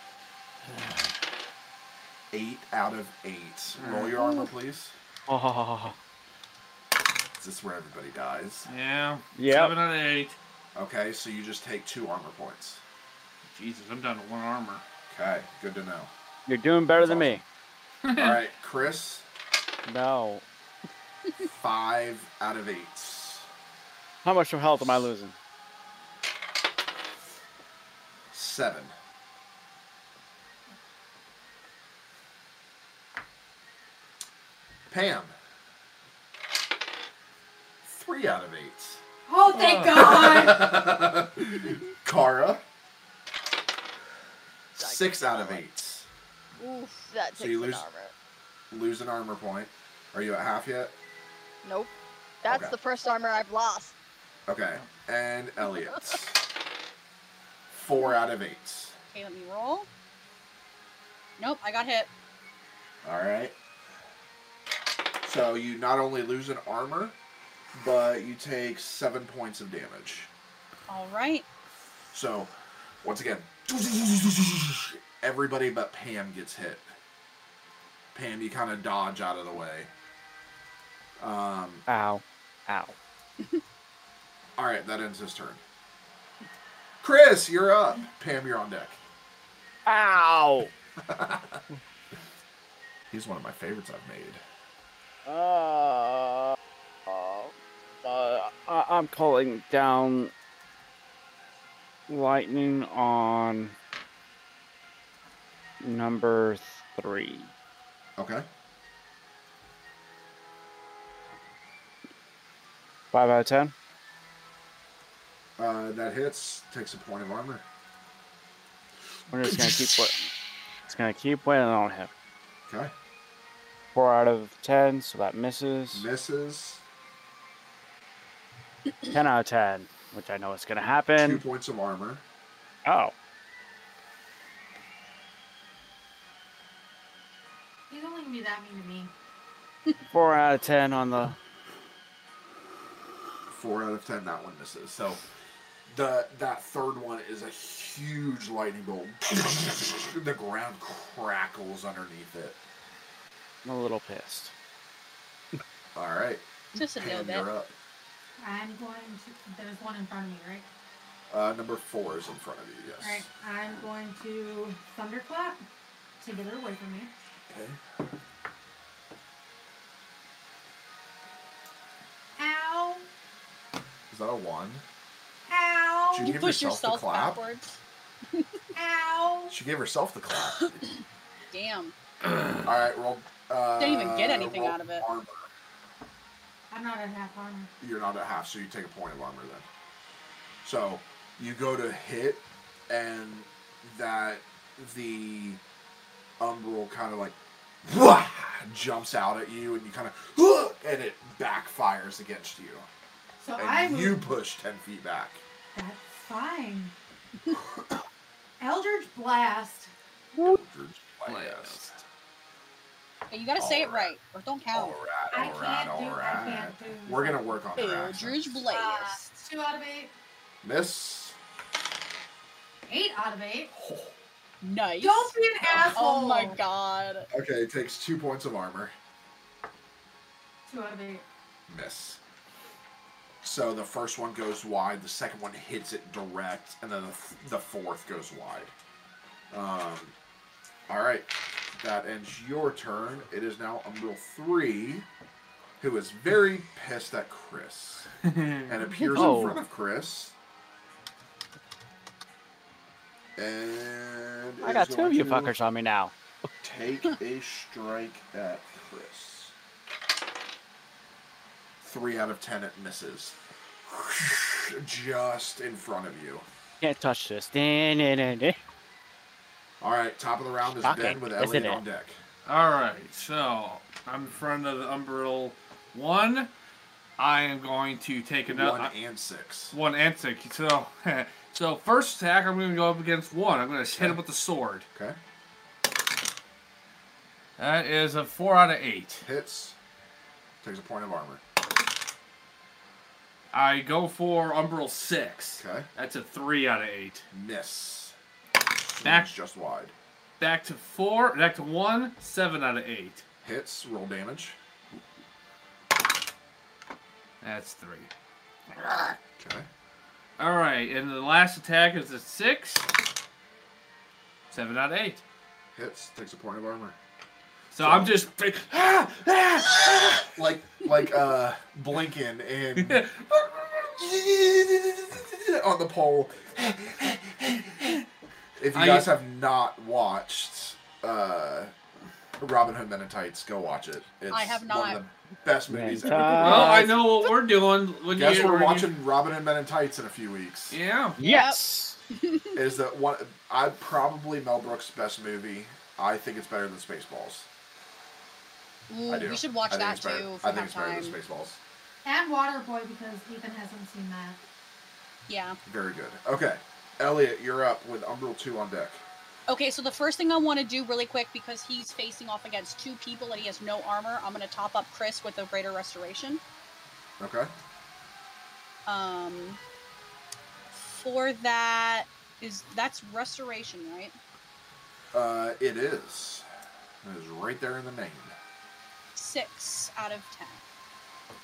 C: eight out of eight. Roll your armor, please.
G: Oh.
C: Is this where everybody dies?
E: Yeah.
G: Yep.
E: Seven out of eight.
C: Okay, so you just take two armor points.
E: Jesus, I'm down to one armor.
C: Okay, good to know.
G: You're doing better than me.
C: All right, Chris,
G: No.
C: five out of eight.
G: How much of health am I losing?
C: Seven. Pam. Three out of eight.
F: Oh, thank God!
C: Kara. Six out of eight.
H: Oof, that takes
C: So you
H: an
C: lose-
H: armor.
C: Lose an armor point. Are you at half yet?
H: Nope. That's
C: Okay.
H: the first armor I've lost.
C: Okay. And Elliot. Four out of eight.
D: Okay, let me roll. Nope, I got hit.
C: All right. So you not only lose an armor, but you take seven points of damage.
D: All right.
C: So, once again, everybody but Pam gets hit. Pam, you kind of dodge out of the way. Um,
G: Ow. Ow.
C: all right, that ends his turn. Chris, you're up. Pam, you're on deck.
G: Ow!
C: He's one of my favorites I've made.
G: Uh, uh, uh, I- I'm calling down lightning on number three.
C: Okay.
G: Five out of ten.
C: Uh, that hits. Takes a point of armor.
G: We're just gonna keep what. It's gonna keep waiting on him.
C: Okay.
G: Four out of ten, so that misses.
C: Misses.
G: Ten out of ten, which I know is gonna
C: Two
G: happen.
C: points of armor.
G: Oh,
F: You don't want to be that mean to me.
G: four out of ten on the.
C: Four out of ten. That one misses. So, the that third one is a huge lightning bolt. the ground crackles underneath it.
G: I'm a little pissed.
C: All right.
D: Just a little
C: Pam,
D: bit.
C: you're up.
F: I'm going to. There's one in front of me, right?
C: Uh, number four is in front of you. Yes.
F: Right. I'm going to thunderclap to get it away from me.
C: Okay.
F: Ow!
C: Is that a one?
F: Ow!
C: Did
D: You
C: give
D: push
C: yourself the
D: yourself
C: clap?
D: backwards.
F: Ow!
C: She gave herself the clap.
D: Damn.
C: All right. Roll. Uh,
D: Didn't even get anything
C: roll
D: out of it.
C: Armor.
F: I'm not at half armor.
C: you're not at half, so you take a point of armor then. So you go to hit, and that the umbral kind of like "Wah!" jumps out at you, and you kind of and it backfires against you,
F: So
C: and
F: I move.
C: you push ten feet back.
F: That's fine. Eldritch blast.
C: You're just like, yes.
D: Okay, you gotta say it
C: Alright.
D: right, or it don't count.
C: All right,
F: I
C: all right,
F: can't
C: all
F: do- I
C: right.
F: can't do-
C: We're gonna work on her accent.
D: Eldridge
F: Uh,
D: Blast.
F: two out of eight.
C: Miss.
F: Eight out of eight.
D: Nice.
F: Don't be an asshole.
D: Oh my god.
C: Okay, it takes two points of armor.
F: Two out of eight.
C: miss. So the first one goes wide, the second one hits it direct, and then the, th- the fourth goes wide. Um, all right, that ends your turn. It is now Umbral three, who is very pissed at Chris and appears
G: Oh.
C: in front of Chris. And
G: I
C: is
G: got two
C: going
G: of you
C: to
G: fuckers on me now.
C: Take a strike at Chris. Three out of ten, it misses. Just in front of you.
G: Can't touch this. Wait,
C: All right, top of the round is
G: Shocking,
C: Ben with
G: isn't
C: Elliot
G: it?
C: on deck.
E: All right, so I'm in front of the Umbral one. I am going to take another
C: One and six.
E: one antic. So, so first attack, I'm going to go up against one. I'm going to hit him with the sword.
C: Okay,
E: That is a four out of eight.
C: hits. Takes a point of armor.
E: I go for Umbral six.
C: Okay,
E: That's a three out of eight.
C: miss.
E: Back-
C: That's just wide.
E: Back to four. Back to one. Seven out of eight.
C: Hits. Roll damage.
E: That's three.
C: Okay,
E: All right, and the last attack is a six. Seven out of eight.
C: hits. Takes a point of armor.
E: So I'm just ah,
C: Like like uh Blinken in on the pole. if you
E: I-
C: guys have not watched uh, Robin Hood Men in Tights, go watch it. It's
D: I have
C: one of the best movies ever.
G: uh,
E: Well, I know what we're doing. When
C: Guess
E: you-
C: we're
E: when you-
C: watching Robin Hood Men in Tights in a few weeks.
E: Yeah.
G: Yes.
C: Is that one? I probably Mel Brooks' best movie. I think it's better than Spaceballs.
D: Ooh,
C: I do.
D: we should watch
C: I think
D: that
C: it's better-
D: too if
C: I
D: we
C: think
D: have
C: it's better than
D: time.
C: Spaceballs.
F: And Waterboy because Ethan hasn't seen that.
D: Yeah.
C: Very good. Okay. Elliot, you're up with Umbral 2 on deck.
D: Okay, so the first thing I want to do really quick because he's facing off against two people and he has no armor, I'm going to top up Chris with a greater restoration.
C: Okay.
D: Um, for that is that's restoration, right?
C: Uh, it is. It is right there in the name.
D: Six out of ten.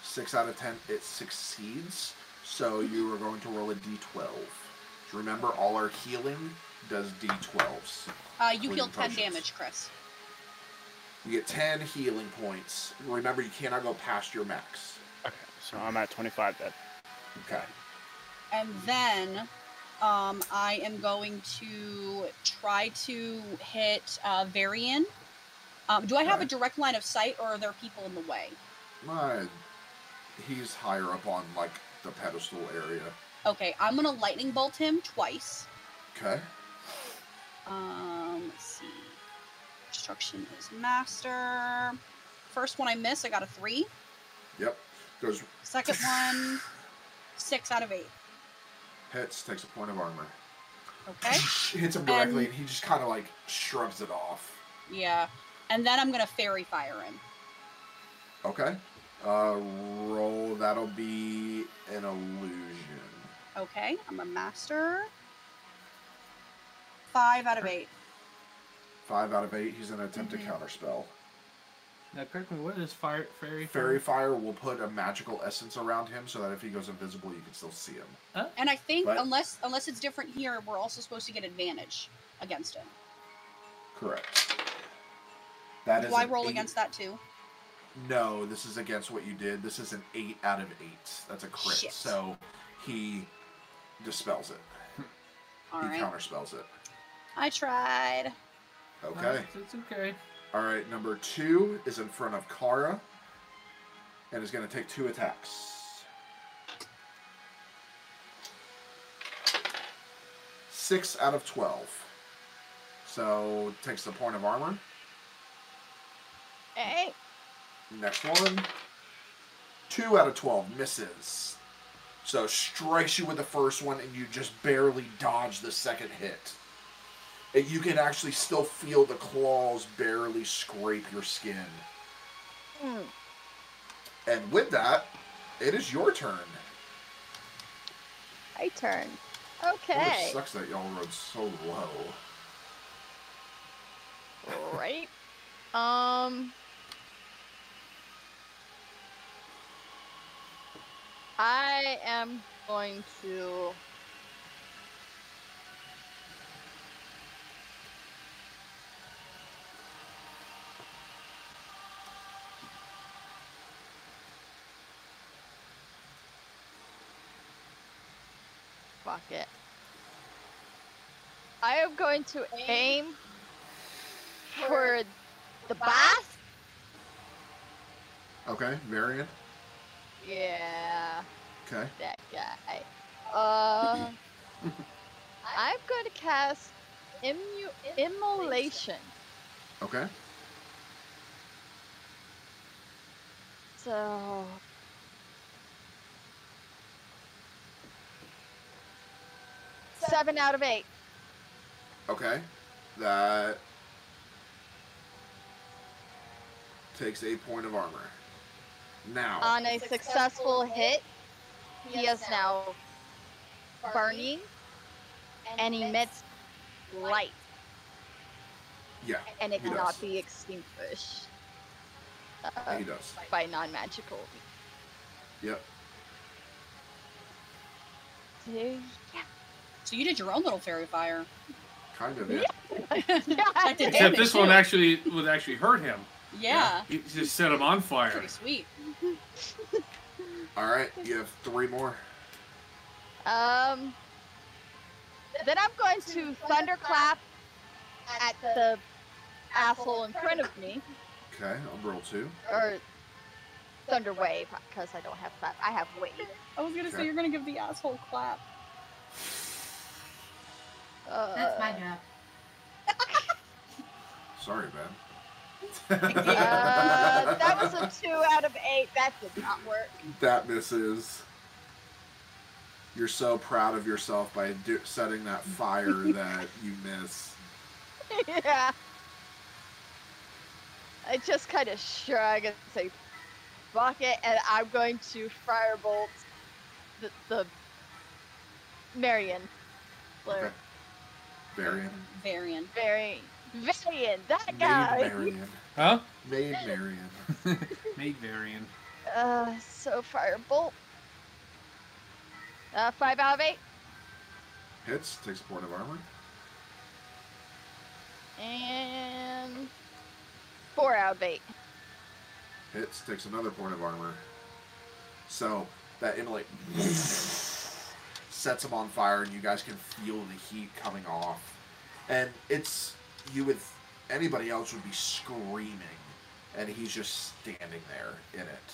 C: Six out of ten, it succeeds. So you are going to roll a d12. So remember, all our healing does d12s.
D: Uh, you
C: Including
D: heal ten
C: potions.
D: damage, Chris.
C: You get 10 healing points. Remember, you cannot go past your max.
G: Okay, so I'm at 25 then.
C: Okay.
D: And then um, I am going to try to hit uh, Varian. Um, do I have a
C: Alright.
D: direct line of sight, or are there people in the way?
C: My, he's higher up on like the pedestal area.
D: Okay, I'm gonna lightning bolt him twice.
C: Okay.
D: Um, let's see. Destruction is master. First one I miss, I got a three.
C: Yep. Goes
D: Second one, six out of eight.
C: hits, takes a point of armor.
D: Okay.
C: hits him directly,
D: And-
C: and he just kind of like shrugs it off.
D: Yeah. And then I'm gonna fairy fire him.
C: Okay. Uh, roll. That'll be an illusion.
D: Okay, I'm a master. Five out of eight.
C: Five out of eight. He's gonna attempt
D: Mhm.
C: a counter spell.
E: Now, correct me. What is fire fairy?
C: Fairy fire will put a magical essence around him so that if he goes invisible, you can still see him.
D: And I think
C: But-
D: unless unless it's different here, we're also supposed to get advantage against it.
C: Correct. That is.
D: Do I
C: an
D: roll
C: eight-
D: against that too?
C: No, this is against what you did. This is an eight out of eight. That's a crit.
D: Shit.
C: So he dispels it.
D: All
C: he
D: right.
C: counterspells it.
D: I tried.
C: Okay.
E: No, it's, it's okay.
C: All right, number two is in front of Kara and is going to take two attacks. Six out of 12. So takes the point of armor.
H: Hey,
C: Next one. Two out of 12 misses. So strikes you with the first one and you just barely dodge the second hit. And you can actually still feel the claws barely scrape your skin.
H: mm,
C: And with that, it is your turn.
H: my turn.
C: It
H: Okay.
C: sucks that y'all rode so low.
H: right? Um. I am going to. Fuck it. I am going to aim for the boss?
C: Okay, Varian.
H: Yeah,
C: Okay.
H: that guy. Uh, I'm gonna cast immu- immolation.
C: Okay.
H: So. Seven out of eight.
C: Okay. That takes a point of armor. Now.
H: On a successful hit, he is now burning and emits light,
C: yeah,
H: and it
C: he
H: cannot
C: does.
H: be extinguished uh,
C: he does.
H: by non-magical.
C: Yep.
H: Yeah,
D: So you did your own little fairy fire.
C: Kind of it.
H: I
D: did
H: did.
D: Damn
E: Except
D: it,
E: this one
D: too.
E: actually would actually hurt him.
D: Yeah.
E: You just set him on fire.
D: Pretty sweet.
C: All right. You have three more.
H: Um, then I'm going to thunderclap at the asshole in front of me,
C: Okay. I'll roll two.
H: or thunderwave, because I don't have clap. I have wave.
D: I was gonna
C: Okay.
D: say you're gonna give the asshole clap.
H: Uh,
F: That's my job.
C: Sorry, man.
H: uh, that was a two out of eight. That did not work.
C: That misses. You're so proud of yourself by do- setting that fire that you miss.
H: yeah. I just kind of shrug and say, "Bucket," and I'm going to firebolt the, the Marion. Blur.
C: Okay. Varian.
D: Varian.
H: Very, Varian, that
C: Maid
H: guy.
C: Marian.
E: Huh?
C: Maid Marian.
E: Made variant.
H: Uh, so firebolt. Uh, five out of eight.
C: Hits, takes a point of armor.
H: And four out of eight.
C: Hits, takes another point of armor. So that immolate sets him on fire, and you guys can feel the heat coming off. And it's you would anybody else would be screaming, and he's just standing there in it.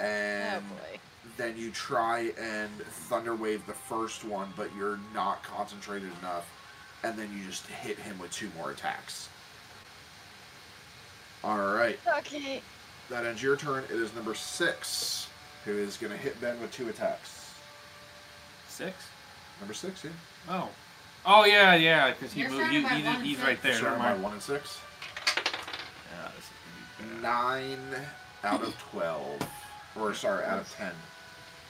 H: Oh
C: And
H: boy.
C: then you try and thunder wave the first one, but you're not concentrated enough, and then you just hit him with two more attacks. All right.
H: Okay.
C: That ends your turn. It is number six, who is going to hit Ben with two attacks.
E: Six?
C: Number six, yeah.
E: Oh. Oh, yeah, yeah, because he
F: You're
E: moved.
F: surrounded
E: You,
F: by
E: he,
F: one
E: he's
F: six.
E: right there.
C: Sorry,
E: Never
C: my
E: mind.
C: one and six.
E: Yeah, this is gonna be bad.
C: Nine out of twelve, or sorry, out of ten.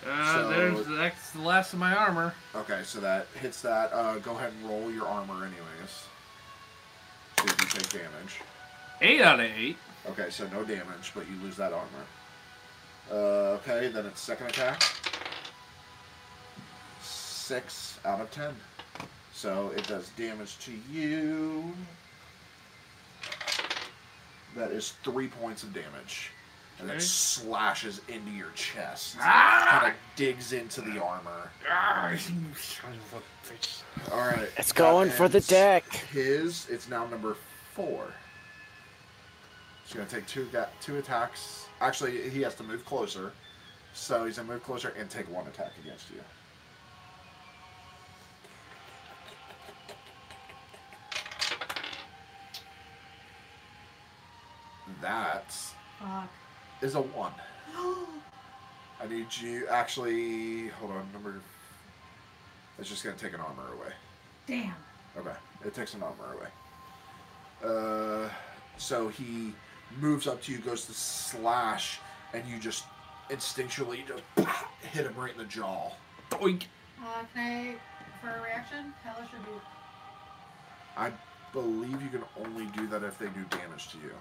E: Uh,
C: So-
E: there's that's the last of my armor.
C: Okay, so that hits that. Uh, go ahead and roll your armor, anyways. See if you take damage.
E: Eight out of eight.
C: Okay, so no damage, but you lose that armor. Uh, okay, then it's second attack. Six out of ten. So it does damage to you. That is three points of damage. And
E: Okay.
C: it slashes into your chest.
E: Ah!
C: Kind of digs into the armor.
E: Ah, you son of a bitch.
C: Alright.
G: It's
C: that
G: going for the
C: ends
G: deck.
C: His, it's now number four. He's gonna take two ga- two attacks. Actually, he has to move closer, so he's gonna move closer and take one attack against you. That
F: Fuck.
C: is a one. I need you. Actually, hold on. Number. It's just gonna take an armor away.
F: Damn.
C: Okay, it takes an armor away. Uh, so he moves up to you, goes to slash, and you just instinctually just hit him right in the jaw.
E: Doink.
F: Uh, can I, for a reaction, Hellish Rebuke.
C: I believe you can only do that if they do damage to you.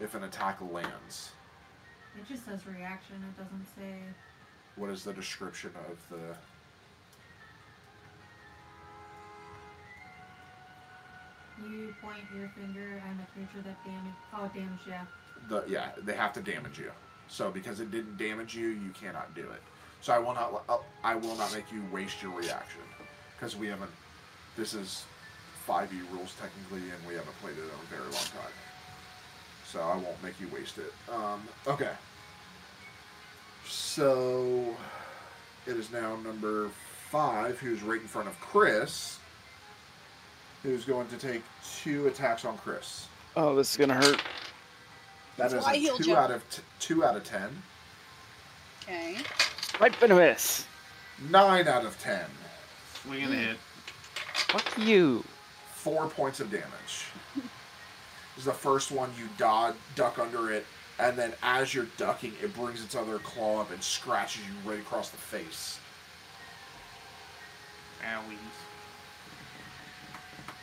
C: If an attack lands,
F: It just says reaction. It doesn't say.
C: what is the description of the?
F: You point your finger and the creature that damage. Oh, damage, yeah.
C: the yeah they have to damage you so because it didn't damage you you cannot do it so i will not uh, i will not make you waste your reaction because we haven't this is 5e rules technically and we haven't played it in a very long time so i won't make you waste it um, okay so it is now number five who's right in front of chris who's going to take two attacks on chris
G: Oh, this is gonna hurt.
C: that is
D: Why
C: a
D: he'll
C: two
D: jump.
C: out of t- two out of ten.
D: Okay.
G: Right, but a miss.
C: Nine out of ten.
E: Swing and a hit.
G: Fuck you.
C: Four points of damage. this is the first one you dod, duck under it, and then as you're ducking, it brings its other claw up and scratches you right across the face.
E: Owies.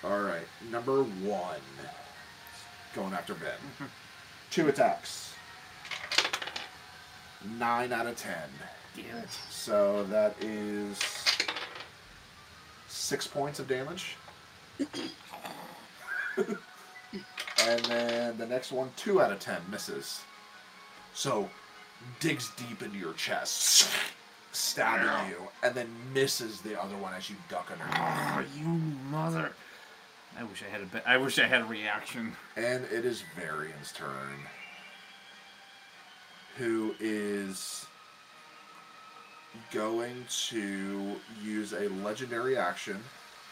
C: All right, number one, going after Ben. Two attacks. Nine out of ten.
E: Damn it.
C: So that is six points of damage. and then the next one, two out of ten, misses. So digs deep into your chest, stabbing you, and then misses the other one as you duck under.
E: Ah, you mother. I wish I had a bit. I wish I had a reaction.
C: And it is Varian's turn. Who is going to use a legendary action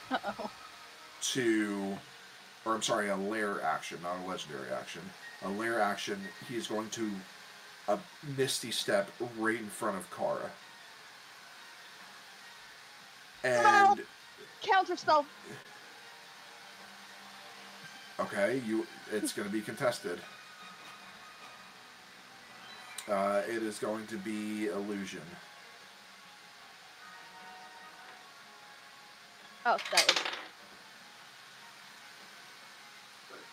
D: Uh oh.
C: to or I'm sorry, a lair action, not a legendary action. A lair action, he is going to a misty step right in front of Kara. And
H: Well- Counter spell.
C: okay, you it's going to be contested. Uh, it is going to be illusion.
H: Oh, that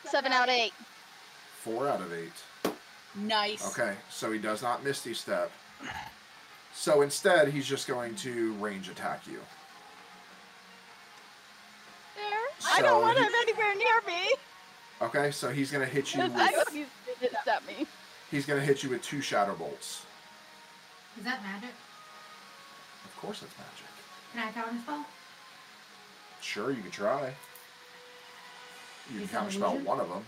H: was. Seven out of eight.
C: Four out of eight.
D: Nice.
C: Okay, so he does not Misty Step. So instead, he's just going to range attack you.
H: There. I don't
C: So
H: want
C: he-
H: him anywhere near me.
C: Okay, so he's going to hit you.
H: I
C: With,
H: hope he's it's at me.
C: he's going to hit you with two shatter bolts.
F: Is that magic?
C: Of course, it's magic.
F: Can I counter spell?
C: Sure, you can try. You can
F: Is that
C: counter spell
F: illusion?
C: one of them.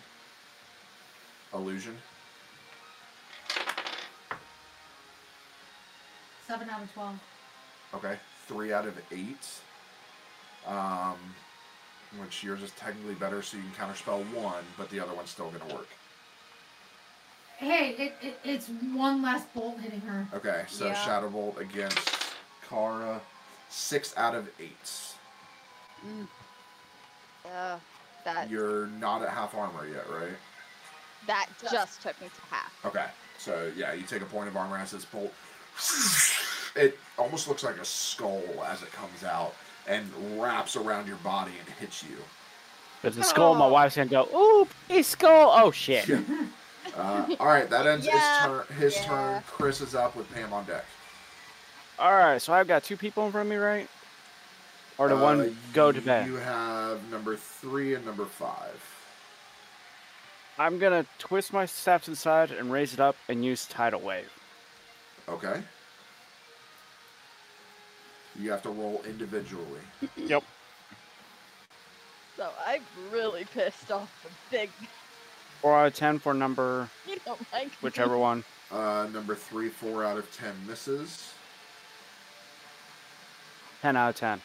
C: Illusion.
F: Seven out of twelve.
C: Okay, three out of eight. Um, which yours is technically better, so you can counter spell one, but the other one's still going to work.
F: Hey, it, it it's one less bolt hitting her.
C: Okay, so
D: Yeah.
C: Shadow Bolt against Kara, six out of eight.
H: Uh, that
C: You're not at half armor yet, right?
H: that just took me to half.
C: Okay, so yeah, you take a point of armor as this bolt. It almost looks like a skull as it comes out and wraps around your body and hits you.
G: But the skull, my
H: Oh.
G: wife's gonna go, ooh, hey, skull. Oh, shit.
C: Yeah. Uh, all right, that ends
H: Yeah,
C: his turn. His
H: yeah.
C: turn. Chris is up with Pam on deck.
G: All right, so I've got two people in front of me, right? Or the
C: Uh,
G: one go to
C: you-
G: bed.
C: You have number three and number five.
G: I'm gonna twist my staff to the side and raise it up and use tidal wave.
C: Okay. You have to roll individually.
G: Yep.
H: So I'm really pissed off the big
G: Four out of ten for number
H: you don't like
G: whichever one.
C: Uh, number three, four out of ten misses.
G: Ten out of ten.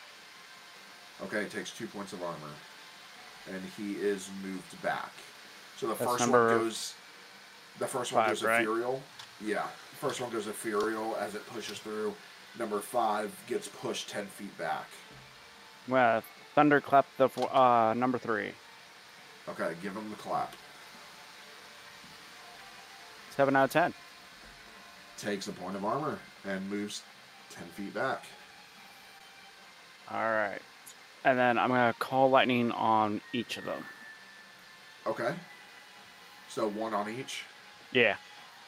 C: Okay, it takes two points of armor, and he is moved back. So the
G: That's
C: first
G: number
C: one goes. The first one
G: five,
C: goes
G: right?
C: ethereal. Yeah, first one goes ethereal as it pushes through. Number five gets pushed ten feet back.
G: Well, thunderclap the fo- uh number three.
C: Okay, give him the clap.
G: Seven out of ten.
C: Takes a point of armor and moves ten feet back.
G: All right. And then I'm gonna call lightning on each of them.
C: Okay. So one on each.
G: Yeah.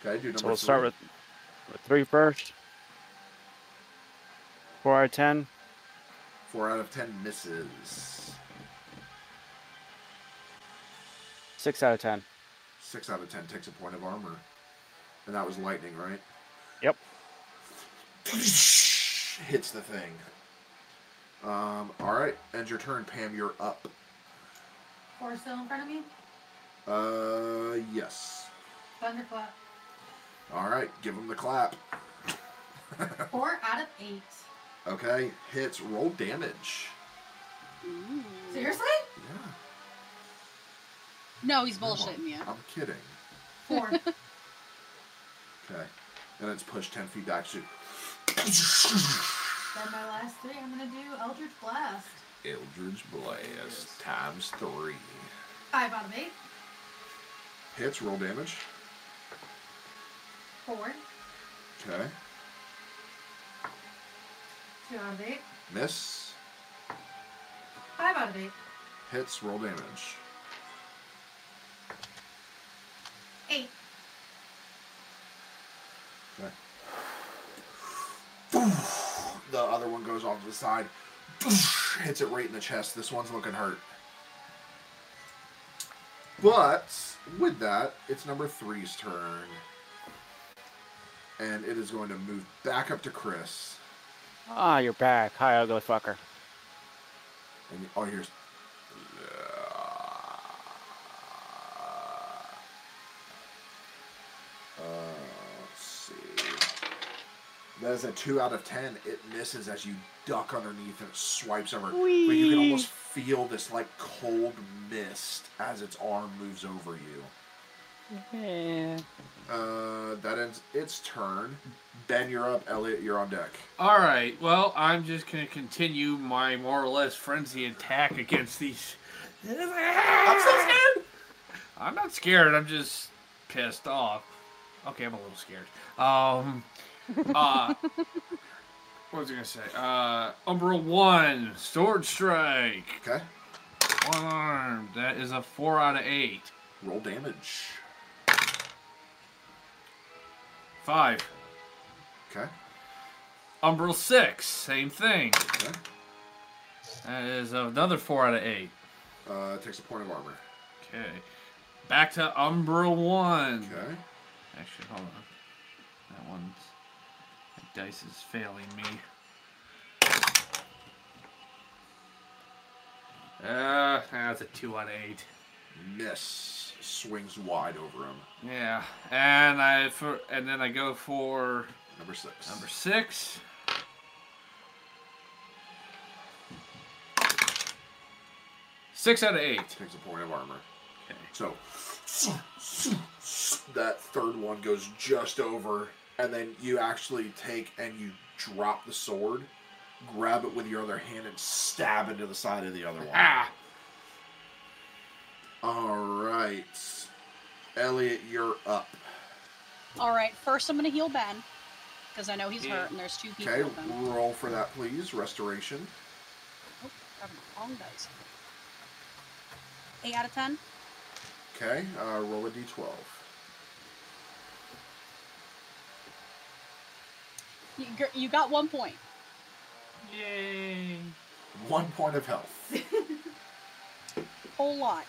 C: Okay, do number.
G: So we'll start
C: three.
G: with, with three first. Four out of ten.
C: four out of ten misses.
G: Six out of ten.
C: Six out of ten takes a point of armor. And that was lightning, right?
G: Yep.
C: Hits the thing. Um, alright, end your turn, Pam, you're up.
F: Four still in front of me.
C: Uh yes.
F: Thunderclap.
C: Alright, give him the clap.
F: Four out of eight.
C: Okay, hits, roll damage.
F: Seriously?
C: Yeah.
D: No, he's
C: come on,
D: bullshitting you.
C: I'm kidding.
F: Four.
C: Okay. And it's pushed ten feet back to
F: then my last three, I'm gonna do Eldritch Blast.
C: Eldridge Blast times three.
F: Five out of eight.
C: Hits, roll damage.
F: Four.
C: Okay.
F: Two out of eight.
C: Miss.
F: Five out of eight.
C: Hits, roll damage.
F: Eight.
C: Okay. The other one goes off to the side. Hits it right in the chest. This one's looking hurt. But with that, it's number three's turn. And it is going to move back up to Chris.
G: Ah, you're back. Hi, ugly fucker.
C: And all you oh, hear is. Uh, let's see. That is a 2 out of 10. It misses as you duck underneath and it swipes over. But you can almost feel this like cold mist as its arm moves over you.
G: Yeah.
C: Uh, that ends its turn. Ben, you're up. Elliot, you're on deck.
E: All right. Well, I'm just gonna continue my more or less frenzy attack against these. I'm so scared. I'm not scared. I'm just pissed off. Okay, I'm a little scared. Um. Uh, what was I gonna say? Uh, Umbra one sword strike.
C: Okay.
E: One arm. That is a four out of eight.
C: Roll damage.
E: Five.
C: Okay.
E: Umbral six. Same thing.
C: Okay.
E: That is another four out of eight.
C: Uh, takes a point of armor.
E: Okay. Back to Umbral one.
C: Okay.
E: Actually, hold on. That one's. That dice is failing me. Uh, that's a 2 on 8.
C: Miss. Swings wide over him.
E: Yeah. And I for, and then I go for
C: Number six.
E: number 6. Six out of eight.
C: Takes a point of armor.
E: Okay.
C: So that third one goes just over, and then you actually take and you drop the sword, grab it with your other hand, and stab into the side of the other one.
E: Ah,
C: All right, Elliot, you're up.
D: All right, first I'm gonna heal Ben because I know he's
E: Yeah.
D: hurt and there's two people.
C: Okay,
D: with him.
C: roll for that, please. Restoration.
D: Oh, got a wrong dice. Eight out of ten.
C: Okay, uh, roll a d12.
D: You, gr- you got one point.
E: yay.
C: One point of health.
D: Whole lot.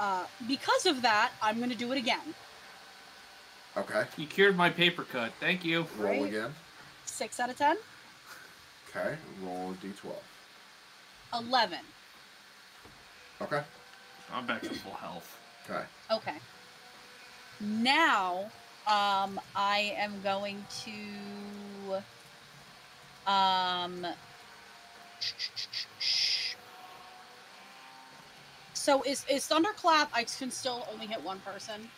D: Uh, because of that, I'm gonna do it again.
C: Okay,
E: You cured my paper cut. Thank you.
C: roll
D: Right.
C: again.
D: Six out of ten.
C: Okay, roll a d12.
D: Eleven.
C: Okay,
E: I'm back to full health.
C: okay.
D: Okay. Now, um, I am going to, um, so is is thunderclap? I can still only hit one person,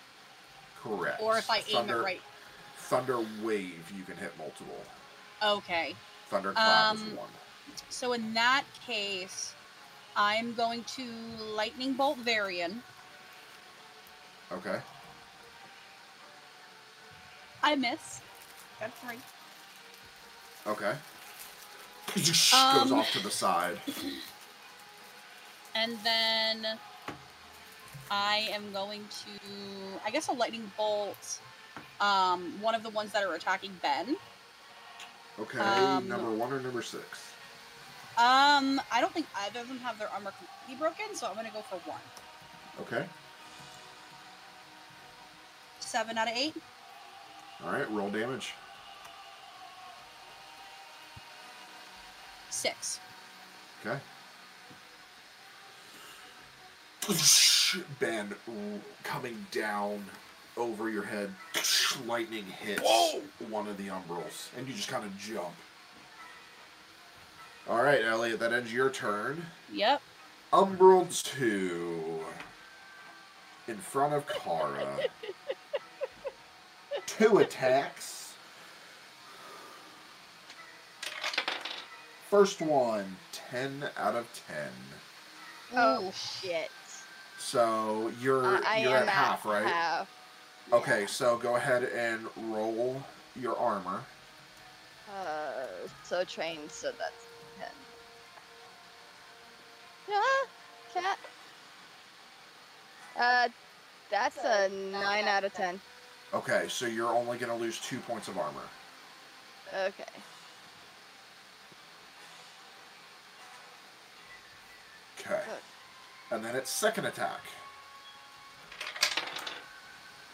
C: Correct.
D: or if I aim
C: Thunder-
D: it right.
C: Thunder wave, you can hit multiple.
D: Okay.
C: Thunderclap is
D: Um,
C: one.
D: So in that case, I'm going to lightning bolt Varian.
C: Okay.
D: I miss. Got three.
C: Okay. Goes
D: Um,
C: off to the side.
D: And then I am going to, I guess, a lightning bolt. Um, one of the ones that are attacking Ben.
C: Okay.
D: um,
C: number one or number six?
D: Um, I don't think either of them have their armor completely broken, so I'm gonna go for one.
C: Okay.
D: Seven out of eight.
C: All right. Roll damage.
D: Six.
C: Okay. Ben ooh, coming down over your head. Lightning hits one of the umbrals, and you just kind of jump. All right, Elliot, that ends your turn.
D: Yep.
C: Umbral 2 in front of Kara. Two attacks. First one, 10 out of 10.
H: Oh
D: Ooh.
H: shit.
C: So you're
H: Uh, I
C: you're at
H: am
C: half, right?
H: half.
C: Okay, so go ahead and roll your armor.
H: Uh, so trained, so that's ten. Ah, cat. Uh, that's a nine out of ten.
C: Okay, so you're only going to lose 2 points of armor.
H: Okay.
C: Okay. And then its second attack.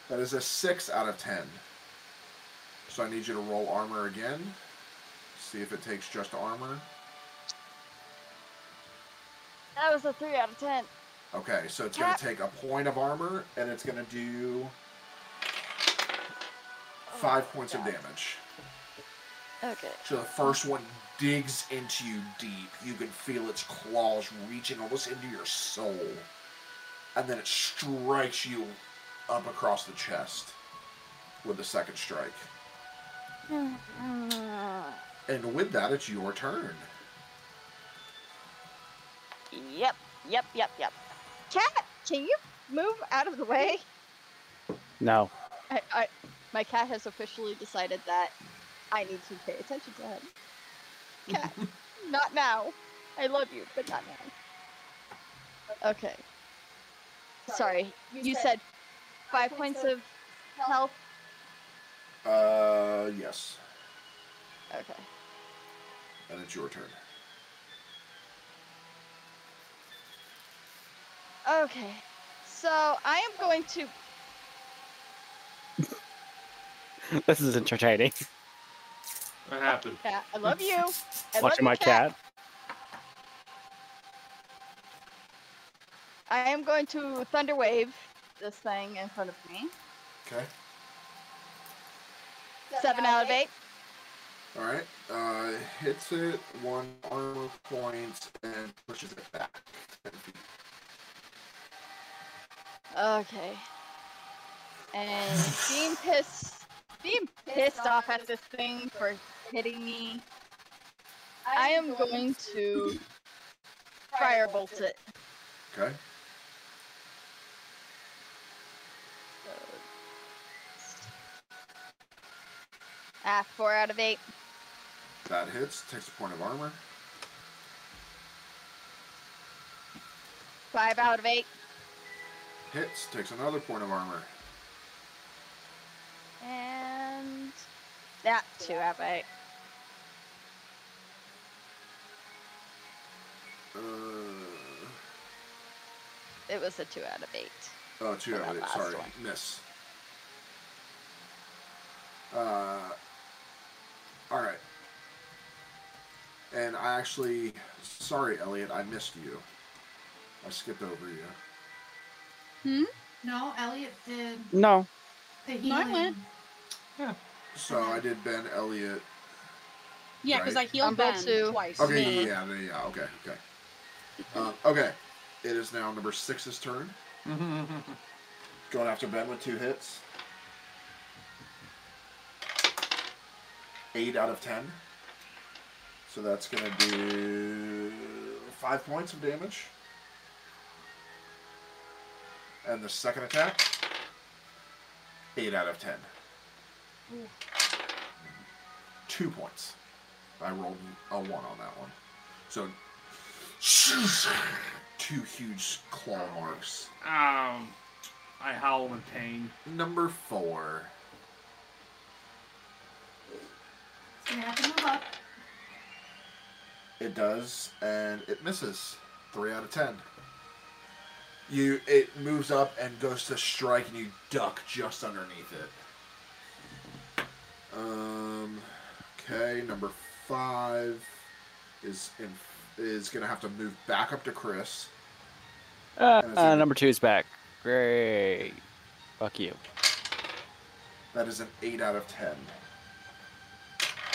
C: That is a 6 out of 10. So I need you to roll armor again. See if it takes just armor.
H: That was a three out of ten.
C: Okay, so it's going
H: Yep.
C: to take a point of armor and it's going to do
H: Oh
C: 5 points of
H: God.
C: damage.
H: Okay.
C: So the first one digs into you deep. You can feel its claws reaching almost into your soul. And then it strikes you up across the chest with the second strike. And with that, it's your turn.
H: Yep, yep, yep, yep. Cat, can you move out of the way?
G: No.
H: I, I, my cat has officially decided that I need to pay attention to him. Cat, not now. I love you, but not now. Okay. Sorry, you said five points of health.
C: Uh, yes.
H: Okay.
C: And it's your turn.
H: Okay. So I am going to
G: this is entertaining.
E: What happened?
H: cat. I love you. I love
G: Watching
H: you,
G: my cat.
H: I am going to thunder wave this thing in front of me.
C: Okay.
H: Seven out of eight.
C: All right. Uh, hits it one armor point and pushes it back.
H: Okay. And being pissed, being pissed off at this thing for hitting me, I am going to firebolt it.
C: Okay.
H: Ah, four out of eight.
C: That hits. Takes a point of armor.
H: Five out of eight.
C: Hits. Takes another point of armor.
H: And that two out of eight.
C: Uh,
H: It was a two out of eight.
C: oh, two
H: And
C: out of
H: that
C: eight.
H: last
C: Sorry,
H: one.
C: miss. Uh, all right. And I actually, sorry, Elliot, I missed you. I skipped over you.
F: No, Elliot did
G: No.
F: the
D: No, I
F: healing.
D: went.
C: So I did Ben, Elliot.
D: Yeah, because
C: Right.
D: I healed
H: Number
D: Ben
H: two.
D: twice.
C: Okay, yeah, yeah, yeah, okay, okay. Uh, okay, it is now number six's turn. Going after Ben with two hits. Eight out of ten. So that's going to do five points of damage. And the second attack, eight out of ten. Two points. I rolled a one on that one. So, two huge claw marks.
E: Um, I howl in pain.
C: Number four.
F: So you have to move up.
C: It does, and it misses. Three out of ten. You it moves up and goes to strike, and you duck just underneath it. Um, okay, number five is in, is gonna have to move back up to Chris.
G: Uh,
C: And it's
G: uh,
C: in-
G: number two is back. Great. Fuck you.
C: That is an eight out of ten.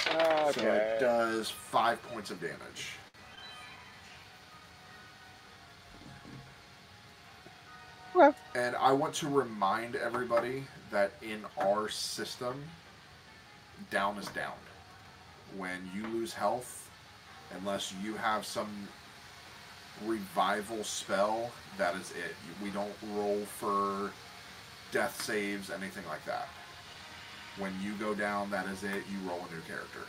C: So it does five points of damage.
J: Ruh.
C: And I want to remind everybody that in our system, down is down. When you lose health, unless you have some revival spell, that is it. We don't roll for death saves, anything like that. When you go down, that is it. You roll a new character.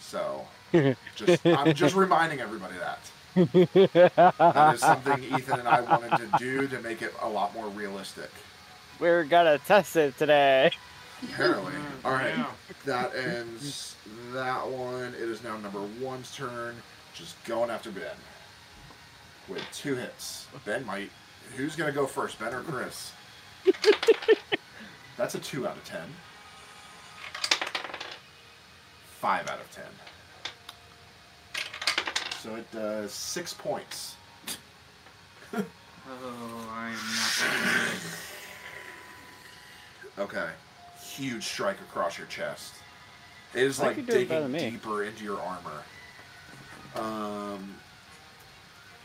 C: So, just I'm just reminding everybody that. That is something Ethan and I wanted to do to make it a lot more realistic.
G: We're gonna test it today.
C: Apparently. All right.
E: Mm-hmm. Yeah.
C: That ends that one. It is now number one's turn. Just going after Ben. With two hits. Ben might. Who's going to go first, Ben or Chris? That's a two out of ten. Five out of ten. So it does six points.
E: Oh, I am not.
C: Okay. Huge strike across your chest. It is
G: I
C: like
G: could do it better
C: digging
G: than me.
C: deeper into your armor. Um,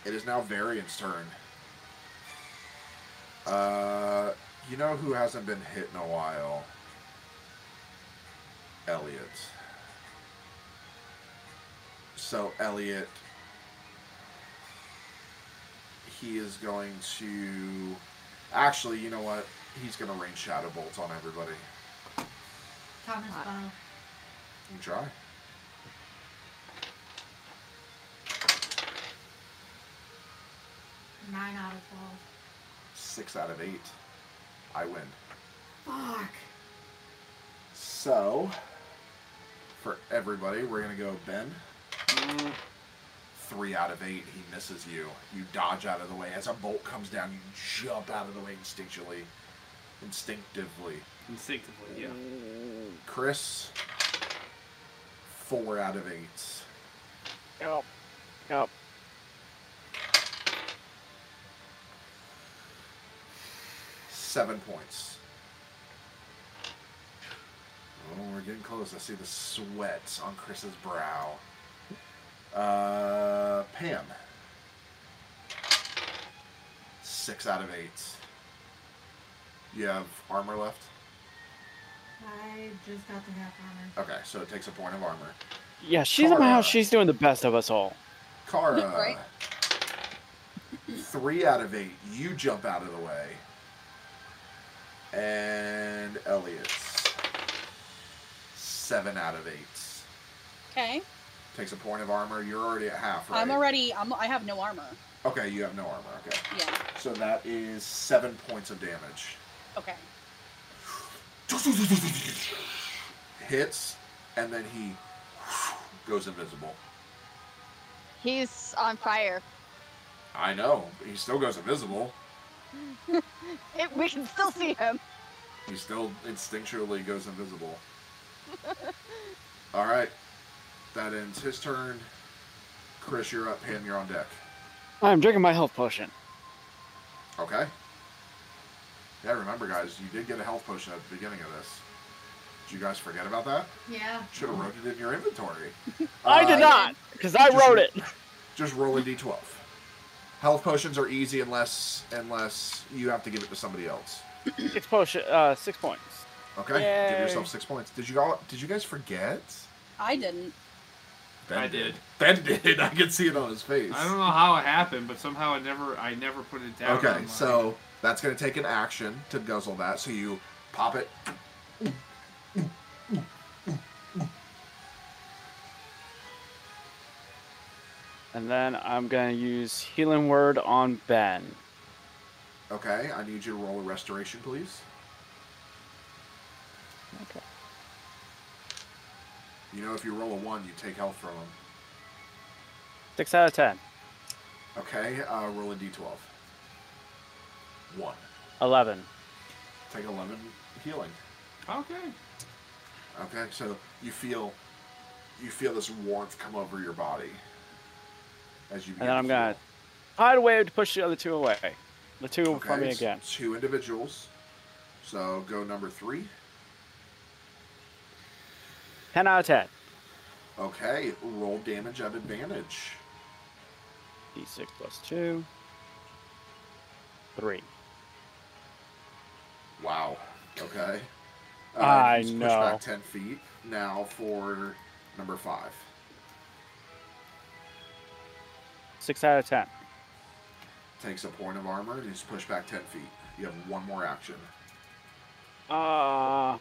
C: it is now Varian's turn. Uh, you know who hasn't been hit in a while? Elliot. So Elliot, he is going to. Actually, you know what? He's going to rain shadow bolts on everybody.
F: Thomas
H: Hot.
F: Bell.
C: You can try.
F: Nine out of twelve.
C: Six out of eight. I win.
F: Fuck.
C: So, for everybody, we're going to go Ben.
E: Mm,
C: Three out of eight. He misses you. You dodge out of the way. As a bolt comes down, you jump out of the way instinctually. Instinctively.
E: instinctively, yeah.
C: Chris, four out of eight.
G: Yep. Yep.
C: Seven points. Oh, we're getting close. I see the sweat on Chris's brow. Uh, Pam. Six out of eight. You have armor left?
F: I just got the half armor.
C: Okay, so it takes a point of armor.
G: Yeah, she's in my
C: Kara.
G: house. She's doing the best of us all.
C: Kara.
D: Right.
C: Three out of eight. You jump out of the way. And Elliot. Seven out of eight.
D: Okay.
C: Takes a point of armor. You're already at half, right?
D: I'm already. I'm, I have no armor.
C: Okay, you have no armor. Okay.
D: Yeah.
C: So that is seven points of damage.
D: Okay.
C: Hits, and then he goes invisible.
H: He's on fire.
C: I know. but He still goes invisible.
H: It, we can still see him.
C: He still instinctually goes invisible. All right, that ends his turn. Chris, you're up. Pam, you're on deck.
G: I'm drinking my health potion.
C: Okay. Yeah, remember, guys, you did get a health potion at the beginning of this. Did you guys forget about that?
F: Yeah.
C: Should have wrote it in your inventory.
G: I
C: Uh,
G: did not, because I
C: just-
G: wrote it.
C: Just roll a d12. Health potions are easy unless unless you have to give it to somebody else.
G: Six potion, uh, six points.
C: Okay, give
G: Yay.
C: yourself six points. Did you all? Did you guys forget?
D: I didn't.
E: I did.
C: Ben did. I could see it on his face.
E: I don't know how it happened, but somehow I never, I never put it down.
C: Okay,
E: online.
C: so that's going to take an action to guzzle that. So you pop it.
G: And then I'm gonna use healing word on Ben.
C: Okay, I need you to roll a restoration, please.
G: Okay.
C: You know, if you roll a one, you take health from him.
G: Six out of ten.
C: Okay, uh, roll a d12. One.
G: Eleven.
C: Take 11 healing.
E: okay,
C: Okay, so you feel you feel this warmth come over your body as you.
G: And then I'm
C: begin
G: gonna
C: to
G: hide away to push the other two away. The two
C: heal.
G: from me
C: Okay,
G: again.
C: so Two individuals. So go number three.
G: Ten out of ten.
C: Okay, roll damage at advantage.
G: D6 plus two. Three.
C: Wow. Okay. Uh,
G: I
C: he's pushed
G: know.
C: back ten feet now for number five.
G: Six out of ten.
C: Takes a point of armor and he's pushed back ten feet. You have one more action.
G: Uh,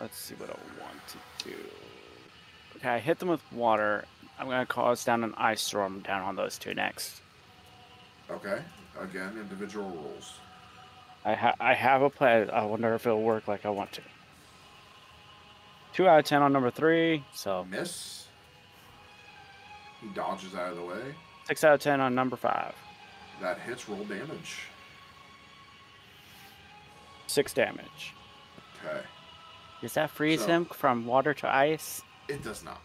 G: let's see what I want to do. Okay, I hit them with water. I'm gonna cause down an ice storm down on those two next.
C: Okay. Again, individual rules.
G: I ha- I have a plan. I wonder if it'll work like I want to. Two out of ten on number three. So
C: Miss. He dodges out of the way.
G: six out of ten on number five.
C: That hits. Roll damage.
G: Six damage.
C: Okay.
G: Does that freeze
C: So-
G: him from water to ice?
C: It does not.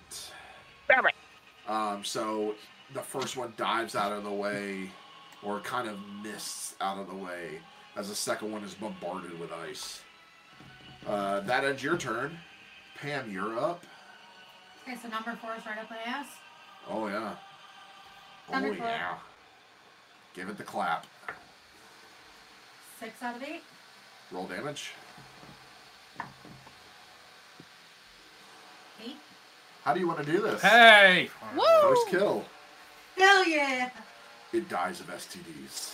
G: Damn it.
C: Um, so the first one dives out of the way, or kind of mists out of the way, as the second one is bombarded with ice. Uh, that ends your turn. Pam, you're up.
F: Okay, so number four is right up my ass.
C: Oh yeah. Oh
F: Thunderclap.
C: yeah. Give it the clap.
F: Six out of eight.
C: Roll damage.
F: Eight.
C: How do you want to do this?
E: Hey!
D: Woo!
C: First kill.
F: Hell yeah!
C: It dies of STDs.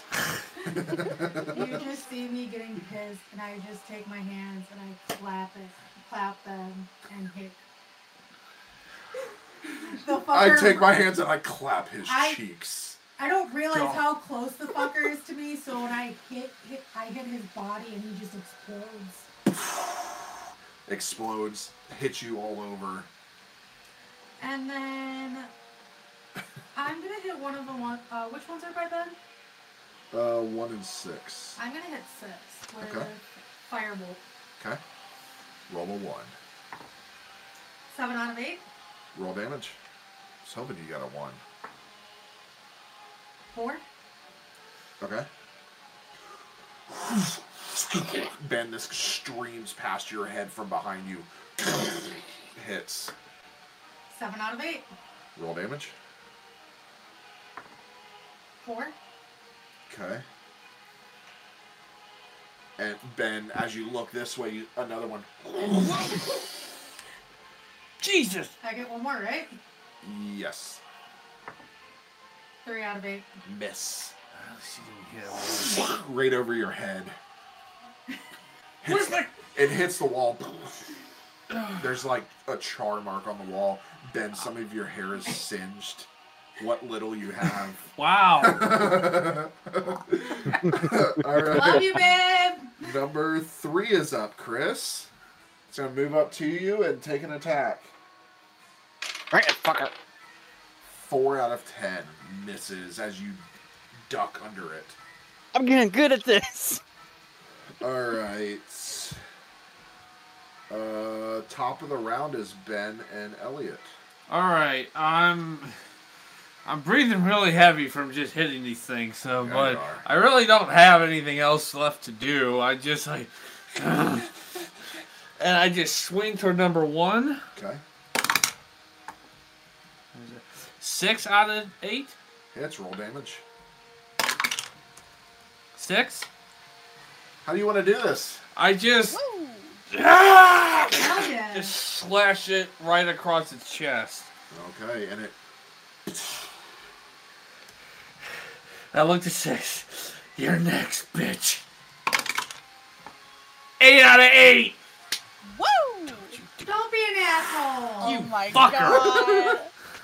F: You just see me getting pissed, and I just take my hands and I clap it, clap them, and hit. The fucker,
C: I take my hands and I clap his
F: I-
C: cheeks.
F: I don't realize
C: God.
F: how close the fucker is to me, so when I hit, hit, I hit his body, and he just explodes.
C: Explodes, hits you all over.
F: And then I'm gonna hit one of the one. Uh, which ones are by Ben?
C: Uh, one and six.
F: I'm gonna hit six with
C: Okay.
F: firebolt.
C: Okay. Roll a one.
F: Seven out of eight.
C: Roll damage. I was hoping you got a one.
F: Four.
C: Okay. Ben, this streams past your head from behind you. Hits.
F: Seven out of eight.
C: Roll damage.
F: Four.
C: Okay. And Ben, as you look this way, you- another one.
E: Jesus!
F: I get one more, right?
C: Yes.
F: Three out of eight.
C: Miss.
E: She didn't hit him.
C: Right over your head.
E: Where's my.
C: It hits the wall. There's like a char mark on the wall. Ben, some of your hair is singed. What little you have.
E: Wow!
C: All right.
F: Love you, babe.
C: Number three is up, Chris. It's gonna move up to you and take an attack.
G: Right, fucker.
C: Four out of ten misses as you duck under it.
G: I'm getting good at this.
C: All right. Uh, top of the round is Ben and Elliot.
E: Alright, I'm. I'm breathing really heavy from just hitting these things, so,
C: Yeah, you
E: but
C: are.
E: I really don't have anything else left to do. I just, like. and I just swing toward number one.
C: Okay,
E: Six out of eight?
C: hits roll damage.
E: Six?
C: How do you want to do this?
E: I just.
D: Woo!
F: Hell yeah.
E: Just slash it right across its chest.
C: Okay, and it
E: I looked at six. You're next, bitch. Eight out of eight.
D: Woo!
F: Don't be an asshole.
D: oh my
E: fucker.
D: god.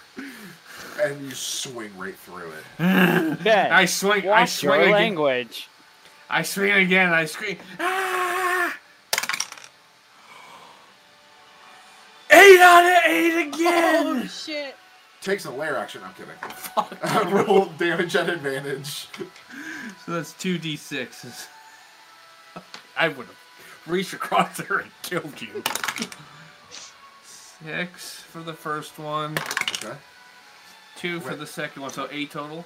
C: and you swing right through it.
G: Ben,
E: I swing. I
G: watch
E: swing
G: your
E: again.
G: language.
E: I swing again. I scream. Ah! Eight out of eight
D: Oh
E: again.
D: shit.
C: Takes a lair action. I'm kidding. roll damage at advantage.
E: So that's two d sixes. I would have reached across there and killed you. Six for the first one.
C: Okay,
E: Two for
C: Wait.
E: the second one. So eight total.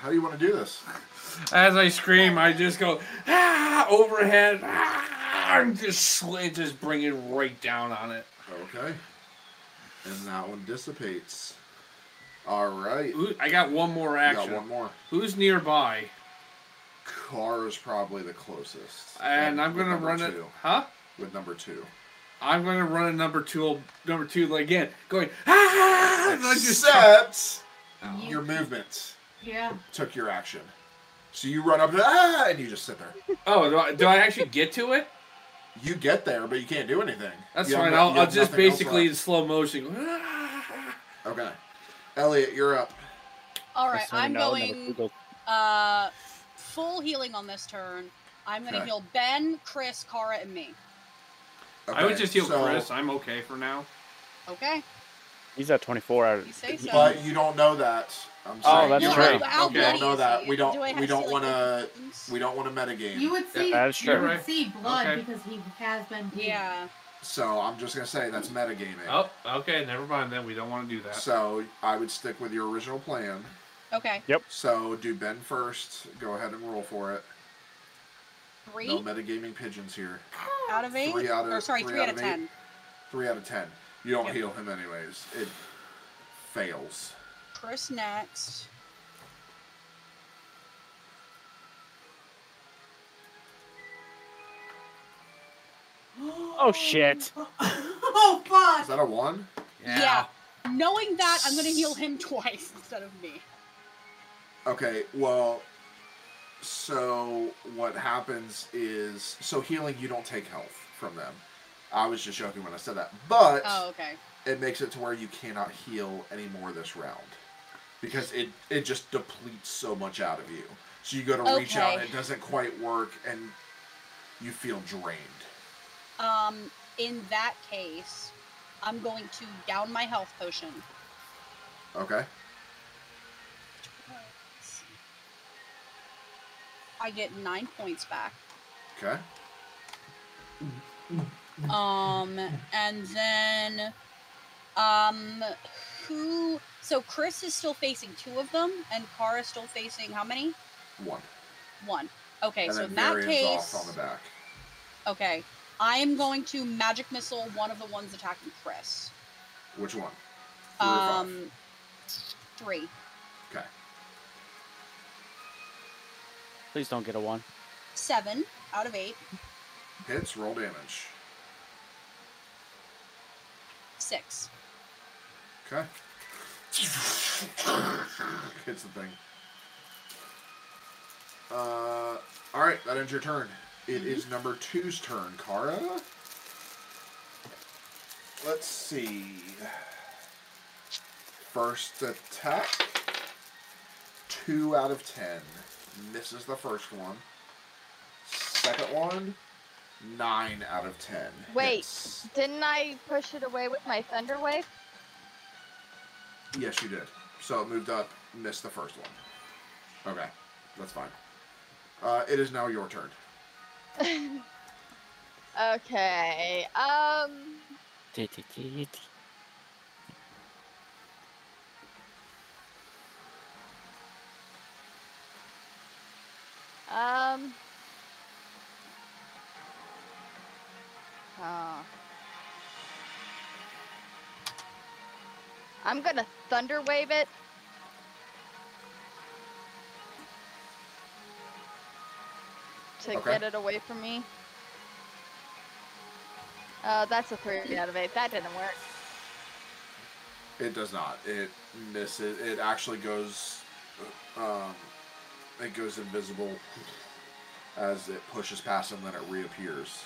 C: how do you want to do this?
E: As I scream, I just go ah, overhead. Ah, I'm just slid, just bring it right down on it.
C: Okay, and that one dissipates. All right,
E: Ooh, I got one more
C: you
E: action.
C: got one more.
E: Who's nearby?
C: Car is probably the closest.
E: And I'm
C: with
E: gonna
C: number
E: run it.
C: two,
E: Huh?
C: with number two.
E: I'm gonna run a number two, number two again, going ah. And I just
C: Except
F: You-
C: your movement
F: Yeah.
C: took your action. So you run up and ah, and you just sit there.
E: oh, do I, do I actually get to it?
C: You get there, but you can't do anything.
E: That's
C: You have
E: fine.
C: no-
E: I'll,
C: you
E: I'll
C: have
E: just
C: nothing else
E: basically in
C: left.
E: slow motion. go, "Ah."
C: Okay, Elliot, you're up.
D: Alright,
G: Just so you
D: I'm
G: know, never
D: going
G: Google.
D: uh full healing on this turn. I'm gonna
C: Okay.
D: heal Ben, Chris, Kara, and me.
E: I would
C: Okay,
E: just heal
C: so-
E: Chris. I'm okay for now.
D: Okay?
G: He's at 24 out of.
D: You say so.
C: But you don't know that. I'm
G: Oh,
C: sorry.
G: that's
C: you
D: Well,
G: true.
D: how- how
E: Okay.
D: bloody
C: Don't know
D: is
C: that.
D: he?
C: We
D: Do
C: don't-
D: I
C: we
D: have to
C: don't
D: heal,
C: wanna-
D: like, wounds?
C: We don't want to metagame.
F: You would see.
G: That's
F: you
G: true.
F: would see blood
E: Okay.
F: because he has been. bleeding.
D: Yeah.
C: So I'm just gonna say that's metagaming.
E: Oh, okay. Never mind. Then we don't want to do that.
C: So I would stick with your original plan.
D: Okay.
C: So do Ben first. Go ahead and roll for it.
D: Three
C: No metagaming pigeons here.
D: out of eight?
C: Three out of-
D: or sorry,
C: three
D: three,
C: out
D: out,
C: of
D: of
C: eight.
D: ten.
C: Three out of ten. You don't
D: Yep.
C: heal him anyways. It fails.
D: Chris next.
G: Oh shit.
F: oh fuck!
C: Is that a one?
D: Yeah. Knowing that, I'm gonna heal him twice instead of me.
C: Okay, well, so what happens is so healing, you don't take health from them. I was just joking when I said that, but
D: Oh, okay.
C: it makes it to where you cannot heal anymore this round because it it just depletes so much out of you. So you go to reach out,
D: Okay.
C: it doesn't quite work, and you feel drained.
D: Um, in that case, I'm going to down my health potion.
C: Okay.
D: I get nine points back.
C: Okay.
D: Um, and then, um, who? So Chris is still facing two of them, and Kara's still facing how many?
C: One.
D: One. Okay,
C: and
D: so
C: then
D: in that
C: Varian's
D: case,
C: off on the back.
D: okay, I am going to magic missile one of the ones attacking Chris.
C: Which one? Three or five?
D: Um, three.
C: Okay.
G: Please don't get a one.
D: Seven out of eight.
C: Hits, roll damage.
D: Six.
C: Okay. Hits the thing. Uh, all right, that ends your turn. It is number two's turn, Kara. Let's see. First attack. Two out of ten. Misses the first one. Second one. Nine out of ten.
H: Wait.
C: Hits.
H: Didn't I push it away with my thunder wave?
C: Yes, you did. So it moved up, missed the first one. Okay, that's fine. Uh, it is now your turn.
H: Okay. Um. Um. Oh. I'm gonna thunder wave it. To
C: Okay.
H: get it away from me. Uh, that's a three out of eight. That didn't work.
C: It does not. It misses. It actually goes. Um, it goes invisible as it pushes past and then it reappears.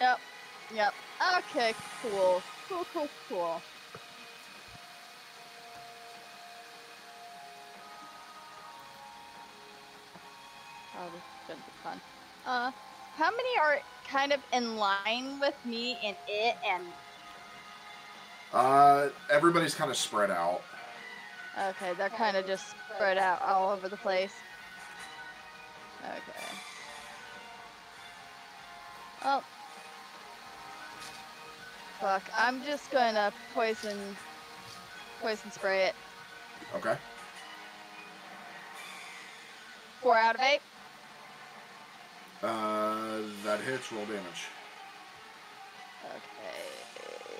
H: Yep. Yep. Okay, cool. Cool, cool, cool. Oh, this is gonna be fun. Uh, how many are kind of in line with me and it and.
C: Uh, everybody's kind of spread out.
H: Okay, they're kind of just spread out all over the place. Okay. Oh. Fuck, I'm just gonna poison. poison spray it.
C: Okay.
H: Four out of eight.
C: Uh, that hits. Roll damage.
H: Okay.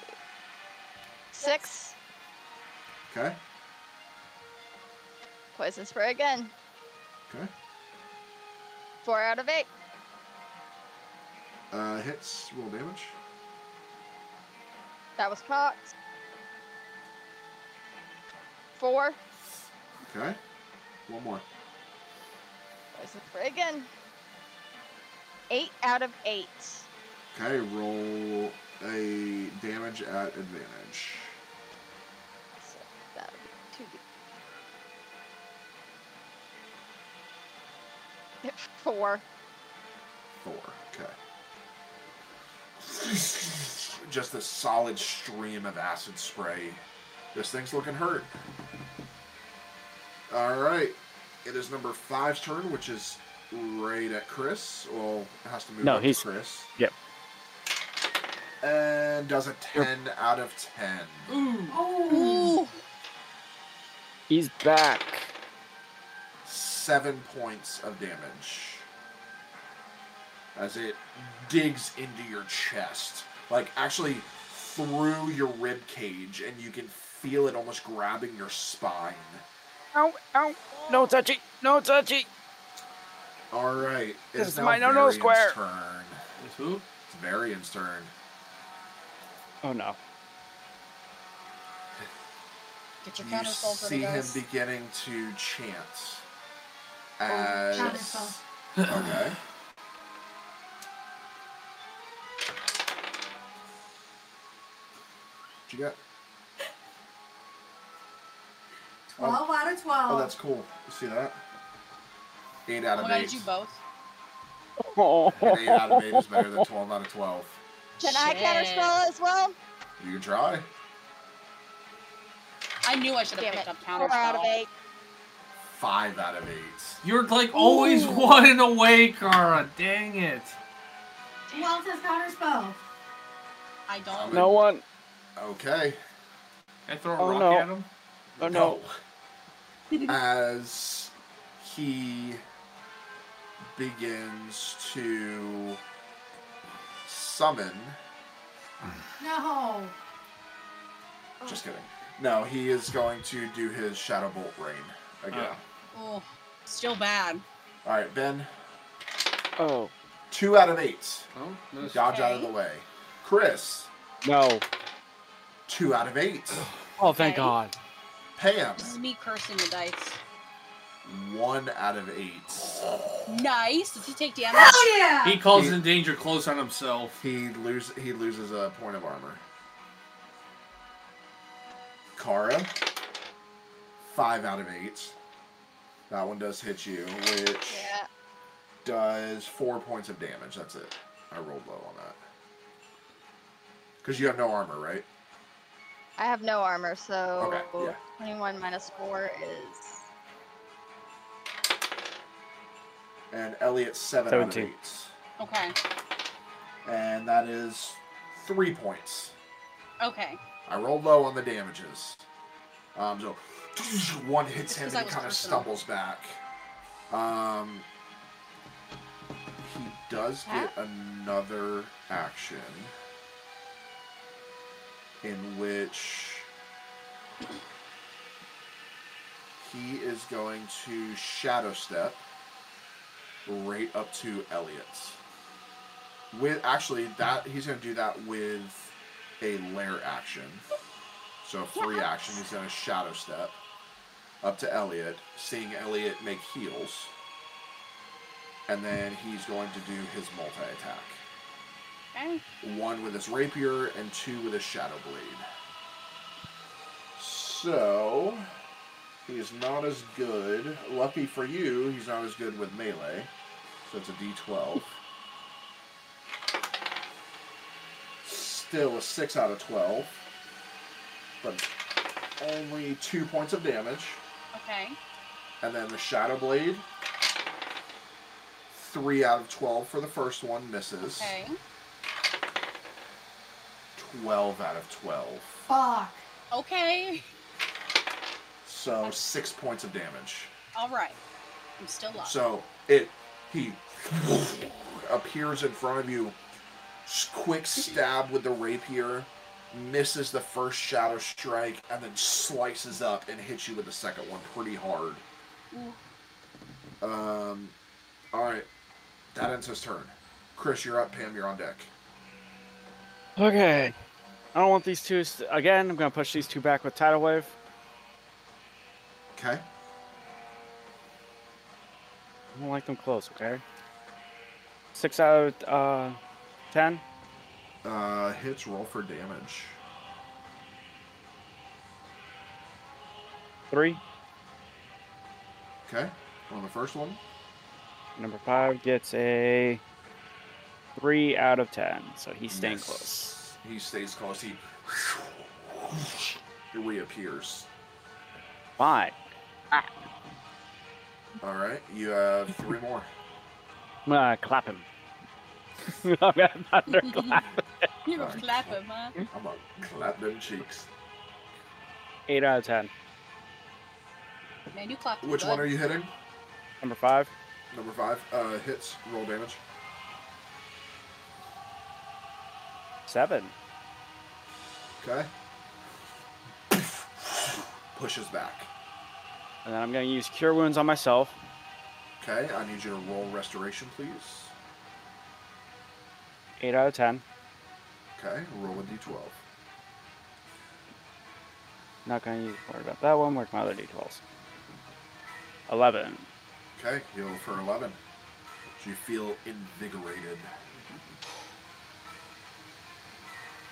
H: Six.
C: Okay.
H: Poison spray again.
C: Okay.
H: Four out of eight.
C: Uh, hits. Roll damage.
H: That was cocked. Four.
C: Okay. One more.
H: Poison spray again. Eight out of eight.
C: Okay, roll a damage at advantage.
H: So that would be two D. Four.
C: Four. Okay. Just a solid stream of acid spray. This thing's looking hurt. All right. It is number five's turn, which is right at Chris. Well, it has to move
G: No,
C: up
G: he's-
C: to Chris.
G: yep.
C: And does a 10 out of 10.
F: Oh.
G: He's back.
C: seven points of damage as it digs into your chest, like actually through your rib cage, and you can feel it almost grabbing your spine.
G: Ow, ow. No touchy. No touchy.
C: All right.
G: This is
C: now
G: my no-no
C: Varian's
G: square.
C: Turn.
E: It's who?
C: It's Varian's turn.
G: Oh no.
D: Get your
C: You
D: counterspells ready,
C: see him
D: guys.
C: beginning to chant.
D: Oh,
F: counterspell.
C: As okay. What you got?
F: 12 out of 12.
C: Oh, that's cool. You see that? Eight out of
D: Oh my god,
C: eight.
D: did you both?
G: Oh.
C: An eight out of eight is better than twelve out of twelve.
H: Can I
D: Shit.
H: counterspell as well?
C: You can try.
D: I knew I should have
H: Damn
D: picked
H: it.
D: up
H: Four
D: counterspell.
H: out of eight.
C: Five out of eight.
E: You're like always one away, Kara. Dang it.
F: Who else has counterspell?
D: I don't.
G: No one.
C: Okay.
E: Can I throw a
G: Oh,
E: rock
G: no.
E: at him?
G: Oh no.
D: Oh.
C: As he begins to summon.
F: No.
D: Oh.
C: Just kidding. No, he is going to do his Shadow Bolt Rain again.
D: Oh, still bad.
C: All right, Ben.
G: Oh
C: Two out of eight.
E: Oh, no.
C: Dodge out of the
D: Okay.
C: way. Chris.
G: no.
C: Two out of eight.
G: Oh thank
D: Okay.
G: God.
C: Pam.
D: This is me cursing the dice.
C: One out of eight.
D: Nice. Did he take damage?
F: Hell yeah!
E: He calls
C: He-
E: in danger close on himself.
C: He lose. He loses a point of armor. Kara. Five out of eight. That one does hit you, which
H: Yeah.
C: does four points of damage. That's it. I rolled low on that. Because you have no armor, right?
H: I have no armor, so
C: Okay, yeah.
H: 21 minus 4 is.
C: And Elliot seven out of
G: Seventeen.
C: eight,
D: Okay.
C: and that is three points.
D: Okay.
C: I rolled low on the damages. Um, so one hits
D: It's
C: him
D: 'cause
C: and
D: I
C: he
D: was
C: kind of
D: personal.
C: stumbles back. Um, he does get another action in which he is going to shadow step right up to Elliot's. With actually that he's going to do that with a lair action. So a free action. He's going to shadow step up to Elliot, seeing Elliot make heals, and then he's going to do his multi attack.
D: Okay.
C: One with his rapier and two with his shadow blade. So he is not as good. Lucky for you, he's not as good with melee. So it's a d12. Still a 6 out of 12. But only 2 points of damage.
D: Okay.
C: And then the Shadow Blade. 3 out of 12 for the first one misses.
D: Okay.
C: 12 out of 12.
F: Fuck.
D: Okay.
C: So 6 points of damage.
D: All right. I'm still up.
C: So it he appears in front of you, s- quick stab with the rapier, misses the first shadow strike, and then slices up and hits you with the second one pretty hard.
D: Ooh.
C: Um, all right, that ends his turn. Chris, you're up. Pam, you're on deck.
G: Okay. I don't want these two s- again. I'm gonna push these two back with tidal wave.
C: Okay.
G: I don't like them close. Okay. Six out of uh, ten.
C: Uh, hits roll for damage.
G: Three.
C: Okay. On the first one,
G: Number five gets a three out of ten, so he's staying
C: Miss.
G: close.
C: He stays close. He he reappears.
G: Fine.
C: All right, you have three more.
G: I'm gonna clap him. I'm gonna thunderclap.
D: You're gonna clap him, huh?
C: I'm gonna clap them cheeks.
G: Eight out of ten.
D: Man, you clap.
C: Which one are you hitting?
G: Number five.
C: Number five. Uh, hits. Roll damage.
G: Seven.
C: Okay. Pushes back.
G: And then I'm gonna use cure wounds on myself.
C: Okay, I need you to roll restoration, please.
G: Eight out of ten.
C: Okay, roll a d12.
G: Not gonna use worry about that one. Work my other d12s. Eleven.
C: Okay, heal for 11. So you feel invigorated.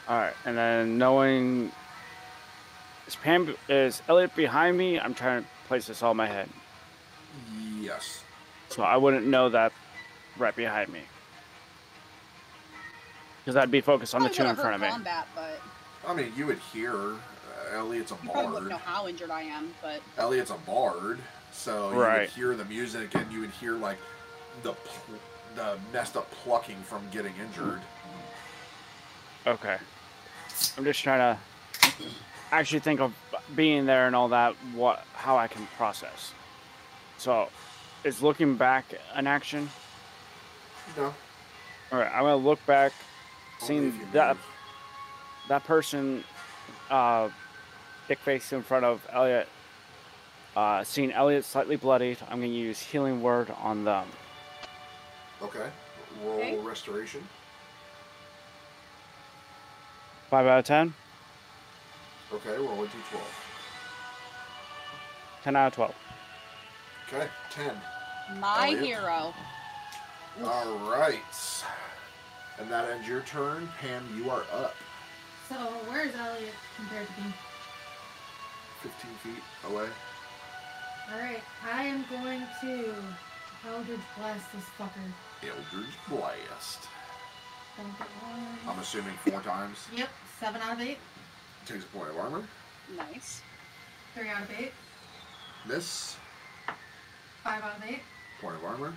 G: All right, and then knowing is Pam is Elliot behind me? I'm trying to place this all in my head,
C: Yes.
G: so I wouldn't know that right behind me because I'd be focused
D: Oh,
G: on the two in front of me.
D: combat, but
C: I mean, you would hear uh, Elliot's a
D: you probably wouldn't
C: bard.
D: know how injured I am. But
C: Elliot's a bard, so you would
G: Right.
C: hear the music and you would hear like the pl- the messed up plucking from getting injured.
G: Okay. I'm just trying to actually think of being there and all that. What, how I can process. So, is looking back an action?
C: You know,
G: All right, I'm gonna look back,
C: only
G: seeing
C: if you
G: that
C: move.
G: that person, uh, dick face in front of Elliot. Uh, seeing Elliot slightly bloodied, I'm gonna use healing word on them.
C: Okay, roll
F: Okay.
C: restoration.
G: Five out of ten.
C: Okay, roll a d12.
G: Ten out of twelve.
C: Okay, 10.
D: my
C: Elliot?
D: hero,
C: All right. And that ends your turn. Pam, you are up
F: So where's Elliot compared to me?
C: 15 feet away.
F: All right, I am going to Eldritch Blast this fucker.
C: Eldridge Blast.
F: Don't get one.
C: I'm assuming four times.
F: Yep, seven out of eight,
C: Takes a point of armor.
D: nice.
F: three out of eight,
C: Miss.
F: five out of eight,
C: Point of armor.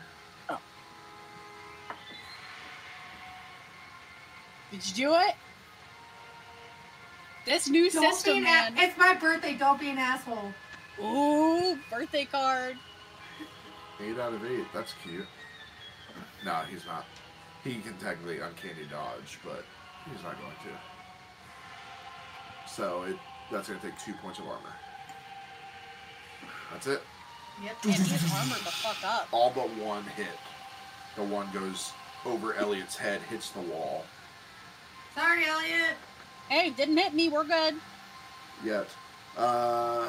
D: Did you do it? This new
F: Don't be
D: system,
F: an a-
D: man.
F: it's my birthday. Don't be an asshole.
D: Ooh, birthday card.
C: Eight out of eight. That's cute. No, he's not. He can technically uncanny dodge, but he's not going to. So it that's going to take two points of armor. That's it.
F: Yep.
D: And his armor the fuck up.
C: all but one hit. The one goes over Elliot's head, hits the wall.
F: Sorry, Elliot.
D: Hey, didn't hit me. We're good.
C: Yet, uh,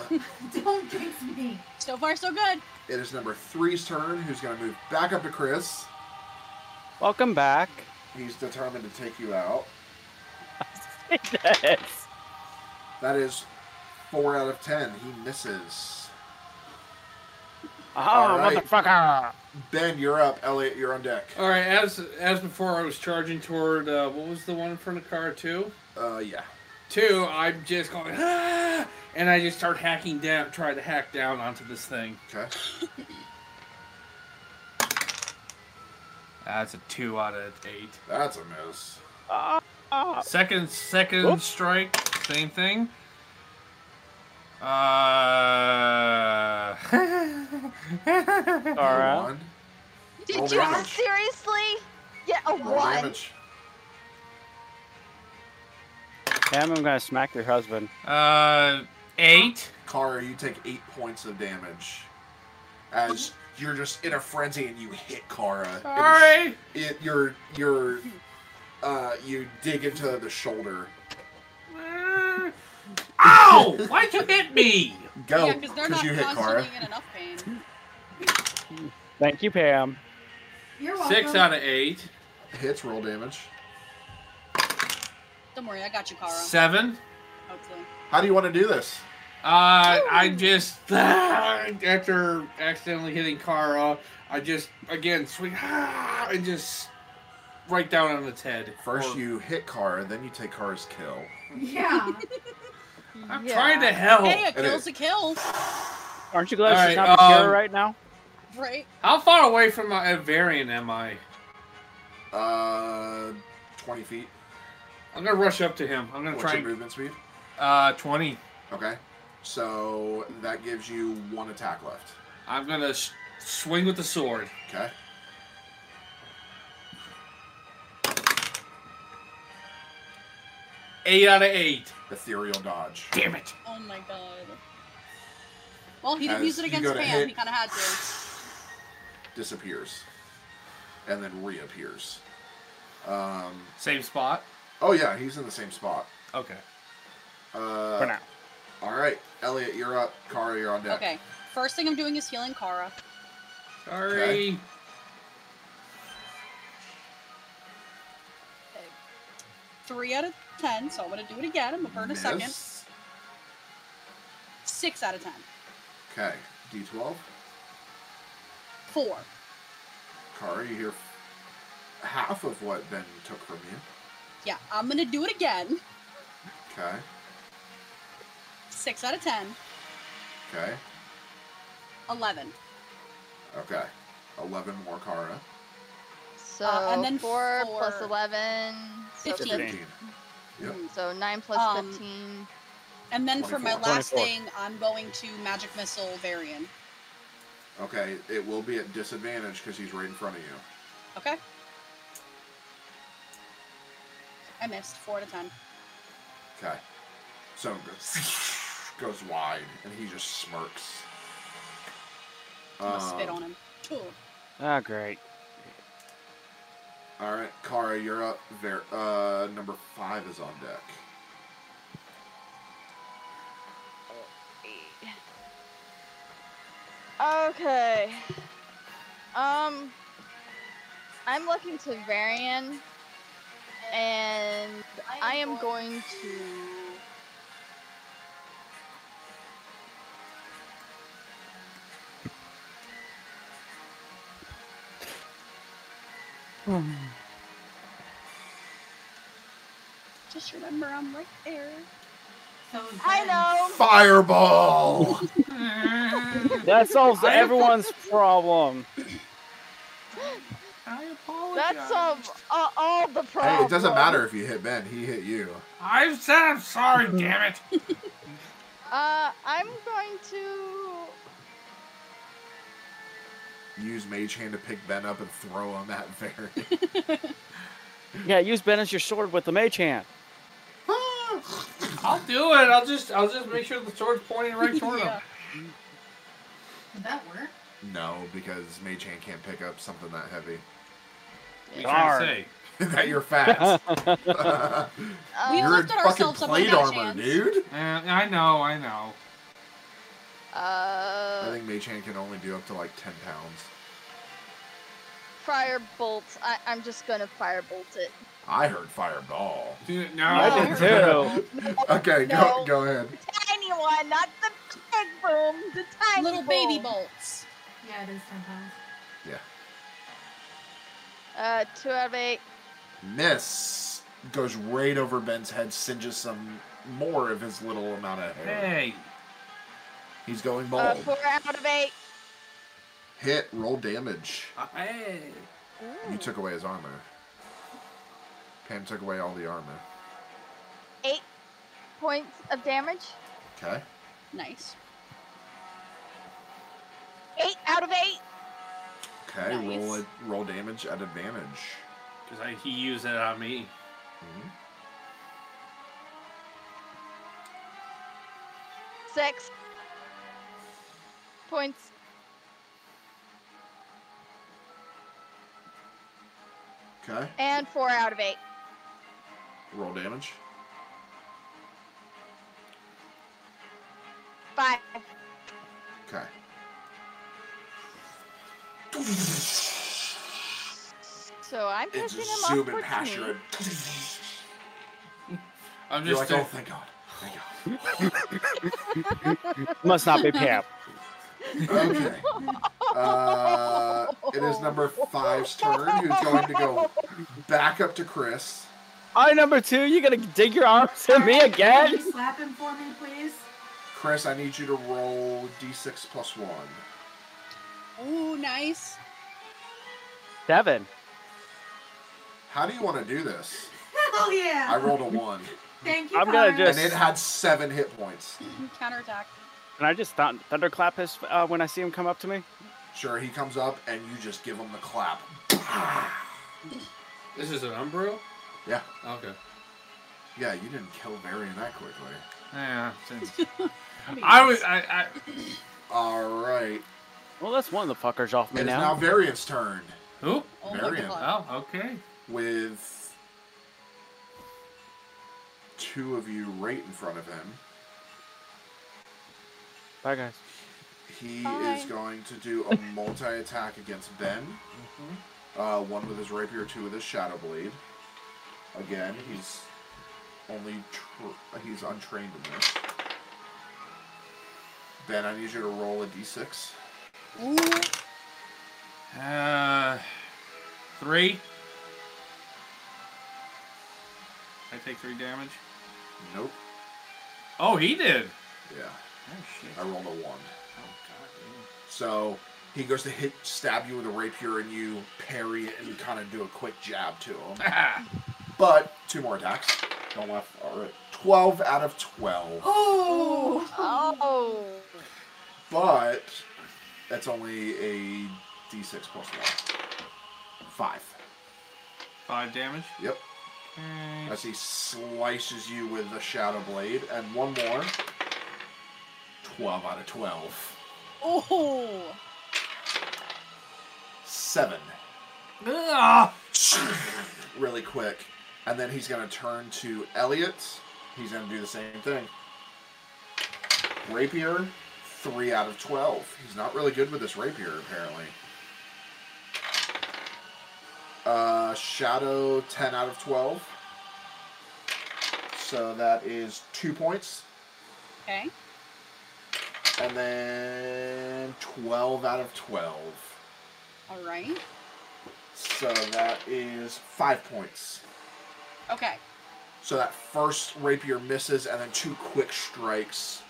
F: Don't jinx me.
D: So far, so good.
C: it is number three's turn. Who's going to move back up to Chris?
G: Welcome back.
C: He's determined to take you out.
G: Yes.
C: That is four out of ten. He misses.
G: Oh,
C: All right.
G: motherfucker!
C: Ben, you're up. Elliot, you're on deck.
E: All right, as as before, I was charging toward uh, what was the one in front of car two?
C: Uh, yeah.
E: Two. I'm just going ah, and I just start hacking down, try to hack down onto this thing.
C: Okay.
E: That's a two out of eight.
C: That's a miss.
G: Uh,
E: Second second
G: Whoop.
E: strike, same thing. Uh,
G: All right.
C: One.
H: Did
C: Roll
H: you
C: damage.
H: Uh, seriously? Yeah, a
C: Roll
H: one.
C: damage.
G: Damn, I'm gonna smack your husband.
E: uh, eight.
C: Kara, you take eight points of damage. As you're just in a frenzy and you hit Kara. It is-
E: Sorry.
C: it you're you're uh you dig into the shoulder
E: Uh, Ow! Why'd you hit me?
C: go
D: yeah, because they're not
C: Oh, you hit
D: constantly
C: Kara
D: in enough pain.
G: Thank you, Pam.
F: You're welcome.
E: Six out of eight.
C: hits roll damage
D: Don't worry, I got you, Kara.
E: Seven.
D: Hopefully.
C: how do you want to do this
E: Uh, I just after accidentally hitting Kara, I just again swing and just right down on its head.
C: first
E: Or-
C: you hit Kara then you take Kara's kill
F: Yeah.
E: I'm
H: Yeah.
E: trying to help.
D: Hey,
C: Oh,
D: uh, a
C: it
D: kill's
C: is.
D: a kill,
G: Aren't you glad
E: All
G: she's
E: right,
G: not here
E: um,
G: right now?
D: right?
E: How far away from my Avarian am I?
C: uh 20 feet
E: I'm gonna rush up to him. I'm gonna
C: what's
E: try
C: your
E: and
C: movement speed
E: uh twenty.
C: okay so that gives you one attack left
E: I'm gonna sh- swing with the sword.
C: okay
E: Eight out of eight.
C: ethereal dodge
E: Damn it!
D: Oh my god. Well, he didn't
C: As
D: use it
C: you
D: against
C: go to
D: Pam.
C: hit-
D: He kind of had to.
C: disappears, and then reappears. Um,
E: Same spot.
C: oh yeah, he's in the same spot.
E: Okay.
C: Uh,
G: for now.
C: All right, Elliot, you're up. Kara, you're on deck.
D: Okay. First thing I'm doing is healing Kara.
E: Sorry.
C: Okay.
D: Three out of ten, so I'm gonna do it again. I'm gonna burn a second.
C: Miss.
D: Six out of ten.
C: Okay, D12.
D: Four.
C: Kara, you hear f- half of what Ben took from you.
D: Yeah, I'm gonna do it again.
C: Okay,
D: Six out of ten.
C: okay,
D: Eleven.
C: okay. 11 more Kara.
H: So
D: and then
H: Uh, four, plus
D: four-
H: eleven. So
D: Fifteen.
H: fif-
C: Yep.
H: mm, So nine plus
D: Um,
H: fifteen.
D: And then for my
C: 24.
D: last
G: 24.
D: thing, I'm going to magic missile Varian.
C: Okay, it will be at disadvantage because he's right in front of you.
D: Okay. I missed four out of ten.
C: Okay. So it goes, goes wide, and he just smirks.
D: I'm gonna spit
C: Um,
D: on him. Two.
G: Ah, great.
C: All right, Kara, you're up. There, uh, number five is on deck.
H: Okay. Um, I'm looking to Varian, and I am going to.
D: Just remember, I'm right there.
F: So is
H: I
F: Ben.
H: know.
C: Fireball!
G: That solves
E: I-
G: everyone's problem.
E: I apologize.
H: That's um, uh, all the problems.
C: hey, it doesn't matter if you hit Ben, he hit you.
E: I've said I'm sorry. damn it.
H: Uh, I'm going to.
C: Use Mage Hand to pick Ben up and throw him at Varric.
G: Yeah, use Ben as your sword with the mage hand.
E: I'll do it. I'll just I'll just make sure the sword's pointing right toward
D: Yeah.
E: him.
F: Did that work?
C: no, because Mage Hand can't pick up something that heavy.
E: What are you trying to
G: Darn.
E: say?
C: that you're fast.
H: Um,
D: We
C: you're in
D: lifted
C: fucking
D: ourselves up on
C: plate
D: that
C: armor,
D: chance.
C: dude.
E: Uh, I know. I know.
C: I
H: Uh,
C: think Mage Hand can only do up to like 10 pounds.
H: fire bolt. I, I'm just gonna fire bolt it.
C: I heard fireball.
E: Dude,
G: I
E: no.
G: did too.
C: Oh, Okay,
H: No.
C: go go ahead.
H: Tiny one, not the big boom. The tiny
D: Little baby
H: boom.
D: bolts.
F: Yeah, it is sometimes.
H: Uh, two out of eight.
C: Miss goes right over Ben's head, singes some more of his little amount of hair.
E: Hey.
C: He's going
H: Uh,
C: bald.
H: four out of eight.
C: Hit, roll damage.
E: Hey.
C: You took away his armor. Pam took away all the armor.
H: Eight points of damage.
C: Okay.
D: Nice.
H: Eight out of eight.
C: Okay. Roll
D: Nice.
C: it. Roll damage at advantage.
E: Because he used it on me.
C: Mhm.
H: Six points.
C: Okay.
H: And four out of eight.
C: Roll damage.
H: Five.
C: Okay.
H: So I'm
C: It's
H: pushing him
C: just
H: off
C: zooming
H: towards
C: past
H: me.
C: you. and
E: I'm
C: You're
E: just
C: like, oh, thank God. Thank God.
G: Must not be Pam.
C: Okay. Uh, it is number five's turn, who's going to go back up to Chris.
G: I number two. You gonna dig your arms at me
F: Alright, Can
G: again?
F: you slap him for me, please?
C: Chris, I need you to roll d6 plus one.
D: Ooh, nice.
G: Seven.
C: How do you want to do this?
F: Hell
C: I
F: yeah!
C: rolled a one,
F: Thank you.
G: I'm gonna
F: Connor.
G: just-
C: and it had seven hit points.
D: Counterattack.
G: Can I just thun- thunderclap his uh, when I see him come up to me?
C: Sure, he comes up, and you just give him the clap.
E: This is an Umbro?
C: Yeah,
E: Okay.
C: yeah, you didn't kill Varian that quickly.
E: Yeah. since- I was. I. I
C: All right.
G: Well, that's one of the fuckers off me
C: It is
G: now.
C: now Varian's turn
E: Who?
D: Oh my
C: Marion.
D: god.
E: Oh, okay.
C: with two of you right in front of him.
G: Bye, guys.
C: He
D: Hi.
C: is going to do a multi attack against Ben.
E: Mm-hmm.
C: Uh, one with his rapier, two with his shadow blade. Again, he's only tr- he's untrained in this. Ben, I need you to roll a d6.
E: Uh, three. I take three damage.
C: Nope.
E: Oh, he did.
C: Yeah,
E: Oh shit.
C: I rolled a one.
E: Oh god.
C: So he goes to hit, stab you with a rapier, and you parry it and kind of do a quick jab to him.
E: damn.
C: But two more attacks. Don't laugh. All right, twelve out of twelve.
F: Oh.
H: Oh.
C: But that's only a d6 plus one. Five.
E: Five damage.
C: Yep.
E: Okay.
C: As he slices you with the shadow blade, and one more. Twelve out of twelve.
D: Oh.
C: Seven.
E: Ugh.
C: really quick, and then he's gonna turn to Elliot. He's gonna do the same thing. Rapier, three out of twelve. He's not really good with this rapier, apparently. Uh, Shadow, ten out of twelve. So that is two points,
D: Okay.
C: and then twelve out of twelve.
D: All right.
C: So that is five points.
D: Okay.
C: So that first rapier misses, and then two quick strikes.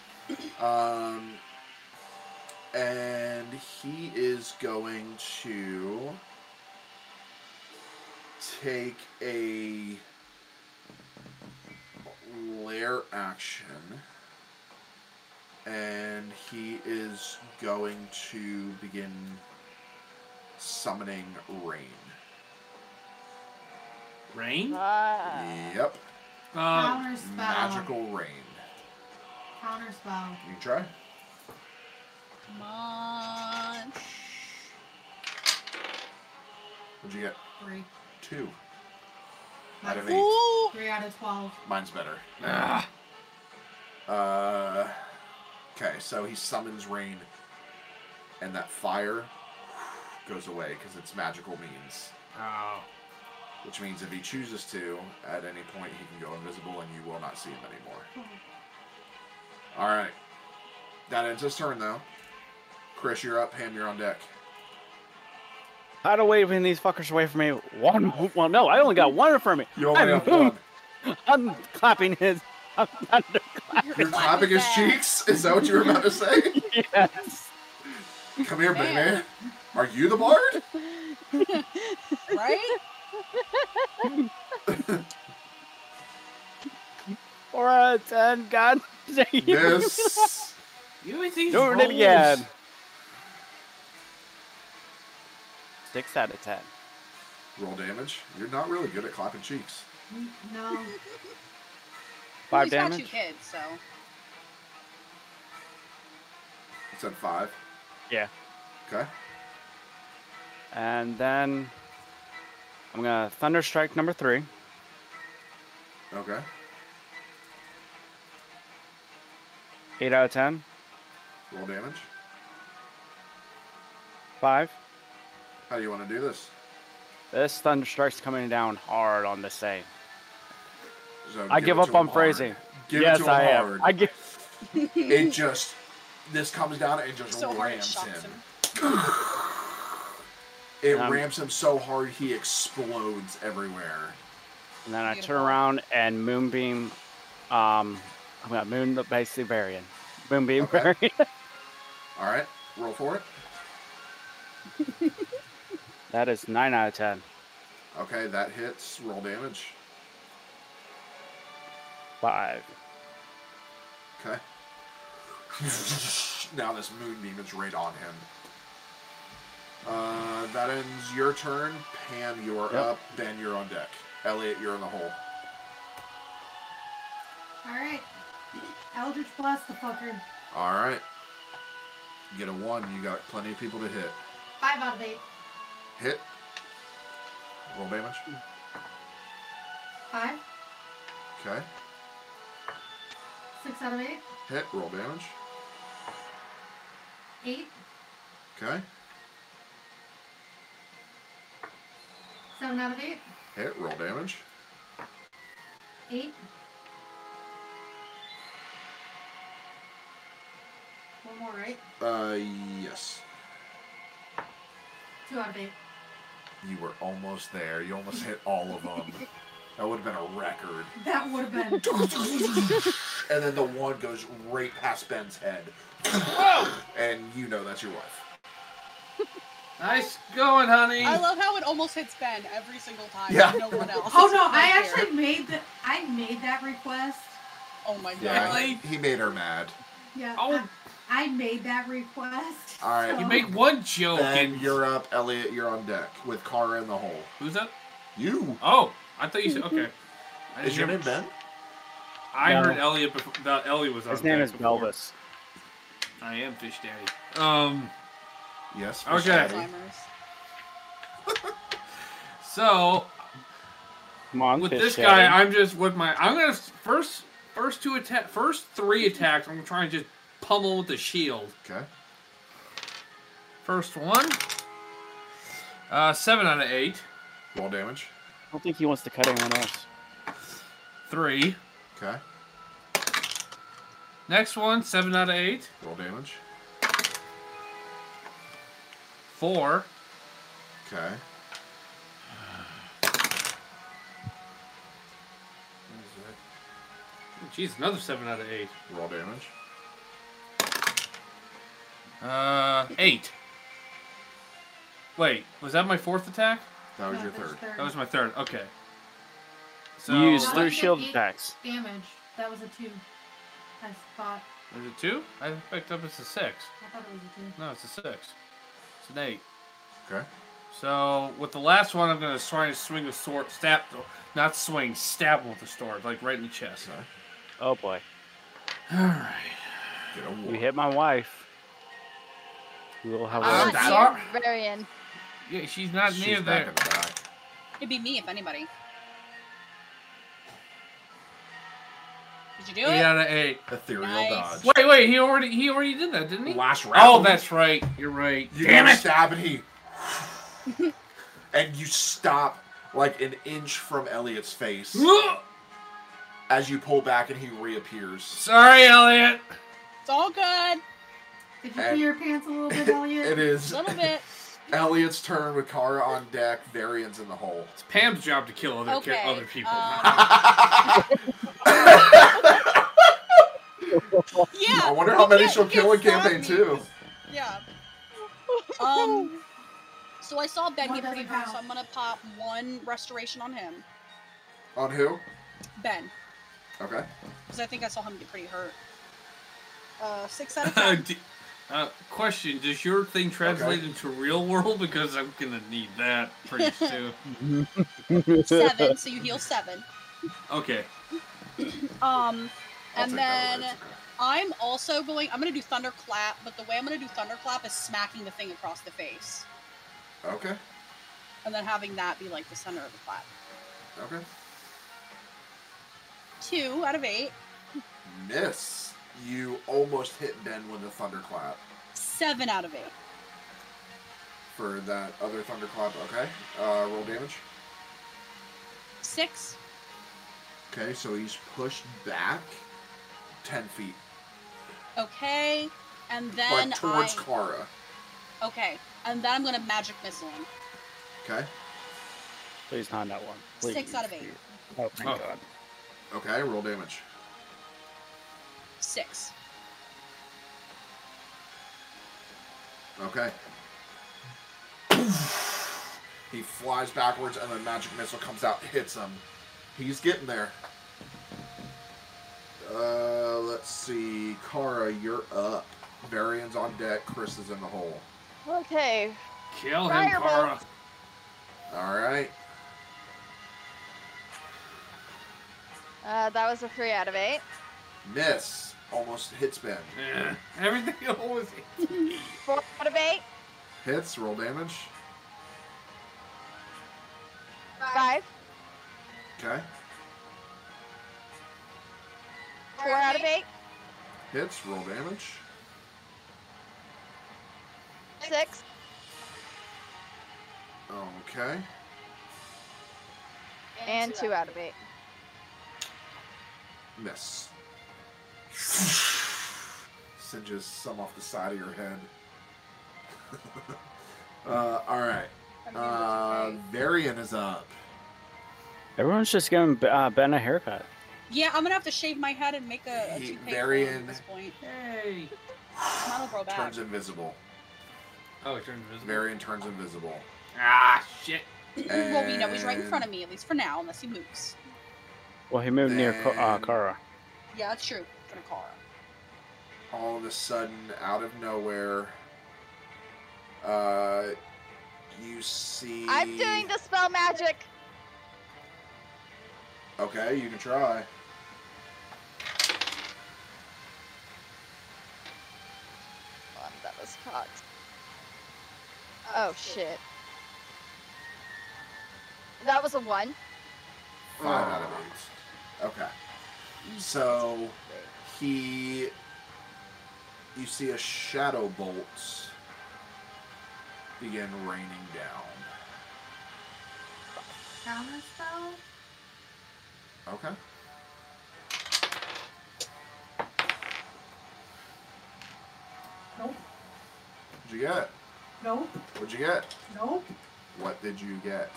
C: Um, and he is going to take a lair action, and he is going to begin summoning rain.
E: Rain.
H: Ah.
C: Yep,
E: Uh,
F: Counter spell.
C: magical rain.
F: Counter spell.
C: You can try.
D: Come on.
C: What'd you get?
F: Three.
C: Two. Out of
F: That's
C: eight.
D: Ooh.
F: three out of twelve.
C: Mine's better.
E: ugh.
C: Uh. Okay, so he summons rain, and that fire goes away because it's magical means.
E: Oh.
C: Which means if he chooses to, at any point he can go invisible, and you will not see him anymore. All right. That ends his turn, though. Chris, you're up. Ham, you're on deck.
G: How do I win these fuckers away from me? One, well, no, I only got one in front of me.
C: You only
G: I'm,
C: have one.
G: I'm clapping his. I'm under,
C: You're clapping his cheeks. Is that what you were about to say?
G: yes.
C: Come here,
D: Man.
C: baby. Are you the bard?
D: Right?
G: Or a ten. God damn.
C: Yes.
E: You always these
G: Doing it
E: rolls.
G: again. Six out of ten.
C: Roll damage. You're not really good at clapping cheeks.
F: No.
D: Well,
G: Five
D: he's got two
G: damage.
D: kids, so.
C: It said five.
G: Yeah.
C: Okay.
G: And then I'm gonna thunder strike number three.
C: Okay.
G: Eight out of ten.
C: Roll damage.
G: Five.
C: How do you want to do this?
G: This thunder strike's coming down hard on this thing.
C: So
G: I
C: give
G: give
C: it
G: up
C: to him
G: on
C: hard.
G: phrasing.
C: Give
G: yes,
C: it to him
G: I
C: hard.
G: am. I give.
C: It just this comes down and just
D: So hard it
C: rams
D: shocks
C: him.
D: him.
C: It
G: Um,
C: rams him so hard he explodes everywhere.
G: And then I
D: Beautiful.
G: turn around and moonbeam. Um, I'm gonna moon the basically Varian. Moonbeam
C: Okay.
G: Varian.
C: All right. Roll for it.
G: that is nine out of ten.
C: Okay, that hits. Roll damage.
G: Five.
C: Okay. now this moonbeam is right on him. Uh, that ends your turn. Pam, you are
G: Yep.
C: up. Ben, you're on deck. Elliot, you're in the hole.
F: All right. Eldritch blast the fucker.
C: All right. Get a one. You got plenty of people to hit.
F: Five out of eight.
C: Hit. Roll damage.
F: Five.
C: Okay.
F: Six out of eight.
C: Hit. Roll damage.
F: Eight.
C: Okay.
F: Seven out of eight.
C: Hit. Roll damage.
F: Eight. One more, right?
C: Uh, yes.
F: Two out of eight.
C: You were almost there. You almost hit all of them. that would have been a record.
F: That would have been.
C: And then the one goes right past Ben's head. And you know that's your wife.
E: Nice going, honey.
D: I love how it almost hits Ben every single time.
C: Yeah.
D: No one else.
F: oh
D: is
F: no!
D: right
F: I
D: there.
F: actually made the. I made that request.
D: Oh my god.
C: Yeah,
E: Really?
C: he made her mad.
F: Yeah.
E: Oh.
F: I, I made that request.
C: All right.
E: You make one joke
C: Ben,
E: and
C: you're up. Elliot, you're on deck with Kara in the hole.
E: who's that?
C: You.
E: Oh, I thought you said okay. I
C: Is your name
E: didn't hear-
C: Ben?
E: I
G: No.
E: heard Elliot before. That Elliot was on.
G: His name
E: deck
G: is
E: before.
G: Belvis.
E: I am Fish Daddy. Um.
C: Yes.
E: Okay.
C: Michelle.
D: Alzheimer's.
E: So
G: Come on,
E: with
G: fish
E: this
G: daddy.
E: guy, I'm just with my. I'm gonna first first two attack first three attacks. I'm gonna try and just pummel with the shield.
C: Okay.
E: First one. Uh, seven out of eight.
C: Roll damage.
G: I don't think he wants to cut anyone else.
E: Three.
C: Okay.
E: Next one, seven out of eight.
C: Roll damage.
E: Four.
C: Okay.
E: Jeez, another seven out of eight.
C: Roll damage.
E: Uh, eight. Wait, was that my fourth attack?
C: That was
F: No,
C: your
F: that's
C: third.
E: That was my third. Okay. So
G: You use
F: That
G: three
F: was an
G: shield
F: eight
G: attacks.
F: Damage. That was a two. I thought.
E: Is it two? I picked up it's a six.
F: I thought it was a two.
E: No, it's a six. It's an eight.
C: Okay.
E: So with the last one, I'm gonna try and swing a sword, stab, not swing, stab him with the sword, like right in the chest.
C: Okay.
G: Oh boy,
E: All right.
C: Get a
G: you
C: one.
G: hit my wife. You will have
D: Ah.
E: I'm
H: I'm
G: a
E: sorry.
H: not near Varian.
E: Yeah, she's not
C: She's
E: near
C: back
E: there.
C: in the back.
D: It'd be me if anybody. Did you do
E: Eight
D: it?
E: out of eight.
C: Ethereal
D: Nice.
C: dodge.
E: Wait, wait. He already, he already did that, didn't he?
C: Last round.
E: Oh, that's right. You're right.
C: You
E: Damn it.
C: Stab and he. and you stop like an inch from Elliot's face as you pull back and he reappears.
E: Sorry, Elliot.
D: It's all good.
F: Did you
C: And-
F: pee your pants a little bit, Elliot?
C: It
D: A
C: is
D: little bit.
C: Elliot's turn with Kara on deck, Varian's in the hole.
E: It's Pam's job to kill other ki-
D: Okay,
E: other people.
D: um, Yeah.
C: I wonder how many
D: yeah,
C: she'll
D: you
C: kill in
D: can't stop
C: campaign
D: me.
C: two.
D: Yeah. Um. So I saw Ben
F: One
D: get pretty
F: doesn't
D: hurt, so
F: count.
D: I'm gonna pop one restoration on him,
C: On who?
D: Ben,
C: Okay.
D: because I think I saw him get pretty hurt. Uh, six out of ten.
E: D- uh, question: Does your thing translate
C: Okay.
E: into real world? Because I'm gonna need that pretty soon.
D: seven. So you heal seven.
E: Okay.
D: Um,
C: I'll
D: and
C: take that
D: then
C: away, it's
D: I'm also going. I'm gonna do thunderclap, but the way I'm gonna do thunderclap is smacking the thing across the face,
C: Okay. Okay.
D: and then having that be like the center of the clap.
C: Okay.
D: Two out of eight.
C: Miss. You almost hit Ben with a thunderclap
D: Seven out of eight.
C: for that other thunderclap. Okay. Uh, roll damage.
D: Six.
C: Okay, so he's pushed back ten feet,
D: Okay. And then
C: like towards
D: I.
C: Kara.
D: Okay, and then I'm gonna magic missile him.
C: Okay,
G: Please not that one. Please.
D: Six out of eight.
G: Oh my
E: Oh.
G: god.
C: okay, roll damage.
D: Six.
C: Okay. He flies backwards, and the magic missile comes out, hits him. He's getting there. Uh, let's see, Kara, you're up. Varian's on deck. Chris is in the hole.
H: Okay.
E: Kill him,
H: Fireball.
E: Kara.
C: All right.
H: Uh, that was a three out of eight.
C: Miss. Almost hits Ben.
E: Eh, Everything always.
H: Four out of eight.
C: Hits, roll damage.
H: Five.
C: Okay.
H: Four out of eight.
C: Hits, roll damage.
H: Six.
C: Okay.
H: And two out of eight.
C: Miss. Singes some off the side of your head. uh, Alright. Uh, Varian is up.
G: Everyone's just giving uh, Ben a haircut.
D: Yeah, I'm gonna have to shave my head and make a, a
C: He-
D: toupee
C: Varian-
D: at this point.
E: Hey.
D: Mine will grow back.
C: Turns invisible.
E: Oh, it turned invisible.
C: Varian turns invisible.
E: Ah, shit.
D: well, we know he's right in front of me, at least for now, unless he moves.
G: Well, he moved near Ka- uh,
C: Ben.
G: Kara.
D: Yeah, that's true. Gonna call her.
C: all of a sudden, out of nowhere, uh, you see.
H: I'm doing the spell magic.
C: Okay, you can try.
H: Hold on, that was cocked. Oh shit. That was a one.
C: Five out of eight. Okay. So he, you see a shadow bolts begin raining down.
F: Counter spell?
C: Okay.
F: Nope.
C: What'd you get?
F: Nope.
C: What'd you get?
F: Nope.
C: What did you get?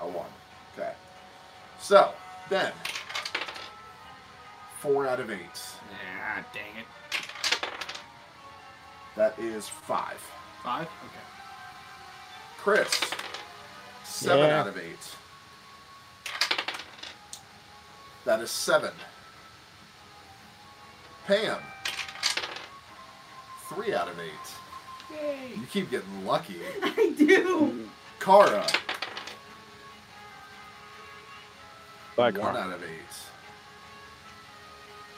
C: A one. Okay. So then, four out of eight.
E: Ah, dang it.
C: That is five.
E: Five? Okay.
C: Chris, seven
G: Yeah.
C: out of eight. That is seven. Pam, three out of eight. You keep getting lucky.
F: I
C: Mm.
F: do.
C: Kara,
G: Bye,
C: one
G: Kara.
C: out of eight.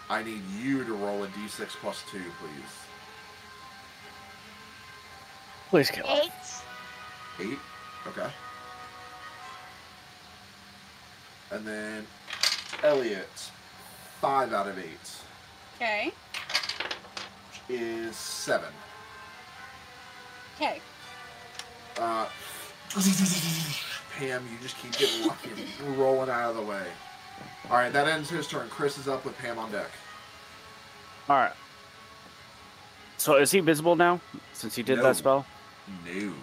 C: I need you to roll a d6 plus two, please.
G: Please kill him.
H: Eight.
C: Eight. Okay. And then Elliot, five out of eight,
D: Okay.
C: which is seven.
D: Okay.
C: Uh, Pam, you just keep getting lucky, and rolling out of the way. All right, that ends his turn. Chris is up with Pam on deck.
G: All right. So is he visible now? Since he did
C: No.
G: that spell?
C: No.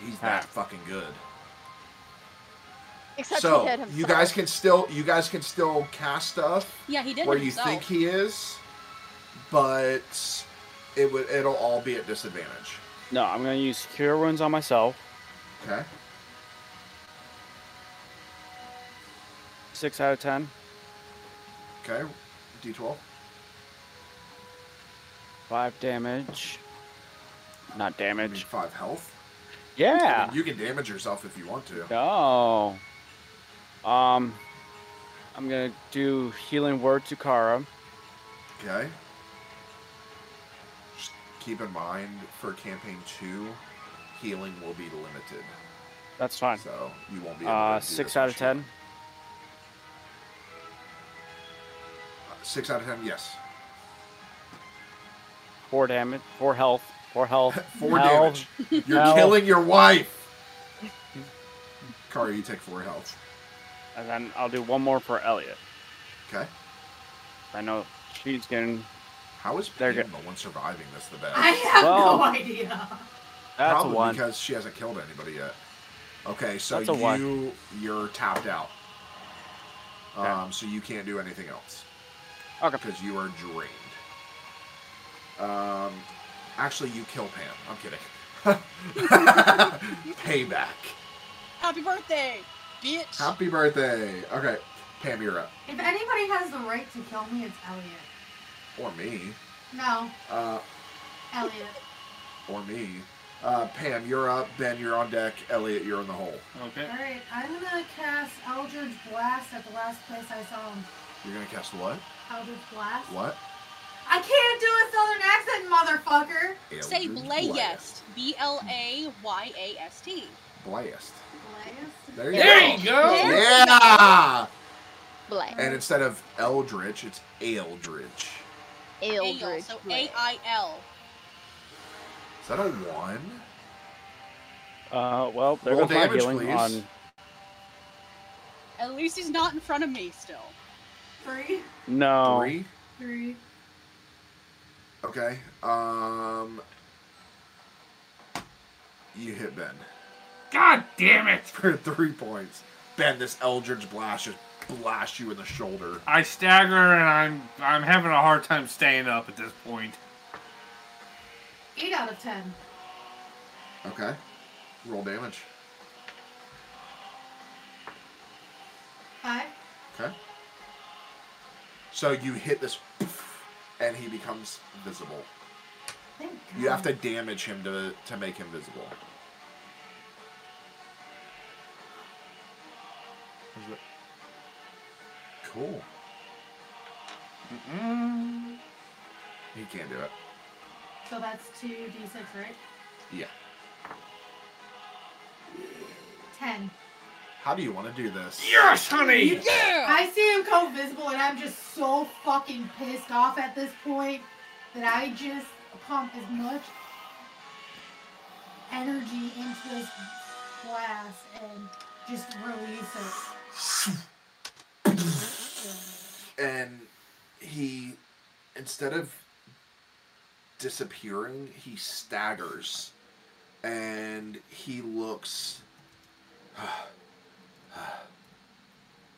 C: He's
G: that
C: fucking good.
H: Except he hit
C: so
H: himself.
C: you guys can still you guys can still cast stuff.
D: Yeah, he did
C: where
D: it
C: you
D: himself.
C: think he is, but it would it'll all be at disadvantage.
G: No, I'm going to use Cure Wounds on myself.
C: Okay.
G: Six out of ten.
C: Okay. D12.
G: Five damage. Not
C: I mean
G: damage.
C: five health. I
G: Yeah.
C: mean, you can damage yourself if you want to.
G: No. Um, I'm gonna do healing word to Kara.
C: Okay. Just keep in mind for campaign two, healing will be limited,
G: That's fine.
C: so you won't be. Able to
G: Uh,
C: do
G: six
C: this
G: out
C: for
G: of
C: sure.
G: ten.
C: Uh, Six out of ten. Yes.
G: Four damage. Four health. Four health.
C: Four
G: health.
C: damage. You're
G: No.
C: killing your wife. Kari, you take four health.
G: And then I'll do one more for Elliot.
C: Okay.
G: I know she's getting.
C: How is
G: There
C: Pam
G: you
C: the one surviving this the best?
F: I have
G: Well.
F: no idea.
G: That's
C: Probably
G: a one.
C: because she hasn't killed anybody yet. Okay, so
G: That's a
C: you
G: one.
C: you're tapped out.
G: Okay.
C: Um, so you can't do anything else
G: Okay.
C: because you are drained. Um, actually, you kill Pam. I'm kidding. Payback.
D: Happy birthday, bitch.
C: Happy birthday. Okay, Pam, you're up.
F: If anybody has the right to kill me, it's Elliot.
C: Or me.
F: No,
C: Uh,
F: Elliot.
C: or me. Uh, Pam, you're up. Ben, you're on deck. Elliot, you're in the hole.
E: Okay.
F: Alright, I'm gonna cast Eldridge Blast at the last place I saw him.
C: You're gonna cast what?
F: Eldritch Blast.
C: What?
F: I can't do a southern accent, motherfucker.
D: Say
C: Eldritch
D: Blayest. B L A Y A S T.
C: Blast.
F: Blast.
C: There you
E: There
C: go.
E: you go.
D: There you
C: Yeah.
H: Black.
C: And instead of Eldritch, it's Eldritch.
H: Eldritch.
D: So A
H: Blast.
D: I L.
C: Is that a one?
G: Uh, well, they're
C: Roll
G: going to find
C: damage,
G: healing
C: please.
G: on.
D: At least he's not in front of me still.
F: Three.
G: No.
C: Three.
F: Three.
C: Okay. Um. You hit Ben
E: God damn it!
C: for three points. Ben, this Eldritch blast just blasts you in the shoulder.
E: I stagger and I'm I'm having a hard time staying up at this point.
F: Eight out of ten.
C: Okay. Roll damage.
F: Five.
C: Okay. So you hit this, and he becomes visible.
F: Thank
C: You have to damage him to to make him visible. Is it- Cool.
E: Mm-mm.
C: He can't do it.
F: So that's two d6, right?
C: Yeah.
F: Ten.
C: How do you want to do this?
E: Yes, honey.
D: Yeah.
F: I see him go visible, and I'm just so fucking pissed off at this point that I just pump as much energy into this glass and just release it.
C: And he, instead of disappearing, he staggers, and he looks.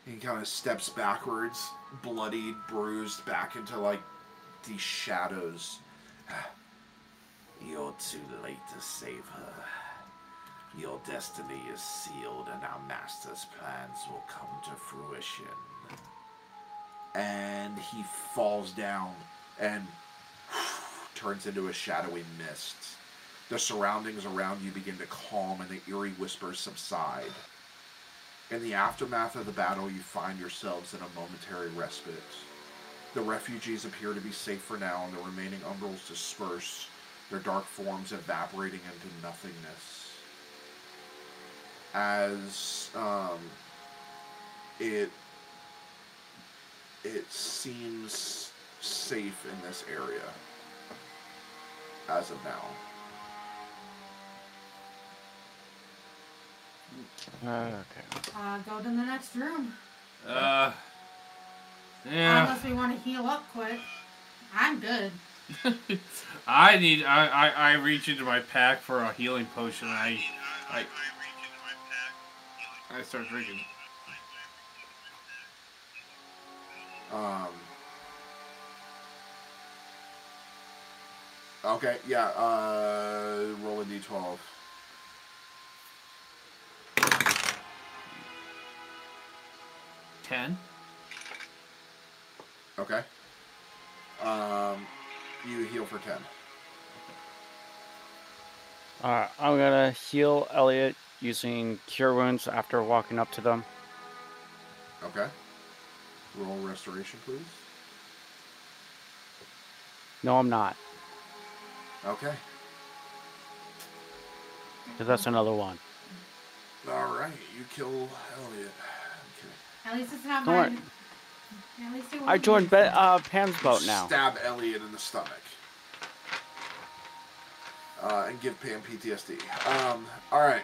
C: he kind of steps backwards, bloodied, bruised, back into like these shadows. You're too late to save her. Your destiny is sealed, and our master's plans will come to fruition. And he falls down and turns into a shadowy mist. The surroundings around you begin to calm, and the eerie whispers subside. In the aftermath of the battle, you find yourselves in a momentary respite. The refugees appear to be safe for now, and the remaining umbrals disperse, their dark forms evaporating into nothingness. As um, it it seems safe in this area as of now.
G: Okay.
F: Uh, go to the next room.
E: Uh. Yeah.
F: Unless we want to heal up quick. I'm good.
E: I need. I, I I reach into my pack for a healing potion. I I I start drinking.
C: Um, okay, yeah, uh, roll a d12.
E: Ten.
C: Okay. Um, you heal for 10.
G: Alright, I'm going to heal Elliot using Cure Wounds after walking up to them.
C: Okay. Roll restoration, please.
G: No, I'm not.
C: Okay.
G: 'cause that's another one.
C: Alright, you kill Elliot. Okay.
F: At least it's not
G: Don't worry.
F: mine. At least it
G: I
F: wasn't
G: joined
F: mine.
G: Be- uh, Pam's boat now.
C: Stab Elliot in the stomach. Uh, and give Pam PTSD. Um, alright.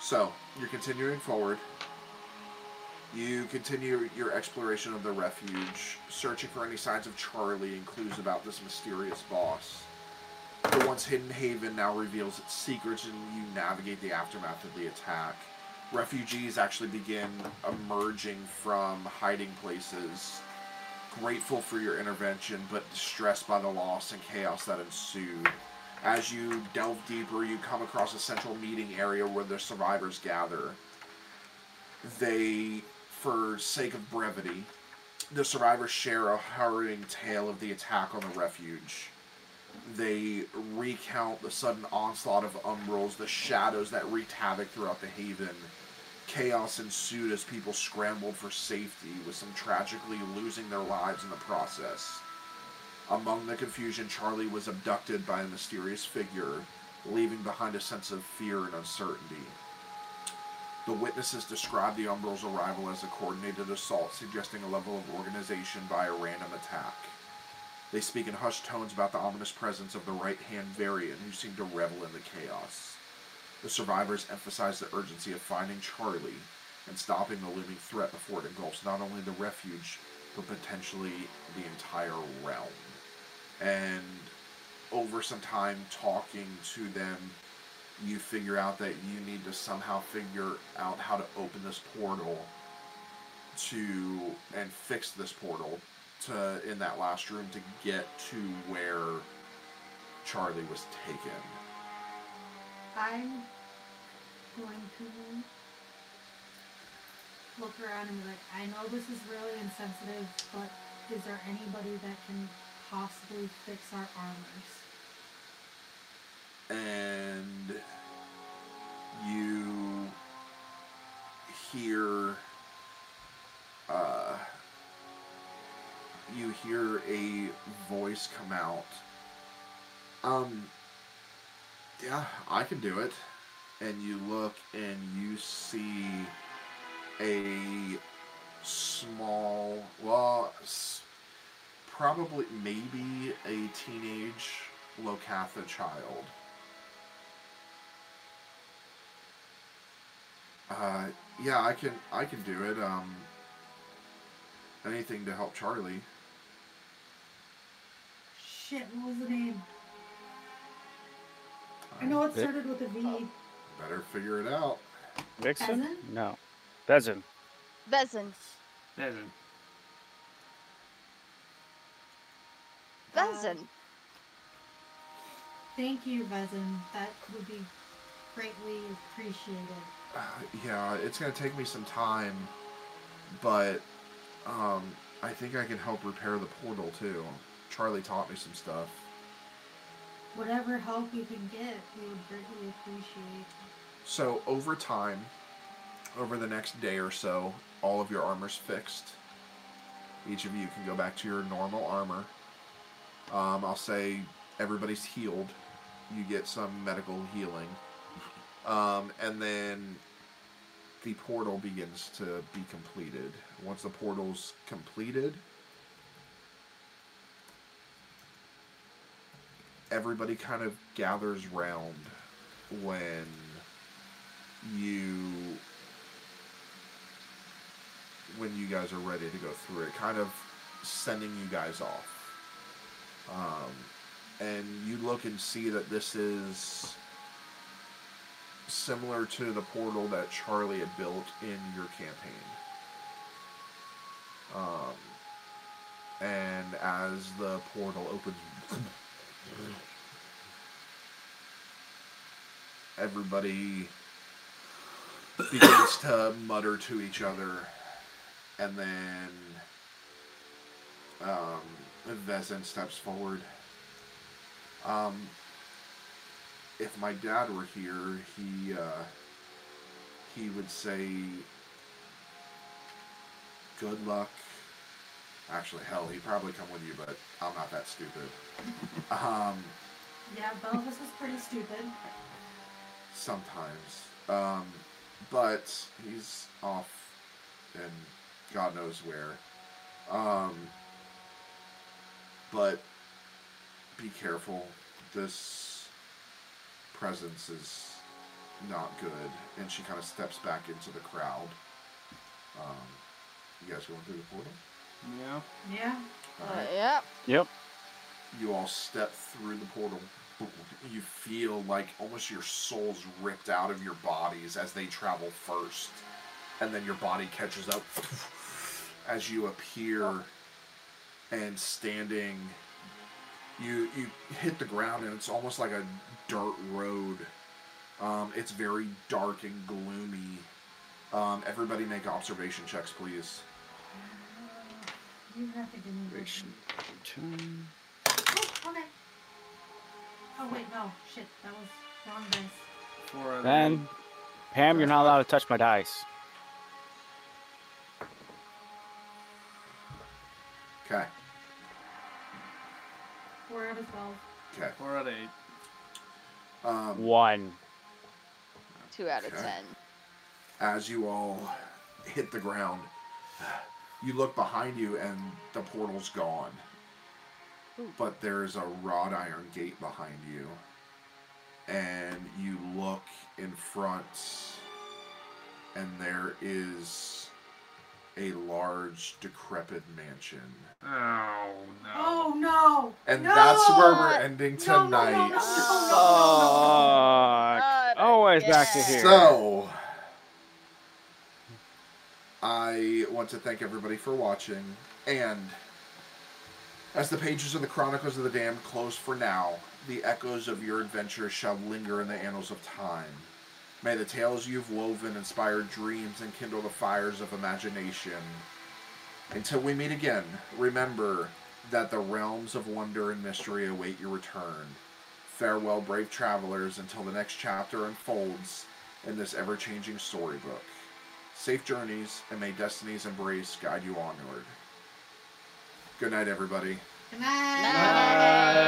C: So, you're continuing forward. You continue your exploration of the refuge, searching for any signs of Charlie and clues about this mysterious boss. The once hidden haven now reveals its secrets, and you navigate the aftermath of the attack. Refugees actually begin emerging from hiding places, grateful for your intervention, but distressed by the loss and chaos that ensued. As you delve deeper, you come across a central meeting area where the survivors gather. They, for sake of brevity, the survivors share a harrowing tale of the attack on the refuge. They recount the sudden onslaught of umbrals, the shadows that wreaked havoc throughout the haven, Chaos ensued as people scrambled for safety, with some tragically losing their lives in the process. Among the confusion, Charlie was abducted by a mysterious figure, leaving behind a sense of fear and uncertainty. The witnesses described the Umbral's arrival as a coordinated assault, suggesting a level of organization by a random attack. They speak in hushed tones about the ominous presence of the right hand variant who seemed to revel in the chaos. The survivors emphasize the urgency of finding Charlie and stopping the looming threat before it engulfs not only the refuge, but potentially the entire realm. And over some time talking to them, you figure out that you need to somehow figure out how to open this portal to and fix this portal to in that last room to get to where Charlie was taken.
F: I'm going to look around and be like, I know this is really insensitive, but is there anybody that can possibly fix our armors?
C: and you hear uh, you hear a voice come out um yeah i can do it and you look and you see a small well s- probably maybe a teenage locatha child Uh, yeah, I can I can do it. Um, anything to help Charlie.
F: Shit, what was the name? I know it
G: Vic?
F: started with a V.
C: Better figure it out.
G: Vixen?
F: Pheasant?
G: No. Bezin.
H: Bezin.
E: Doesn't.
H: Bezin.
F: Thank you, Vezin. That would be greatly appreciated.
C: Uh, yeah, it's gonna take me some time, but um, I think I can help repair the portal too. Charlie taught me some stuff.
F: Whatever help you can get, we would greatly appreciate.
C: So over time, over the next day or so, all of your armor's fixed. Each of you can go back to your normal armor. Um, I'll say everybody's healed. You get some medical healing. Um, and then the portal begins to be completed. Once the portal's completed, everybody kind of gathers round when you when you guys are ready to go through it kind of sending you guys off um, and you look and see that this is similar to the portal that charlie had built in your campaign um, and as the portal opens everybody begins to mutter to each other, and then um, Vezin steps forward. Um, if my dad were here, he uh, he would say, "Good luck." Actually, hell, he'd probably come with you, but I'm not that stupid. um,
F: Yeah, Belvis was pretty stupid.
C: sometimes. Um, but he's off and God knows where. Um, but be careful. This presence is not good. And she kind of steps back into the crowd. Um, you guys going through the portal?
E: Yeah.
F: Yeah.
C: All right.
H: Uh, yep.
G: Yep.
C: you all step through the portal. You feel like almost your souls ripped out of your bodies as they travel first, and then your body catches up as you appear and standing. You you hit the ground and it's almost like a dirt road. Um, it's very dark and gloomy. Um, everybody make observation checks, please.
F: You have to give me this. Oh, okay. Oh, wait, no. Shit, that was wrong dice.
E: For
G: Then, Pam, you're not allowed to touch my dice.
F: Four out of twelve.
C: Okay.
E: Four out of eight.
C: Um,
G: One.
H: Two out of
C: Okay.
H: ten.
C: as you all hit the ground, you look behind you and the portal's gone.
H: Ooh.
C: But there is a wrought iron gate behind you. And you look in front, and there is a large, decrepit mansion.
E: Oh no.
F: Oh no!
C: And
F: no!
C: that's where we're ending
F: No, no,
C: tonight.
F: no, no, no, no, no, no, no.
C: Oh,
G: Fuck. Always back to
H: yeah.
G: here.
C: So, I want to thank everybody for watching, and as the pages of the Chronicles of the Damned close for now, the echoes of your adventures shall linger in the annals of time. May the tales you've woven inspire dreams and kindle the fires of imagination. Until we meet again, remember that the realms of wonder and mystery await your return. Farewell, brave travelers, until the next chapter unfolds in this ever changing storybook. Safe journeys, and may Destiny's embrace guide you onward. Good night, everybody.
F: Good night.
H: Bye.